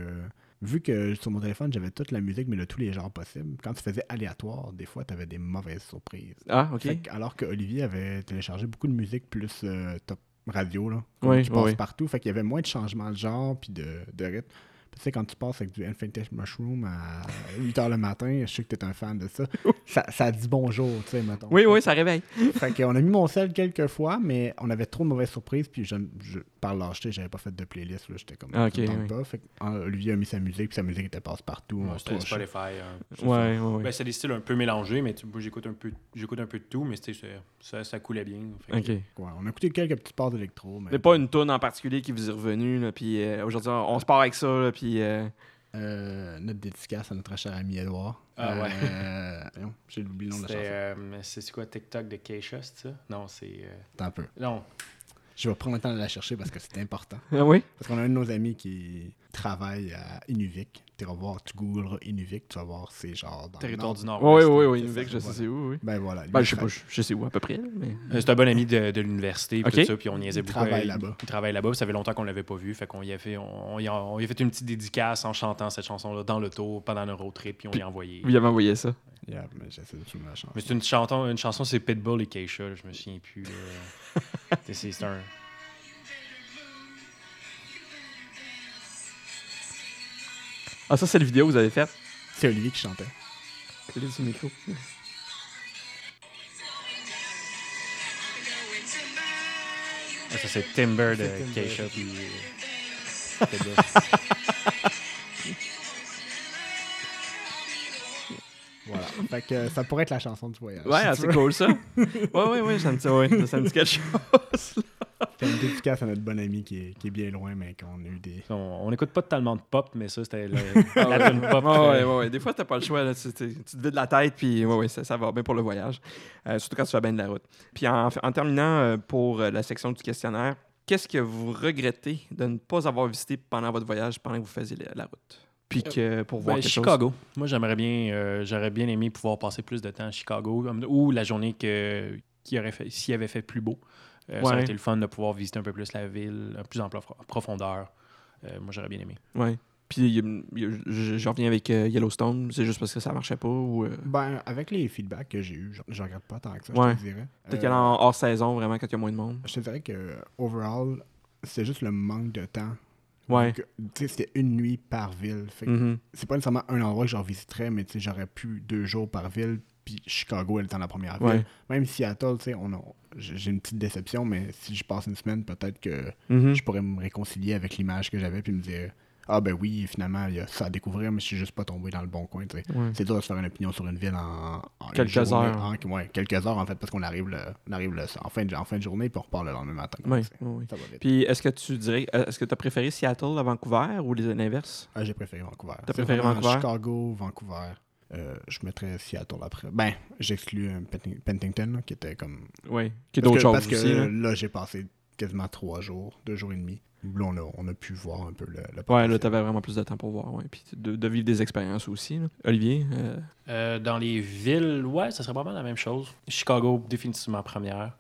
S1: vu que sur mon téléphone, j'avais toute la musique, mais de tous les genres possibles, quand tu faisais aléatoire, des fois, tu avais des mauvaises surprises.
S2: Ah, OK.
S1: Fait que- alors que Olivier avait téléchargé beaucoup de musique plus euh, top radio, là, comme
S2: Oui,
S1: qui
S2: oui,
S1: passe
S2: oui.
S1: partout. Fait qu'il y avait moins de changements de genre puis de, de rythme. Puis Tu sais, quand tu passes avec du Infinite Mushroom à 8h le matin, je sais que t'es un fan de ça. ça, ça dit bonjour, tu sais, mettons.
S2: Oui, oui, ça réveille.
S1: Fait qu'on a mis mon sel quelques fois, mais on avait trop de mauvaises surprises. Puis je, je- par lâcheté, j'avais pas fait de playlist. là. J'étais comme,
S2: Ah, ok,
S1: ça me tente
S2: oui.
S1: pas. Fait que, euh, Olivier a mis sa musique, puis sa musique était passe-partout.
S3: Ouais,
S1: On se
S3: C'était
S1: trouvait-
S3: Spotify. hein.
S2: Ouais, ouais, ouais.
S3: Ben, c'est des styles un peu mélangés, mais tu- j'écoute un, peu- j'écoute un peu de tout, mais c'était- c'est- ça, ça coulait bien. Fait que-
S2: OK.
S1: Ouais, on a écouté quelques petites parts d'électro. Mais,
S2: Mais pas une toune en particulier qui vous est revenue, là, puis euh, aujourd'hui, on, on se part avec ça, là, puis... euh,
S1: Euh, notre dédicace à notre cher ami Edouard.
S3: Ah ouais.
S1: Euh, voyons, J'ai oublié le nom de la
S3: C'était,
S1: chanson.
S3: euh, C'est c'est quoi TikTok de Keisha, c'est ça? Non, c'est. euh,
S1: Attends un peu.
S3: Non.
S1: Je vais prendre le temps de la chercher parce que c'est important.
S2: Ah oui?
S1: Parce qu'on a un de nos amis qui travaille à Inuvik. Tu vas voir, tu googles Inuvik, tu vas voir, c'est genre dans le nord.
S3: Territoire du Nord.
S2: Oui,
S3: Ouest.
S2: oui,
S1: c'est
S2: oui,
S1: ça,
S2: Inuvik, je sais
S1: voilà.
S2: c'est où, oui.
S1: Ben voilà. lui,
S2: Ben,
S1: il
S2: je sais
S1: tra-
S2: pas, je je sais où à peu près, là, mais...
S3: Euh, C'est un bon ami de, de l'université, puis
S2: Ok.
S3: tout ça, puis on niaisait
S1: Il
S3: beaucoup.
S1: travaille
S3: Il-
S1: là-bas.
S3: Il travaille là-bas, puis ça fait longtemps qu'on l'avait pas vu, fait qu'on y a fait, on, on y a, on y a fait une petite dédicace en chantant cette chanson-là dans l'auto pendant notre road trip, puis on y a envoyé.
S2: Vous y avez envoyé ça.
S1: Yeah, mais j'essaie de trouver la chanson.
S3: Mais c'est une chanson, une chanson c'est Pitbull et Keisha, là, je me souviens plus. là. c'est c'est- c'est un.
S2: Ah, ça, c'est la vidéo que vous avez faite?
S1: C'est Olivier qui chantait.
S2: Collez du micro.
S3: Ah, Ça, c'est Timber de Keisha. Puis, euh, Pitbull.
S1: Voilà. fait que euh, ça pourrait être la chanson du voyage.
S2: Ouais, ah,
S1: Si tu
S2: c'est
S1: veux.
S2: cool, ça. Ouais, ouais, ouais, ça me dit, ouais, ça me dit quelque chose. là.
S1: C'est une dédicace à notre bon ami qui est, qui est bien loin, mais qu'on a eu des.
S3: on on n'écoute pas tellement de pop, mais ça, c'était le- la tune pop.
S2: Ah ouais,
S3: euh,
S2: ouais, ouais. Des fois, t'as pas le choix. Là. Tu, tu- tu te vides la tête, puis ouais, ouais, ça, ça va bien pour le voyage. Euh, surtout quand tu fais bien de la route. Puis en, en terminant euh, pour euh, la section du questionnaire, qu'est-ce que vous regrettez de ne pas avoir visité pendant votre voyage, pendant que vous faisiez la, la route? Puis que pour voir
S3: Ben,
S2: quelque
S3: Chicago. Moi, j'aimerais bien, euh, j'aurais bien aimé pouvoir passer plus de temps à Chicago comme- ou la journée que qui aurait fait, s'il avait fait plus beau. Euh, Ça
S2: Ouais.
S3: aurait été le fun de pouvoir visiter un peu plus la ville, euh, plus en prof- profondeur. Euh, moi, j'aurais bien aimé.
S2: chose. Ouais. Puis il y a- il y a- je je reviens avec euh, Yellowstone. C'est juste parce que ça marchait pas ou... euh,
S1: Ben, avec les feedbacks que j'ai eus, je, je regrette pas tant que ça,
S2: Ouais.
S1: je te dirais.
S2: Peut-être
S1: Euh,
S2: qu'elle est en hors saison, vraiment, quand il y a moins de monde.
S1: Je te dirais que, overall, c'est juste le manque de temps.
S2: Ouais.
S1: Que- Tu sais, c'était une nuit par ville. Fait que
S2: Mhm.
S1: C'est pas nécessairement un endroit que j'en visiterais, mais tu sais, j'aurais pu deux jours par ville, puis Chicago, elle est dans la première ville.
S2: Ouais.
S1: Même Seattle, tu sais, on a- j'ai j'ai une petite déception, mais si je passe une semaine, peut-être que
S2: Mhm.
S1: je pourrais me réconcilier avec l'image que j'avais, puis me dire Ah, ben oui, finalement, il y a ça à découvrir, mais je suis juste pas tombé dans le bon coin, tu sais.
S2: Ouais.
S1: C'est dur de se faire une opinion sur une ville en, en une
S2: Quelques
S1: journée,
S2: heures.
S1: en- ouais, quelques heures en fait, parce qu'on arrive, le, on arrive le- en, fin de, en fin de journée, puis on repart le lendemain matin.
S2: Ouais,
S1: C'est-
S2: ouais, ouais.
S1: Ça va vite.
S2: Puis est-ce que tu dirais, euh, est-ce que tu as préféré Seattle à Vancouver ou les l'inverse?
S1: Ah, j'ai préféré Vancouver.
S2: T'as
S1: C'est
S2: préféré
S1: vraiment
S2: Vancouver?
S1: Chicago, Vancouver. Euh, je mettrais Seattle après. Ben, j'exclus euh, Penting- Pentington, là, qui était comme.
S2: Oui. Qui est
S1: Parce
S2: d'autres
S1: que,
S2: choses
S1: parce que,
S2: aussi. là.
S1: là, j'ai passé quasiment trois jours, deux jours et demi. Là, on a, on a pu voir un peu le. le
S2: Ouais, là,
S1: potentiel.
S2: t'avais vraiment plus de temps pour voir. Ouais. Puis de, de vivre des expériences aussi. là. Olivier, euh,
S3: Euh, dans les villes, ouais, ça serait pas mal la même chose. Chicago, définitivement première.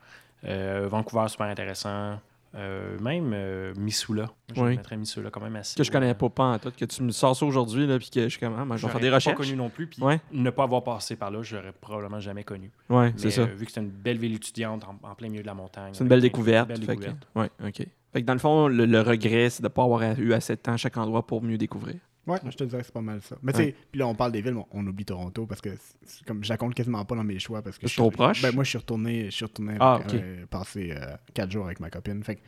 S3: Euh, Vancouver, super intéressant. Euh, même euh, Missoula. Je
S2: Oui.
S3: mettrais Missoula quand même assez.
S2: que je
S3: haut,
S2: connais
S3: hein.
S2: pas, pas en tout, que tu me sors ça aujourd'hui, là, puis que je suis comme, ah, moi, je vais faire des
S3: J'aurais
S2: recherches.
S3: Pas connu non plus, puis
S2: Ouais.
S3: ne pas avoir passé par là, je l'aurais probablement jamais connu.
S2: Ouais,
S3: Mais,
S2: c'est ça.
S3: euh, vu que c'est une belle ville étudiante en, en plein milieu de la montagne.
S2: C'est une belle
S3: avec plein de-
S2: découverte.
S3: belle
S2: fait que-
S3: découverte.
S2: ouais, OK. Fait que dans le fond, le, le regret, c'est de ne pas avoir eu assez de temps à chaque endroit pour mieux découvrir.
S1: Ouais, je te dirais que c'est pas mal ça. Mais tu sais, puis là, on parle des villes, mais on oublie Toronto parce que c'est- c'est comme je la compte quasiment pas dans mes choix. parce que
S2: C'est
S1: je-
S2: trop proche?
S1: Ben, moi, je suis retourné, je suis retourné
S2: Ah,
S1: avec-
S2: ok.
S1: euh, passer euh, quatre jours avec ma copine. Fait que, tu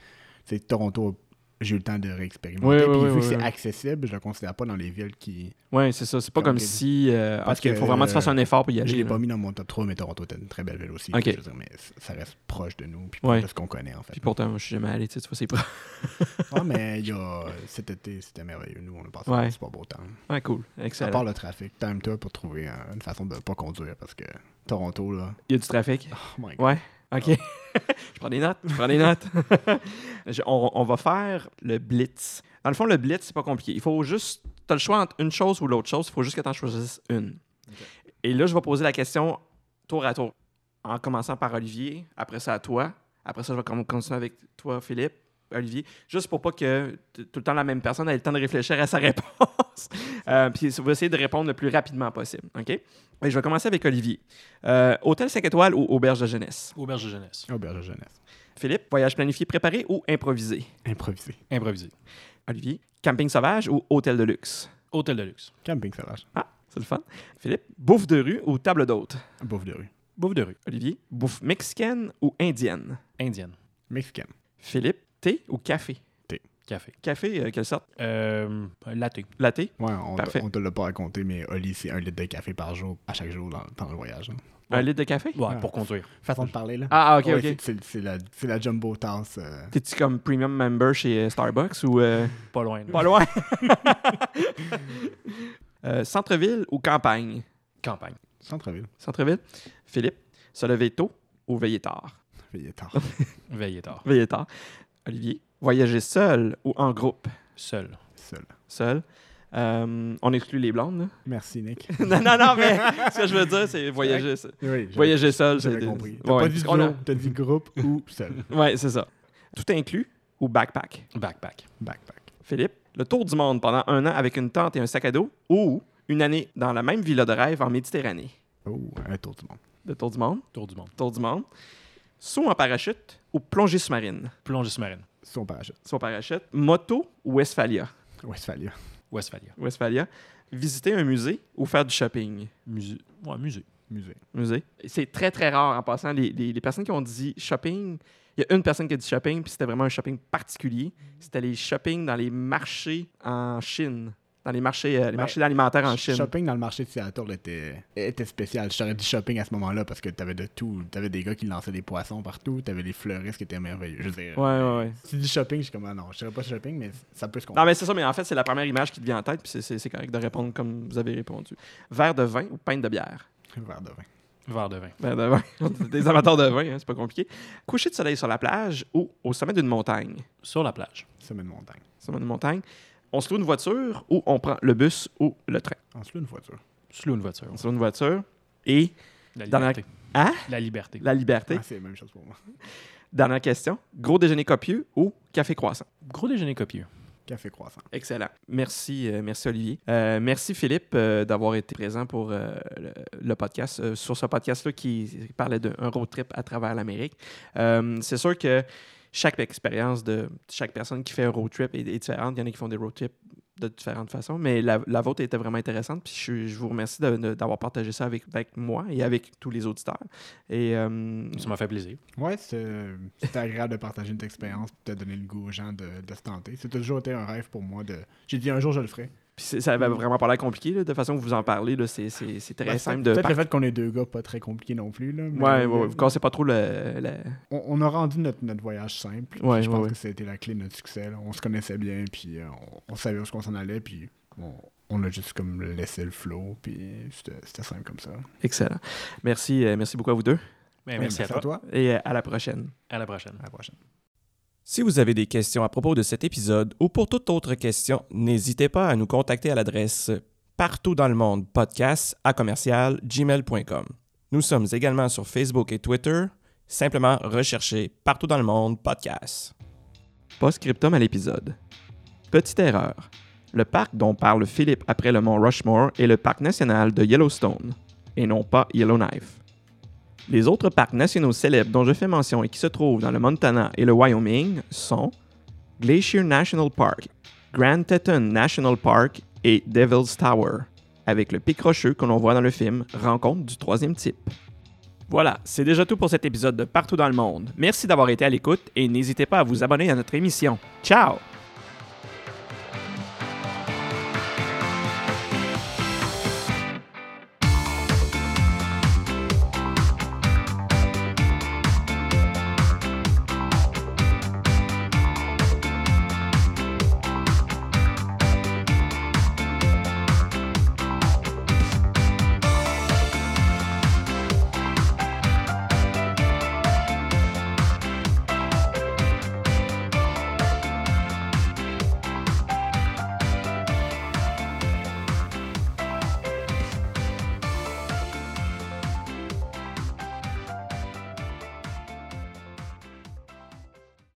S1: sais, Toronto j'ai eu le temps de réexpérimenter.
S2: Oui,
S1: puis
S2: oui,
S1: vu
S2: oui,
S1: que c'est
S2: oui.
S1: accessible, je le considère pas dans les villes qui.
S2: Oui, c'est ça. C'est pas
S1: Comme
S2: comme
S1: que-
S2: si. euh, en
S1: Parce
S2: tout cas, il faut
S1: que, euh,
S2: vraiment que tu fasses un effort pour y
S1: Je
S2: aller.
S1: l'ai
S2: là.
S1: pas mis dans mon top 3, mais Toronto était une très belle ville aussi.
S2: hein. Ok.
S1: je veux dire, mais c- ça reste proche de nous, puis proche
S2: Ouais.
S1: de ce qu'on connaît en fait.
S2: Puis pourtant, moi, je suis jamais allé, tu sais, tu vois, c'est pas.
S1: Ah, mais il y a, cet été, c'était merveilleux. Nous, on a passé
S2: Ouais.
S1: un super beau temps.
S2: Ah, cool.
S1: À
S2: Excellent.
S1: part le trafic, time-toi pour trouver euh, une façon de pas conduire parce que Toronto, là.
S2: Il y a du trafic.
S1: Oh my god.
S2: Ouais. OK. Ah. je prends des notes. Je prends des notes. Je- on, on va faire le blitz. Dans le fond, le blitz, c'est pas compliqué. Il faut juste. Tu as le choix entre une chose ou l'autre chose. Il faut juste que tu en choisisses une. Et là, je vais poser la question tour à tour. En commençant par Olivier, après ça à toi. Après ça, je vais com- continuer avec toi, Philippe, Olivier. Juste pour pas que t- tout le temps la même personne ait le temps de réfléchir à sa réponse. Euh, puis on va essayer de répondre le plus rapidement possible. OK? Et je vais commencer avec Olivier. Euh, hôtel 5 étoiles ou auberge de jeunesse?
S3: Auberge de jeunesse.
S1: Auberge de jeunesse.
S2: Philippe, voyage planifié préparé ou improvisé?
S1: Improvisé.
S3: Improvisé.
S2: Olivier, camping sauvage ou hôtel de luxe?
S3: Hôtel de luxe.
S1: Camping sauvage.
S2: Ah, c'est le fun. Philippe, bouffe de rue ou table d'hôte?
S1: Bouffe de rue.
S3: Bouffe de rue.
S2: Olivier, bouffe mexicaine ou indienne?
S3: Indienne.
S1: Mexicaine.
S2: Philippe, thé ou café?
S3: Café.
S2: Café, euh, quelle sorte?
S3: Euh, latte.
S2: Latte?
S1: Ouais, on, te-
S2: Parfait.
S1: on te l'a pas raconté, mais Oli, c'est un litre de café par jour, à chaque jour dans, pendant le voyage. hein.
S2: Un litre de café?
S3: Ouais,
S1: Ah.
S3: pour conduire.
S1: Façon de parler, là.
S2: Ah, ah, ok,
S1: Ouais,
S2: ok.
S1: c'est- C'est, c'est la, c'est la jumbo tasse. euh,
S2: T'es-tu comme premium member chez euh, Starbucks ou... euh,
S3: Pas loin. là.
S2: Pas loin! Euh, centre-ville ou campagne?
S3: Campagne.
S1: centre-ville.
S2: Centre-ville. Philippe, se lever tôt ou veiller tard?
S1: Veillez tard.
S3: Veillez tard.
S2: Veillez tard. Olivier, voyager seul ou en groupe?
S3: Seul.
S1: Seul.
S2: Seul. Euh, on exclut les blondes.
S1: Merci, Nick.
S2: là. non, non, non, mais ce que je veux dire, c'est voyager seul.
S1: Oui, j'avais-
S2: Voyager seul, c'est.
S1: j'avais compris. T'as
S2: Ouais,
S1: pas dit
S2: parce qu'on a-
S1: duo, t'as dit groupe ou seul.
S2: Ouais, c'est ça. Tout inclus ou backpack?
S3: Backpack.
S1: Backpack.
S2: Philippe, le tour du monde pendant un an avec une tente et un sac à dos ou une année dans la même villa de rêve en Méditerranée?
S1: Oh, un tour du monde.
S2: Le tour du monde,
S3: Tour du monde.
S2: tour du monde. Saut en parachute ou plongée sous-marine?
S3: Plongée sous-marine.
S1: Son parachute.
S2: Saut en parachute. Moto ou Westphalia?
S1: Westphalia.
S3: Westphalia.
S2: Westphalia. Visiter un musée ou faire du shopping?
S3: Musée. Ouais, musée.
S1: Musée.
S2: Musée. C'est très, très rare en passant. Les, les- les personnes qui ont dit shopping, il y a une personne qui a dit shopping, puis c'était vraiment un shopping particulier. C'était les shopping dans les marchés en Chine. Dans les marchés, euh, les
S1: Ben,
S2: marchés alimentaires en Chine.
S1: Shopping dans le marché de Seattle était, était spécial. Je t'aurais dit shopping à ce moment-là parce que t'avais de tout. T'avais des gars qui lançaient des poissons partout. T'avais les fleuristes qui étaient merveilleux. Je veux dire,
S2: Ouais, ouais, ouais.
S1: si tu dis shopping, je suis comme, ah non, je serais pas shopping, mais ça peut se
S2: Non,
S1: comprendre.
S2: mais c'est ça, mais en fait, c'est la première image qui te vient en tête, puis c'est- c'est c'est correct de répondre comme vous avez répondu. Verre de vin ou pinte de bière?
S1: Un verre de vin.
S3: Verre de vin.
S2: Verre de vin. Des amateurs de vin, hein, c'est pas compliqué. Coucher de soleil sur la plage ou au sommet d'une montagne?
S3: Sur la plage.
S1: Semaine montagne.
S2: sommet de montagne. On se loue une voiture ou on prend le bus ou le train.
S1: On se loue une voiture.
S3: Sous une voiture.
S2: On se loue une voiture et
S3: La
S2: Dans la-
S3: liberté.
S2: Hein?
S3: La liberté.
S2: la liberté.
S1: Ah, c'est la même chose pour moi.
S2: Dernière question. Gros déjeuner copieux ou café croissant?
S3: Gros déjeuner copieux.
S1: Café croissant.
S2: Excellent. Merci, euh, merci Olivier. Euh, merci Philippe euh, d'avoir été présent pour euh, le, le podcast, euh, sur ce podcast-là qui parlait d'un un road trip à travers l'Amérique. Euh, c'est sûr que chaque expérience de chaque personne qui fait un road trip est, est différente. Il y en a qui font des road trips de différentes façons, mais la, la vôtre était vraiment intéressante. Puis je, je vous remercie de- de- d'avoir partagé ça avec, avec moi et avec tous les auditeurs. Et euh,
S3: Ça m'a fait plaisir.
S1: Ouais, c'est- c'était agréable de partager une expérience et de donner le goût aux gens de, de se tenter. C'est toujours été un rêve pour moi. de J'ai dit un jour, je le ferai.
S2: puis c'est- ça avait vraiment pas l'air compliqué, là, de façon que vous en parlez. là, C'est c'est- c'est très
S1: Mm. Ben, c'est
S2: simple de
S1: Peut-être le fait qu'on est deux gars pas très compliqués non plus. Là, mais-
S2: Ouais, ouais, ouais. Vous cassez pas trop le. le-
S1: on, on a rendu notre, notre voyage simple. puis
S2: Ouais,
S1: je
S2: ouais,
S1: pense
S2: ouais.
S1: que ça a été la clé de notre succès. là. On se connaissait bien, puis euh, on, on savait où est-ce qu'on s'en allait, puis on, on a juste comme laissé le flow, puis c'était c'était simple comme ça.
S2: Excellent. Merci, euh, merci beaucoup à vous deux
S3: Ben, merci à toi.
S2: et euh, à la prochaine.
S3: À la prochaine.
S1: À la prochaine.
S4: Si vous avez des questions à propos de cet épisode ou pour toute autre question, n'hésitez pas à nous contacter à l'adresse partout dans le monde podcast à commercial gmail.com. Nous sommes également sur Facebook et Twitter. Simplement recherchez partout dans le monde podcast.
S2: Post-scriptum à l'épisode. Petite erreur. Le parc dont parle Philippe après le mont Rushmore est le parc national de Yellowstone, et non pas Yellowknife. Les autres parcs nationaux célèbres dont je fais mention et qui se trouvent dans le Montana et le Wyoming sont Glacier National Park, Grand Teton National Park et Devil's Tower, avec le pic rocheux que l'on voit dans le film Rencontre du troisième type. Voilà, c'est déjà tout pour cet épisode de Partout dans le monde. Merci d'avoir été à l'écoute et n'hésitez pas à vous abonner à notre émission. Ciao